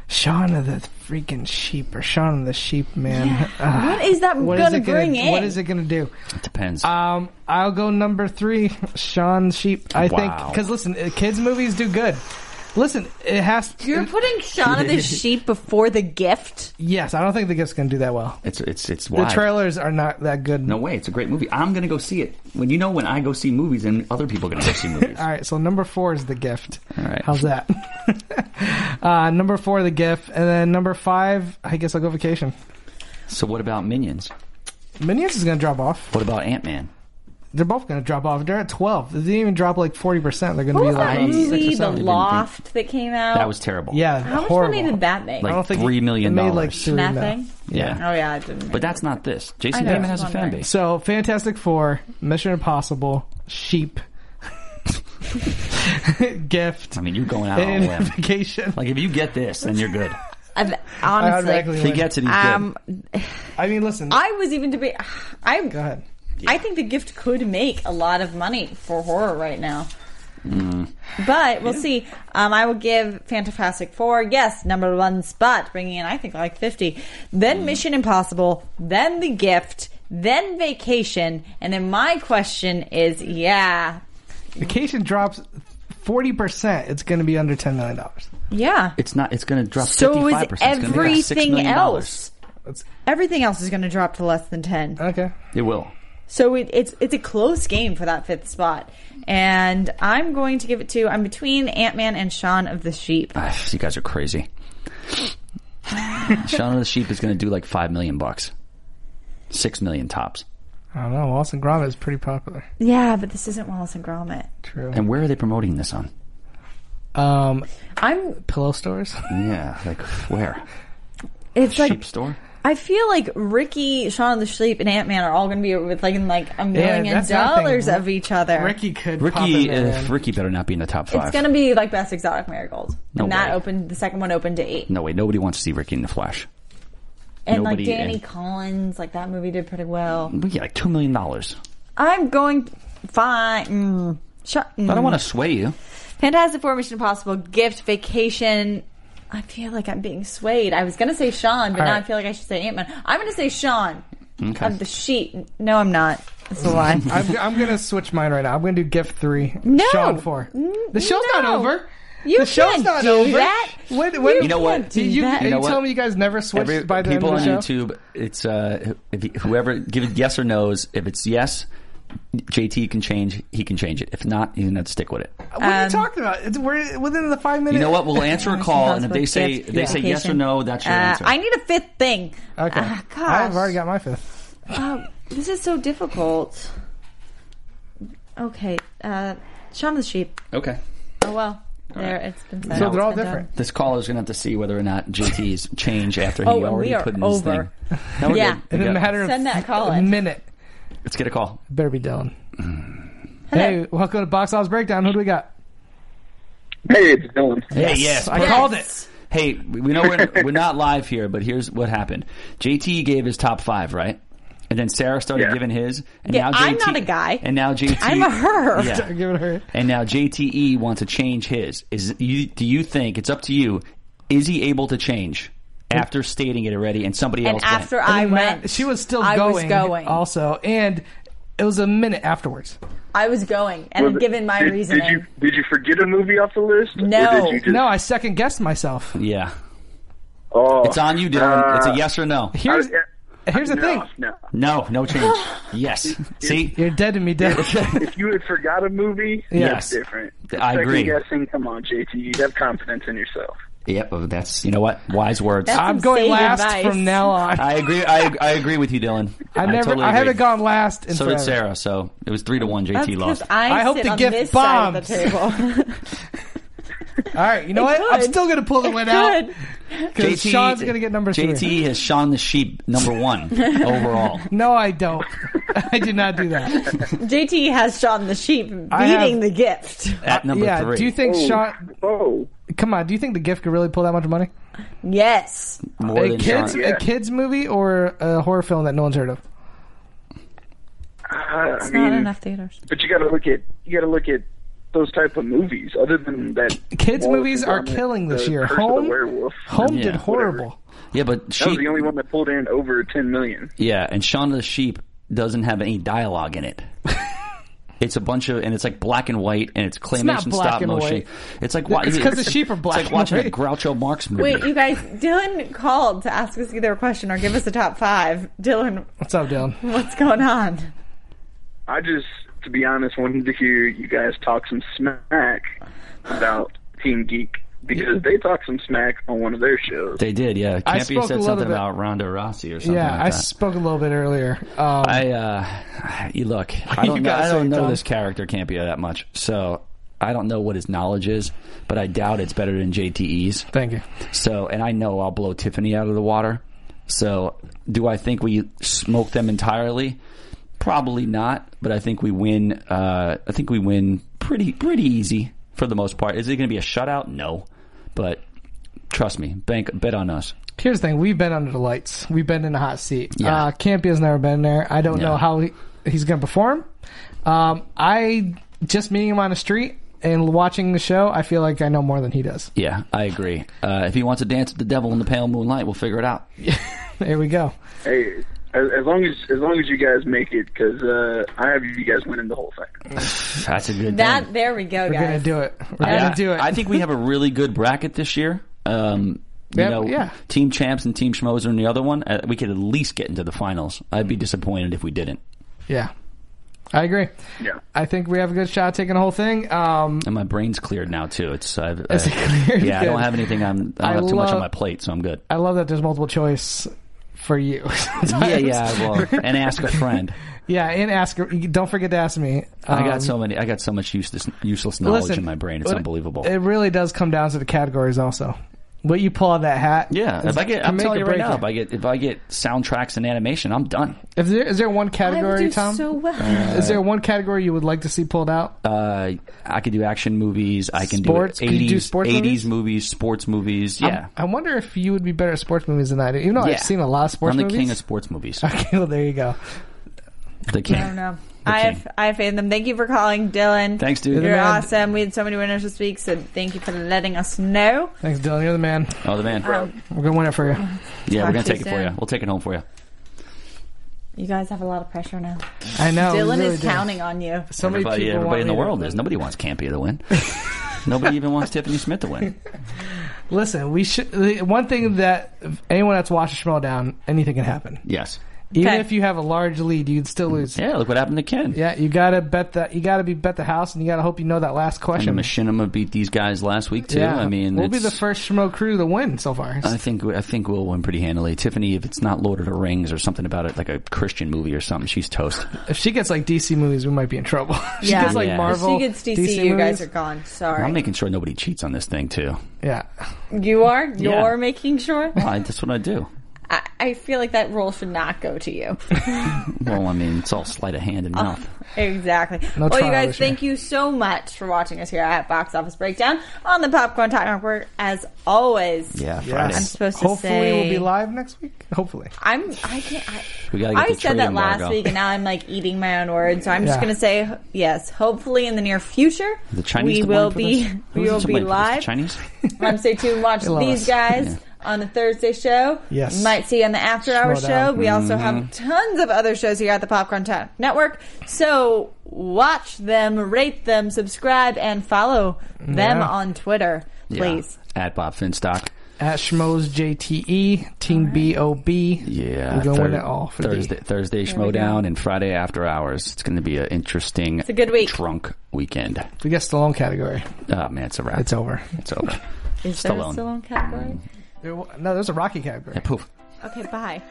[SPEAKER 4] Shaun of the freaking sheep or Shaun of the sheep, man. Ah,
[SPEAKER 2] What is that
[SPEAKER 4] what
[SPEAKER 2] going
[SPEAKER 4] is
[SPEAKER 2] to
[SPEAKER 4] it gonna-
[SPEAKER 2] bring in?
[SPEAKER 4] What is it going to do?
[SPEAKER 3] it depends.
[SPEAKER 2] uh,
[SPEAKER 4] Um, I'll go number three, Sean Sheep. I think
[SPEAKER 3] Wow.
[SPEAKER 4] because listen, uh, kids movies do good. Listen, it has. uh,
[SPEAKER 2] You're putting Shaun of the Sheep before the gift.
[SPEAKER 4] yes, I don't think the gift's gonna do that well.
[SPEAKER 3] it's it's it's
[SPEAKER 4] The
[SPEAKER 3] wild.
[SPEAKER 4] trailers are not that good.
[SPEAKER 3] No way, it's a great movie. I'm gonna go see it. When you know when I go see movies, and other people are gonna go see movies.
[SPEAKER 4] All right, so number four is the gift.
[SPEAKER 3] All right.
[SPEAKER 4] how's that? uh, number four, the gift, and then number five, I guess I'll go vacation.
[SPEAKER 3] So what about Minions?
[SPEAKER 4] Minions is gonna drop off.
[SPEAKER 3] What about Ant Man?
[SPEAKER 4] They're both gonna drop off. They're at twelve. They didn't even drop like forty percent. They're gonna
[SPEAKER 2] What
[SPEAKER 4] be
[SPEAKER 2] was
[SPEAKER 4] like
[SPEAKER 2] that
[SPEAKER 4] around six or
[SPEAKER 2] movie, The
[SPEAKER 4] seven.
[SPEAKER 3] think-
[SPEAKER 2] Loft, that came out?
[SPEAKER 3] That was terrible.
[SPEAKER 4] Yeah,
[SPEAKER 2] How much
[SPEAKER 4] horrible.
[SPEAKER 2] money did that make?
[SPEAKER 3] Like-
[SPEAKER 4] I don't think
[SPEAKER 3] $3 million
[SPEAKER 4] it made like
[SPEAKER 3] dollars.
[SPEAKER 4] three mil.
[SPEAKER 2] Nothing.
[SPEAKER 3] yeah.
[SPEAKER 2] Oh yeah, it didn't.
[SPEAKER 3] But that's not this. Jason
[SPEAKER 2] know,
[SPEAKER 3] Bateman
[SPEAKER 2] I was
[SPEAKER 3] has a fan
[SPEAKER 2] wondering.
[SPEAKER 3] base.
[SPEAKER 4] So Fantastic Four, Mission Impossible, Sheep, Gift,
[SPEAKER 3] I mean, you're going out on
[SPEAKER 4] and
[SPEAKER 3] a limb.
[SPEAKER 4] Vacation.
[SPEAKER 3] Oh, Like if you get this, then you're good.
[SPEAKER 2] I've-
[SPEAKER 4] I automatically
[SPEAKER 2] honestly.
[SPEAKER 3] If he
[SPEAKER 4] win.
[SPEAKER 3] gets it, he's
[SPEAKER 2] Um,
[SPEAKER 4] I mean, listen.
[SPEAKER 2] I was even debating. I
[SPEAKER 4] go ahead.
[SPEAKER 2] I think the gift could make a lot of money for horror right now. But we'll see. Um, I will give Fantastic Four, yes, number one spot, bringing in, I think, like 50. Then Mission Impossible, then The Gift, then Vacation. And then my question is yeah.
[SPEAKER 4] Vacation drops forty percent. It's going to be under ten million dollars.
[SPEAKER 2] Yeah.
[SPEAKER 3] It's not. It's going to drop.
[SPEAKER 2] so is
[SPEAKER 3] 55%. It's gonna drop $6
[SPEAKER 2] everything
[SPEAKER 3] million.
[SPEAKER 2] else.
[SPEAKER 4] That's-
[SPEAKER 2] Everything else is going to drop to less than 10.
[SPEAKER 4] Okay.
[SPEAKER 3] It will.
[SPEAKER 2] So it, it's it's a close game for that fifth spot, and I'm going to give it to I'm between Ant Man and Shaun of the Sheep.
[SPEAKER 3] Ah, you guys are crazy. Shaun of the Sheep is going to do like five million bucks, six million tops.
[SPEAKER 4] I don't know. Wallace and Gromit is pretty popular.
[SPEAKER 2] Yeah, but this isn't Wallace and Gromit.
[SPEAKER 4] True.
[SPEAKER 3] And where are they promoting this on?
[SPEAKER 4] Um,
[SPEAKER 2] I'm
[SPEAKER 4] pillow stores.
[SPEAKER 3] Yeah, like where?
[SPEAKER 2] it's like
[SPEAKER 3] Sheep store.
[SPEAKER 2] I feel like Ricky, Shaun of the Sheep, and Ant Man are all going to be with like in like a million
[SPEAKER 4] that's another thing.
[SPEAKER 2] dollars of each other.
[SPEAKER 4] Ricky could. pop in
[SPEAKER 3] Ricky,
[SPEAKER 4] there,
[SPEAKER 3] uh,
[SPEAKER 4] man.
[SPEAKER 3] Ricky better not be in the top five.
[SPEAKER 2] It's going to be like best exotic marigold,
[SPEAKER 3] No
[SPEAKER 2] and that
[SPEAKER 3] way.
[SPEAKER 2] opened the second one opened to eight.
[SPEAKER 3] no way, nobody wants to see Ricky in the Flash.
[SPEAKER 2] and like
[SPEAKER 3] nobody-
[SPEAKER 2] Danny
[SPEAKER 3] and-
[SPEAKER 2] Collins, like that movie did pretty well.
[SPEAKER 3] We get like two million dollars.
[SPEAKER 2] I'm going fine. Mm, shut.
[SPEAKER 3] I don't
[SPEAKER 2] mm.
[SPEAKER 3] want to sway you.
[SPEAKER 2] Fantastic Four, Mission Impossible, Gift, Vacation. I feel like I'm being swayed. I was going to say Sean, but
[SPEAKER 4] All
[SPEAKER 2] now I
[SPEAKER 4] right.
[SPEAKER 2] feel like I should say Ant Man. I'm going to say Sean
[SPEAKER 3] Okay.
[SPEAKER 2] of the sheet. No, I'm not. That's a lie.
[SPEAKER 4] I'm, I'm gonna switch mine right now. I'm gonna do gift three.
[SPEAKER 2] No.
[SPEAKER 4] Sean four. The show's not
[SPEAKER 2] no.
[SPEAKER 4] over.
[SPEAKER 2] You
[SPEAKER 4] the show's
[SPEAKER 2] can't
[SPEAKER 4] not
[SPEAKER 2] do
[SPEAKER 4] over.
[SPEAKER 2] that.
[SPEAKER 4] What, what,
[SPEAKER 3] You know what?
[SPEAKER 4] Do you,
[SPEAKER 2] do that.
[SPEAKER 4] are
[SPEAKER 3] You
[SPEAKER 4] you,
[SPEAKER 3] know what?
[SPEAKER 4] telling me you guys never switched
[SPEAKER 3] Every-
[SPEAKER 4] by the
[SPEAKER 3] people
[SPEAKER 4] end of the
[SPEAKER 3] on
[SPEAKER 4] show?
[SPEAKER 3] YouTube, it's uh, if you- whoever give it yes or no's. If it's yes, JT can change. He can change it. If not, he's gonna have to stick with it.
[SPEAKER 4] What are
[SPEAKER 2] Um,
[SPEAKER 4] you talking about? It's, we're within the five minutes.
[SPEAKER 3] You know what? We'll answer a call, and if they
[SPEAKER 2] Gift,
[SPEAKER 3] say they say yes or
[SPEAKER 2] Vacation.
[SPEAKER 3] no, that's your
[SPEAKER 2] Uh,
[SPEAKER 3] answer.
[SPEAKER 2] I need a fifth thing.
[SPEAKER 4] Okay.
[SPEAKER 2] Ah, gosh.
[SPEAKER 4] I've already got my fifth.
[SPEAKER 2] Oh, this is so difficult. Okay. Uh, Shaun of the Sheep.
[SPEAKER 3] okay.
[SPEAKER 2] Oh, well. There, it's been said.
[SPEAKER 4] So
[SPEAKER 2] It's
[SPEAKER 4] they're all
[SPEAKER 2] been done.
[SPEAKER 4] different.
[SPEAKER 3] This caller is gonna have to see whether or not JT's change after he
[SPEAKER 2] Oh, and we
[SPEAKER 3] already
[SPEAKER 2] are
[SPEAKER 3] put in
[SPEAKER 2] over.
[SPEAKER 3] his thing. No, we're
[SPEAKER 2] Yeah.
[SPEAKER 3] good.
[SPEAKER 4] It
[SPEAKER 3] We
[SPEAKER 4] didn't
[SPEAKER 3] got-
[SPEAKER 4] matter.
[SPEAKER 2] Send that call
[SPEAKER 4] a
[SPEAKER 2] in.
[SPEAKER 4] minute.
[SPEAKER 3] Let's get a call.
[SPEAKER 4] Better be Dylan.
[SPEAKER 2] Mm.
[SPEAKER 4] Hey, welcome to Box Office Breakdown. Who do we got?
[SPEAKER 8] Hey, it's Dylan.
[SPEAKER 3] Hey, yes.
[SPEAKER 4] I called it.
[SPEAKER 3] Hey, we we know we're, we're not live here, but here's what happened. JT gave his top five, right? And then Sarah started
[SPEAKER 8] Yeah.
[SPEAKER 3] giving his. And
[SPEAKER 2] Yeah,
[SPEAKER 3] now JT,
[SPEAKER 2] I'm not a guy.
[SPEAKER 3] And now JT.
[SPEAKER 2] I'm a her.
[SPEAKER 3] Yeah.
[SPEAKER 4] Give it a hurry.
[SPEAKER 3] And now JTE wants to change his. Is you? Do you think it's up to you? Is he able to change after stating it already and somebody
[SPEAKER 2] And
[SPEAKER 3] else? went?
[SPEAKER 2] after I went.
[SPEAKER 4] She was still
[SPEAKER 2] I
[SPEAKER 4] going.
[SPEAKER 2] was going.
[SPEAKER 4] Also, and it was a minute afterwards.
[SPEAKER 2] I was going and
[SPEAKER 8] Was it-
[SPEAKER 2] given my
[SPEAKER 8] did,
[SPEAKER 2] reasoning.
[SPEAKER 8] Did you did you forget a movie off the list?
[SPEAKER 2] No.
[SPEAKER 8] Or did you just,
[SPEAKER 4] No, I second guessed myself.
[SPEAKER 3] yeah,
[SPEAKER 8] Oh,
[SPEAKER 3] it's on you, Dylan. it's a yes or no.
[SPEAKER 8] I,
[SPEAKER 4] Here's here's the
[SPEAKER 8] no,
[SPEAKER 4] thing.
[SPEAKER 8] No.
[SPEAKER 3] No, no change. yes. See,
[SPEAKER 4] You're dead to me, dead.
[SPEAKER 8] If you had forgot a movie,
[SPEAKER 3] Yes.
[SPEAKER 8] that's different.
[SPEAKER 3] I
[SPEAKER 8] Second
[SPEAKER 3] agree.
[SPEAKER 8] guessing, come on, JT. You have confidence in yourself.
[SPEAKER 3] Yep. oh, That's you know what wise words.
[SPEAKER 2] That's
[SPEAKER 4] I'm
[SPEAKER 2] some
[SPEAKER 4] going
[SPEAKER 2] sage
[SPEAKER 4] last
[SPEAKER 2] advice.
[SPEAKER 4] from now on. I,
[SPEAKER 3] I agree. I, I agree with you, Dylan. I
[SPEAKER 4] never.
[SPEAKER 3] totally
[SPEAKER 4] I
[SPEAKER 3] agree.
[SPEAKER 4] haven't gone last. In
[SPEAKER 3] So
[SPEAKER 4] forever.
[SPEAKER 3] did Sarah. So it was three to one. JT
[SPEAKER 2] That's
[SPEAKER 3] lost.
[SPEAKER 2] 'cause
[SPEAKER 4] I
[SPEAKER 2] I,
[SPEAKER 4] hope
[SPEAKER 2] sit
[SPEAKER 4] the
[SPEAKER 2] on
[SPEAKER 4] gift
[SPEAKER 2] this Side of the table.
[SPEAKER 4] All right, you know what? I'm
[SPEAKER 2] could.
[SPEAKER 4] still gonna pull the win out
[SPEAKER 2] Good.
[SPEAKER 4] because Sean's gonna get number
[SPEAKER 3] JT
[SPEAKER 4] three.
[SPEAKER 3] has Sean the sheep number one overall.
[SPEAKER 4] No, I don't. I did not do that.
[SPEAKER 2] JT has Sean the sheep beating
[SPEAKER 4] I have-
[SPEAKER 2] the gift.
[SPEAKER 3] At number
[SPEAKER 4] Uh, yeah.
[SPEAKER 3] three,
[SPEAKER 4] Do you think
[SPEAKER 8] Oh,
[SPEAKER 4] Sean?
[SPEAKER 8] oh,
[SPEAKER 4] Come on. Do you think the gift could really pull that much money?
[SPEAKER 2] Yes.
[SPEAKER 3] more
[SPEAKER 4] a
[SPEAKER 3] than
[SPEAKER 4] kids,
[SPEAKER 3] Sean?
[SPEAKER 8] Yeah.
[SPEAKER 4] a kids movie or a horror film that no one's heard of?
[SPEAKER 8] uh, I
[SPEAKER 2] Not
[SPEAKER 8] mean,
[SPEAKER 2] enough theaters.
[SPEAKER 8] but you got to look at you got to look at those type of movies. Other than that,
[SPEAKER 4] Kids
[SPEAKER 8] Wallace
[SPEAKER 4] movies
[SPEAKER 8] and
[SPEAKER 4] are
[SPEAKER 8] Gromit,
[SPEAKER 4] killing this
[SPEAKER 8] the
[SPEAKER 4] year.
[SPEAKER 8] Curse of the
[SPEAKER 4] Home-
[SPEAKER 8] werewolf.
[SPEAKER 4] Home
[SPEAKER 3] Yeah.
[SPEAKER 4] did horrible.
[SPEAKER 3] Yeah, but
[SPEAKER 8] That was
[SPEAKER 3] sheep.
[SPEAKER 8] the only one that pulled in over ten million.
[SPEAKER 3] Yeah, and Shaun of the Sheep doesn't have any dialogue in it. it's a bunch of, and it's like black and white, and it's claymation
[SPEAKER 4] not black
[SPEAKER 3] stop
[SPEAKER 4] and
[SPEAKER 3] motion.
[SPEAKER 4] white.
[SPEAKER 3] It's like wa-
[SPEAKER 4] It's 'cause the sheep are black
[SPEAKER 3] It's like
[SPEAKER 4] and
[SPEAKER 3] watching a
[SPEAKER 4] white.
[SPEAKER 3] Groucho Marx movie.
[SPEAKER 2] Wait, you guys, Dylan called to ask us either a question or give us a top five. Dylan,
[SPEAKER 4] What's up, Dylan?
[SPEAKER 2] what's going on?
[SPEAKER 8] I just, to be honest, wanted to hear you guys talk some smack about Team Geek because they talked some smack on one of their shows.
[SPEAKER 3] they did, yeah.
[SPEAKER 4] I
[SPEAKER 3] Campy
[SPEAKER 4] spoke a
[SPEAKER 3] said
[SPEAKER 4] little
[SPEAKER 3] something
[SPEAKER 4] bit-
[SPEAKER 3] about Ronda Rousey or something.
[SPEAKER 4] Yeah,
[SPEAKER 3] like
[SPEAKER 4] I
[SPEAKER 3] that.
[SPEAKER 4] spoke a little bit earlier. Um,
[SPEAKER 3] I uh, you look. I don't know.
[SPEAKER 4] gotta
[SPEAKER 3] I
[SPEAKER 4] say
[SPEAKER 3] don't
[SPEAKER 4] it,
[SPEAKER 3] know
[SPEAKER 4] Tom.
[SPEAKER 3] this character Campia that much, so I don't know what his knowledge is, but I doubt it's better than JTE's.
[SPEAKER 4] Thank you.
[SPEAKER 3] So, and I know I'll blow Tiffany out of the water. So, do I think we smoke them entirely? Probably not, but I think we win. Uh, I think we win pretty pretty easy for the most part. Is it going to be a shutout? No, but trust me, bank bet on us.
[SPEAKER 4] Here's the thing: we've been under the lights. We've been in a hot seat.
[SPEAKER 3] Yeah.
[SPEAKER 4] Uh, Campia's never been there. I don't
[SPEAKER 3] Yeah.
[SPEAKER 4] know how he, he's going to perform. Um, I just meeting him on the street and watching the show. I feel like I know more than he does.
[SPEAKER 3] Yeah, I agree. Uh, if he wants to dance with the devil in the pale moonlight, we'll figure it out.
[SPEAKER 4] There we go.
[SPEAKER 8] Hey, as, as long as as long as you guys make it, because uh, I have you guys winning the whole thing.
[SPEAKER 3] That's a good. thing.
[SPEAKER 2] That, there we go,
[SPEAKER 4] We're
[SPEAKER 2] guys.
[SPEAKER 4] gonna do it. We're gonna do it.
[SPEAKER 3] I think we have a really good bracket this year. Um, you
[SPEAKER 4] Yeah,
[SPEAKER 3] know,
[SPEAKER 4] yeah.
[SPEAKER 3] Team Champs and Team Schmoes are in the other one. Uh, we could at least get into the finals. I'd be disappointed if we didn't.
[SPEAKER 4] yeah. I agree.
[SPEAKER 8] Yeah.
[SPEAKER 4] I think we have a good shot at taking the whole thing. Um,
[SPEAKER 3] And my brain's cleared now too. It's I've, uh,
[SPEAKER 4] Is it cleared?
[SPEAKER 3] yeah. I don't
[SPEAKER 4] Good.
[SPEAKER 3] have anything on. I don't
[SPEAKER 4] I
[SPEAKER 3] have too much on
[SPEAKER 4] love-
[SPEAKER 3] my plate, so I'm good.
[SPEAKER 4] I love that there's multiple choice for you.
[SPEAKER 3] yeah, yeah. Well, and ask a friend.
[SPEAKER 4] yeah, and ask. Don't forget to ask me.
[SPEAKER 3] I
[SPEAKER 4] Um,
[SPEAKER 3] got so many. I got so much useless useless knowledge
[SPEAKER 4] listen,
[SPEAKER 3] in my brain. It's
[SPEAKER 4] what-
[SPEAKER 3] unbelievable.
[SPEAKER 4] It really does come down to the categories, also. What you pull out of that hat?
[SPEAKER 3] yeah,
[SPEAKER 4] is-
[SPEAKER 3] if I get,
[SPEAKER 4] can
[SPEAKER 3] I'm
[SPEAKER 4] make
[SPEAKER 3] telling
[SPEAKER 4] or
[SPEAKER 3] you right
[SPEAKER 4] break
[SPEAKER 3] now,
[SPEAKER 4] you.
[SPEAKER 3] if I get if I get soundtracks and animation, I'm done.
[SPEAKER 4] If there, is there one
[SPEAKER 2] I would
[SPEAKER 4] category,
[SPEAKER 2] do
[SPEAKER 4] Tom?
[SPEAKER 2] so well.
[SPEAKER 4] is there one category you would like to see pulled out?
[SPEAKER 3] Uh, I can do action movies. I can
[SPEAKER 4] Sports?
[SPEAKER 3] do
[SPEAKER 4] Can you do
[SPEAKER 3] 80s,
[SPEAKER 4] sports
[SPEAKER 3] 80s
[SPEAKER 4] movies? Um,
[SPEAKER 3] sports movies. Yeah,
[SPEAKER 4] I wonder if you would be better at sports movies than I do. Even though
[SPEAKER 3] Yeah.
[SPEAKER 4] I've seen a lot of sports
[SPEAKER 3] I'm the
[SPEAKER 4] movies.
[SPEAKER 3] king of sports movies.
[SPEAKER 4] okay, well, there you go.
[SPEAKER 3] The king.
[SPEAKER 2] I don't know.
[SPEAKER 3] The
[SPEAKER 2] I
[SPEAKER 3] king.
[SPEAKER 2] have I have faith in them. Thank you for calling, Dylan.
[SPEAKER 3] Thanks, dude.
[SPEAKER 2] You're
[SPEAKER 4] man.
[SPEAKER 2] awesome. We had so many winners this week, so thank you for letting us know.
[SPEAKER 4] Thanks, Dylan. You're the man.
[SPEAKER 3] Oh, the man.
[SPEAKER 4] We're gonna win it for you.
[SPEAKER 3] yeah, we're
[SPEAKER 2] talk
[SPEAKER 3] gonna
[SPEAKER 2] to you
[SPEAKER 3] take it for
[SPEAKER 2] soon.
[SPEAKER 3] you. We'll take it home for you.
[SPEAKER 2] You guys have a lot of pressure now.
[SPEAKER 4] I know. Oh, we
[SPEAKER 2] Dylan
[SPEAKER 4] really
[SPEAKER 2] is
[SPEAKER 4] do.
[SPEAKER 2] counting on you.
[SPEAKER 4] So many
[SPEAKER 3] Everybody,
[SPEAKER 4] people
[SPEAKER 3] everybody in the
[SPEAKER 4] want me to-
[SPEAKER 3] world is. Nobody wants Campy to win. Nobody even wants Tiffany Smith to win.
[SPEAKER 4] Listen, we should. The one thing that if anyone that's watched Schmeldown, anything can happen.
[SPEAKER 3] Yes.
[SPEAKER 4] Even
[SPEAKER 2] Okay.
[SPEAKER 4] if you have a large lead, you'd still lose.
[SPEAKER 3] Yeah. Look what happened to Ken.
[SPEAKER 4] Yeah, you gotta bet that. You gotta be bet the house, and you gotta hope you know that last
[SPEAKER 3] And
[SPEAKER 4] question.
[SPEAKER 3] Machinima beat these guys last week too. I mean,
[SPEAKER 4] we'll be
[SPEAKER 3] it's-
[SPEAKER 4] the first Schmo crew to win so far.
[SPEAKER 3] I think I think we'll win pretty handily. Tiffany, if it's not Lord of the Rings or something about it, like a Christian movie or something, she's toast.
[SPEAKER 4] if she gets like DC movies, we might be in trouble. she
[SPEAKER 2] Yeah.
[SPEAKER 4] gets like
[SPEAKER 3] Yeah.
[SPEAKER 2] If
[SPEAKER 4] Marvel.
[SPEAKER 2] she gets DC, you guys are
[SPEAKER 4] movies.
[SPEAKER 2] gone. Sorry.
[SPEAKER 3] I'm making sure nobody cheats on this thing too.
[SPEAKER 4] yeah.
[SPEAKER 2] you are? You're
[SPEAKER 3] Yeah.
[SPEAKER 2] making sure?
[SPEAKER 3] I, that's what I do.
[SPEAKER 2] I, I feel like that role should not go to you.
[SPEAKER 3] Well, I mean, it's all sleight of hand
[SPEAKER 2] Uh,
[SPEAKER 3] and mouth.
[SPEAKER 2] Exactly.
[SPEAKER 4] No
[SPEAKER 2] well, you
[SPEAKER 4] trial
[SPEAKER 2] guys,
[SPEAKER 4] this year.
[SPEAKER 2] thank you so much for watching us here at Box Office Breakdown on the Popcorn Talk Network. As always,
[SPEAKER 3] Yeah, Friday.
[SPEAKER 4] Yes.
[SPEAKER 2] I'm supposed to
[SPEAKER 4] Hopefully,
[SPEAKER 2] say-
[SPEAKER 4] we'll be live next week. Hopefully,
[SPEAKER 2] I'm. I can't. I,
[SPEAKER 3] We gotta get
[SPEAKER 2] I
[SPEAKER 3] the
[SPEAKER 2] said
[SPEAKER 3] trade
[SPEAKER 2] that
[SPEAKER 3] embargo.
[SPEAKER 2] last week, and now I'm like eating my own words. So I'm just
[SPEAKER 4] Yeah.
[SPEAKER 2] gonna say yes. Hopefully, in the near future,
[SPEAKER 3] The Chinese
[SPEAKER 2] we
[SPEAKER 3] to
[SPEAKER 2] will
[SPEAKER 3] blame
[SPEAKER 2] be
[SPEAKER 3] for this?
[SPEAKER 2] we
[SPEAKER 3] Who's
[SPEAKER 2] will
[SPEAKER 3] to
[SPEAKER 2] be
[SPEAKER 3] blame for this? The
[SPEAKER 2] live.
[SPEAKER 3] Chinese.
[SPEAKER 2] Um, stay tuned. and Watch
[SPEAKER 4] love
[SPEAKER 2] these
[SPEAKER 4] us.
[SPEAKER 2] guys on the Thursday show.
[SPEAKER 4] Yes.
[SPEAKER 2] might see you on the after hour
[SPEAKER 4] Slow
[SPEAKER 2] show.
[SPEAKER 4] down.
[SPEAKER 2] We also have
[SPEAKER 4] Mm-hmm.
[SPEAKER 2] tons of other shows here at the Popcorn Town Network. So watch them, rate them, subscribe, and follow them
[SPEAKER 4] Yeah.
[SPEAKER 2] on Twitter, please.
[SPEAKER 3] Yeah. At Bob Finstock.
[SPEAKER 4] at Schmo's JTE Team BOB.
[SPEAKER 3] Yeah,
[SPEAKER 4] we're gonna win
[SPEAKER 3] Thur-
[SPEAKER 4] it all for
[SPEAKER 3] Thursday.
[SPEAKER 4] the
[SPEAKER 3] Thursday Schmodown and Friday after hours. It's going to be an interesting, it's
[SPEAKER 2] a good week.
[SPEAKER 3] drunk weekend.
[SPEAKER 4] we get Stallone category.
[SPEAKER 3] Oh man, it's a wrap.
[SPEAKER 4] It's over.
[SPEAKER 3] It's over.
[SPEAKER 2] Is there
[SPEAKER 3] Stallone.
[SPEAKER 2] still on category?
[SPEAKER 4] There wa- No, there's a Rocky category.
[SPEAKER 3] Poof.
[SPEAKER 2] Okay, bye.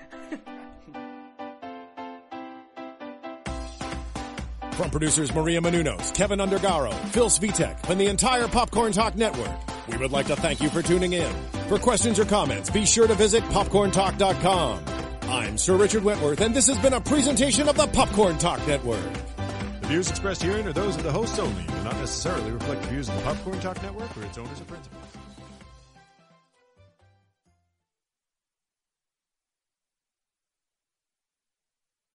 [SPEAKER 1] From producers Maria Menunos, Kevin Undergaro, Phil Svitek, and the entire Popcorn Talk Network, we would like to thank you for tuning in. For questions or comments, be sure to visit popcorntalk.com. I'm Sir Richard Wentworth, and this has been a presentation of the Popcorn Talk Network. The views expressed herein are those of the hosts only and do not necessarily reflect the views of the Popcorn Talk Network or its owners or principals.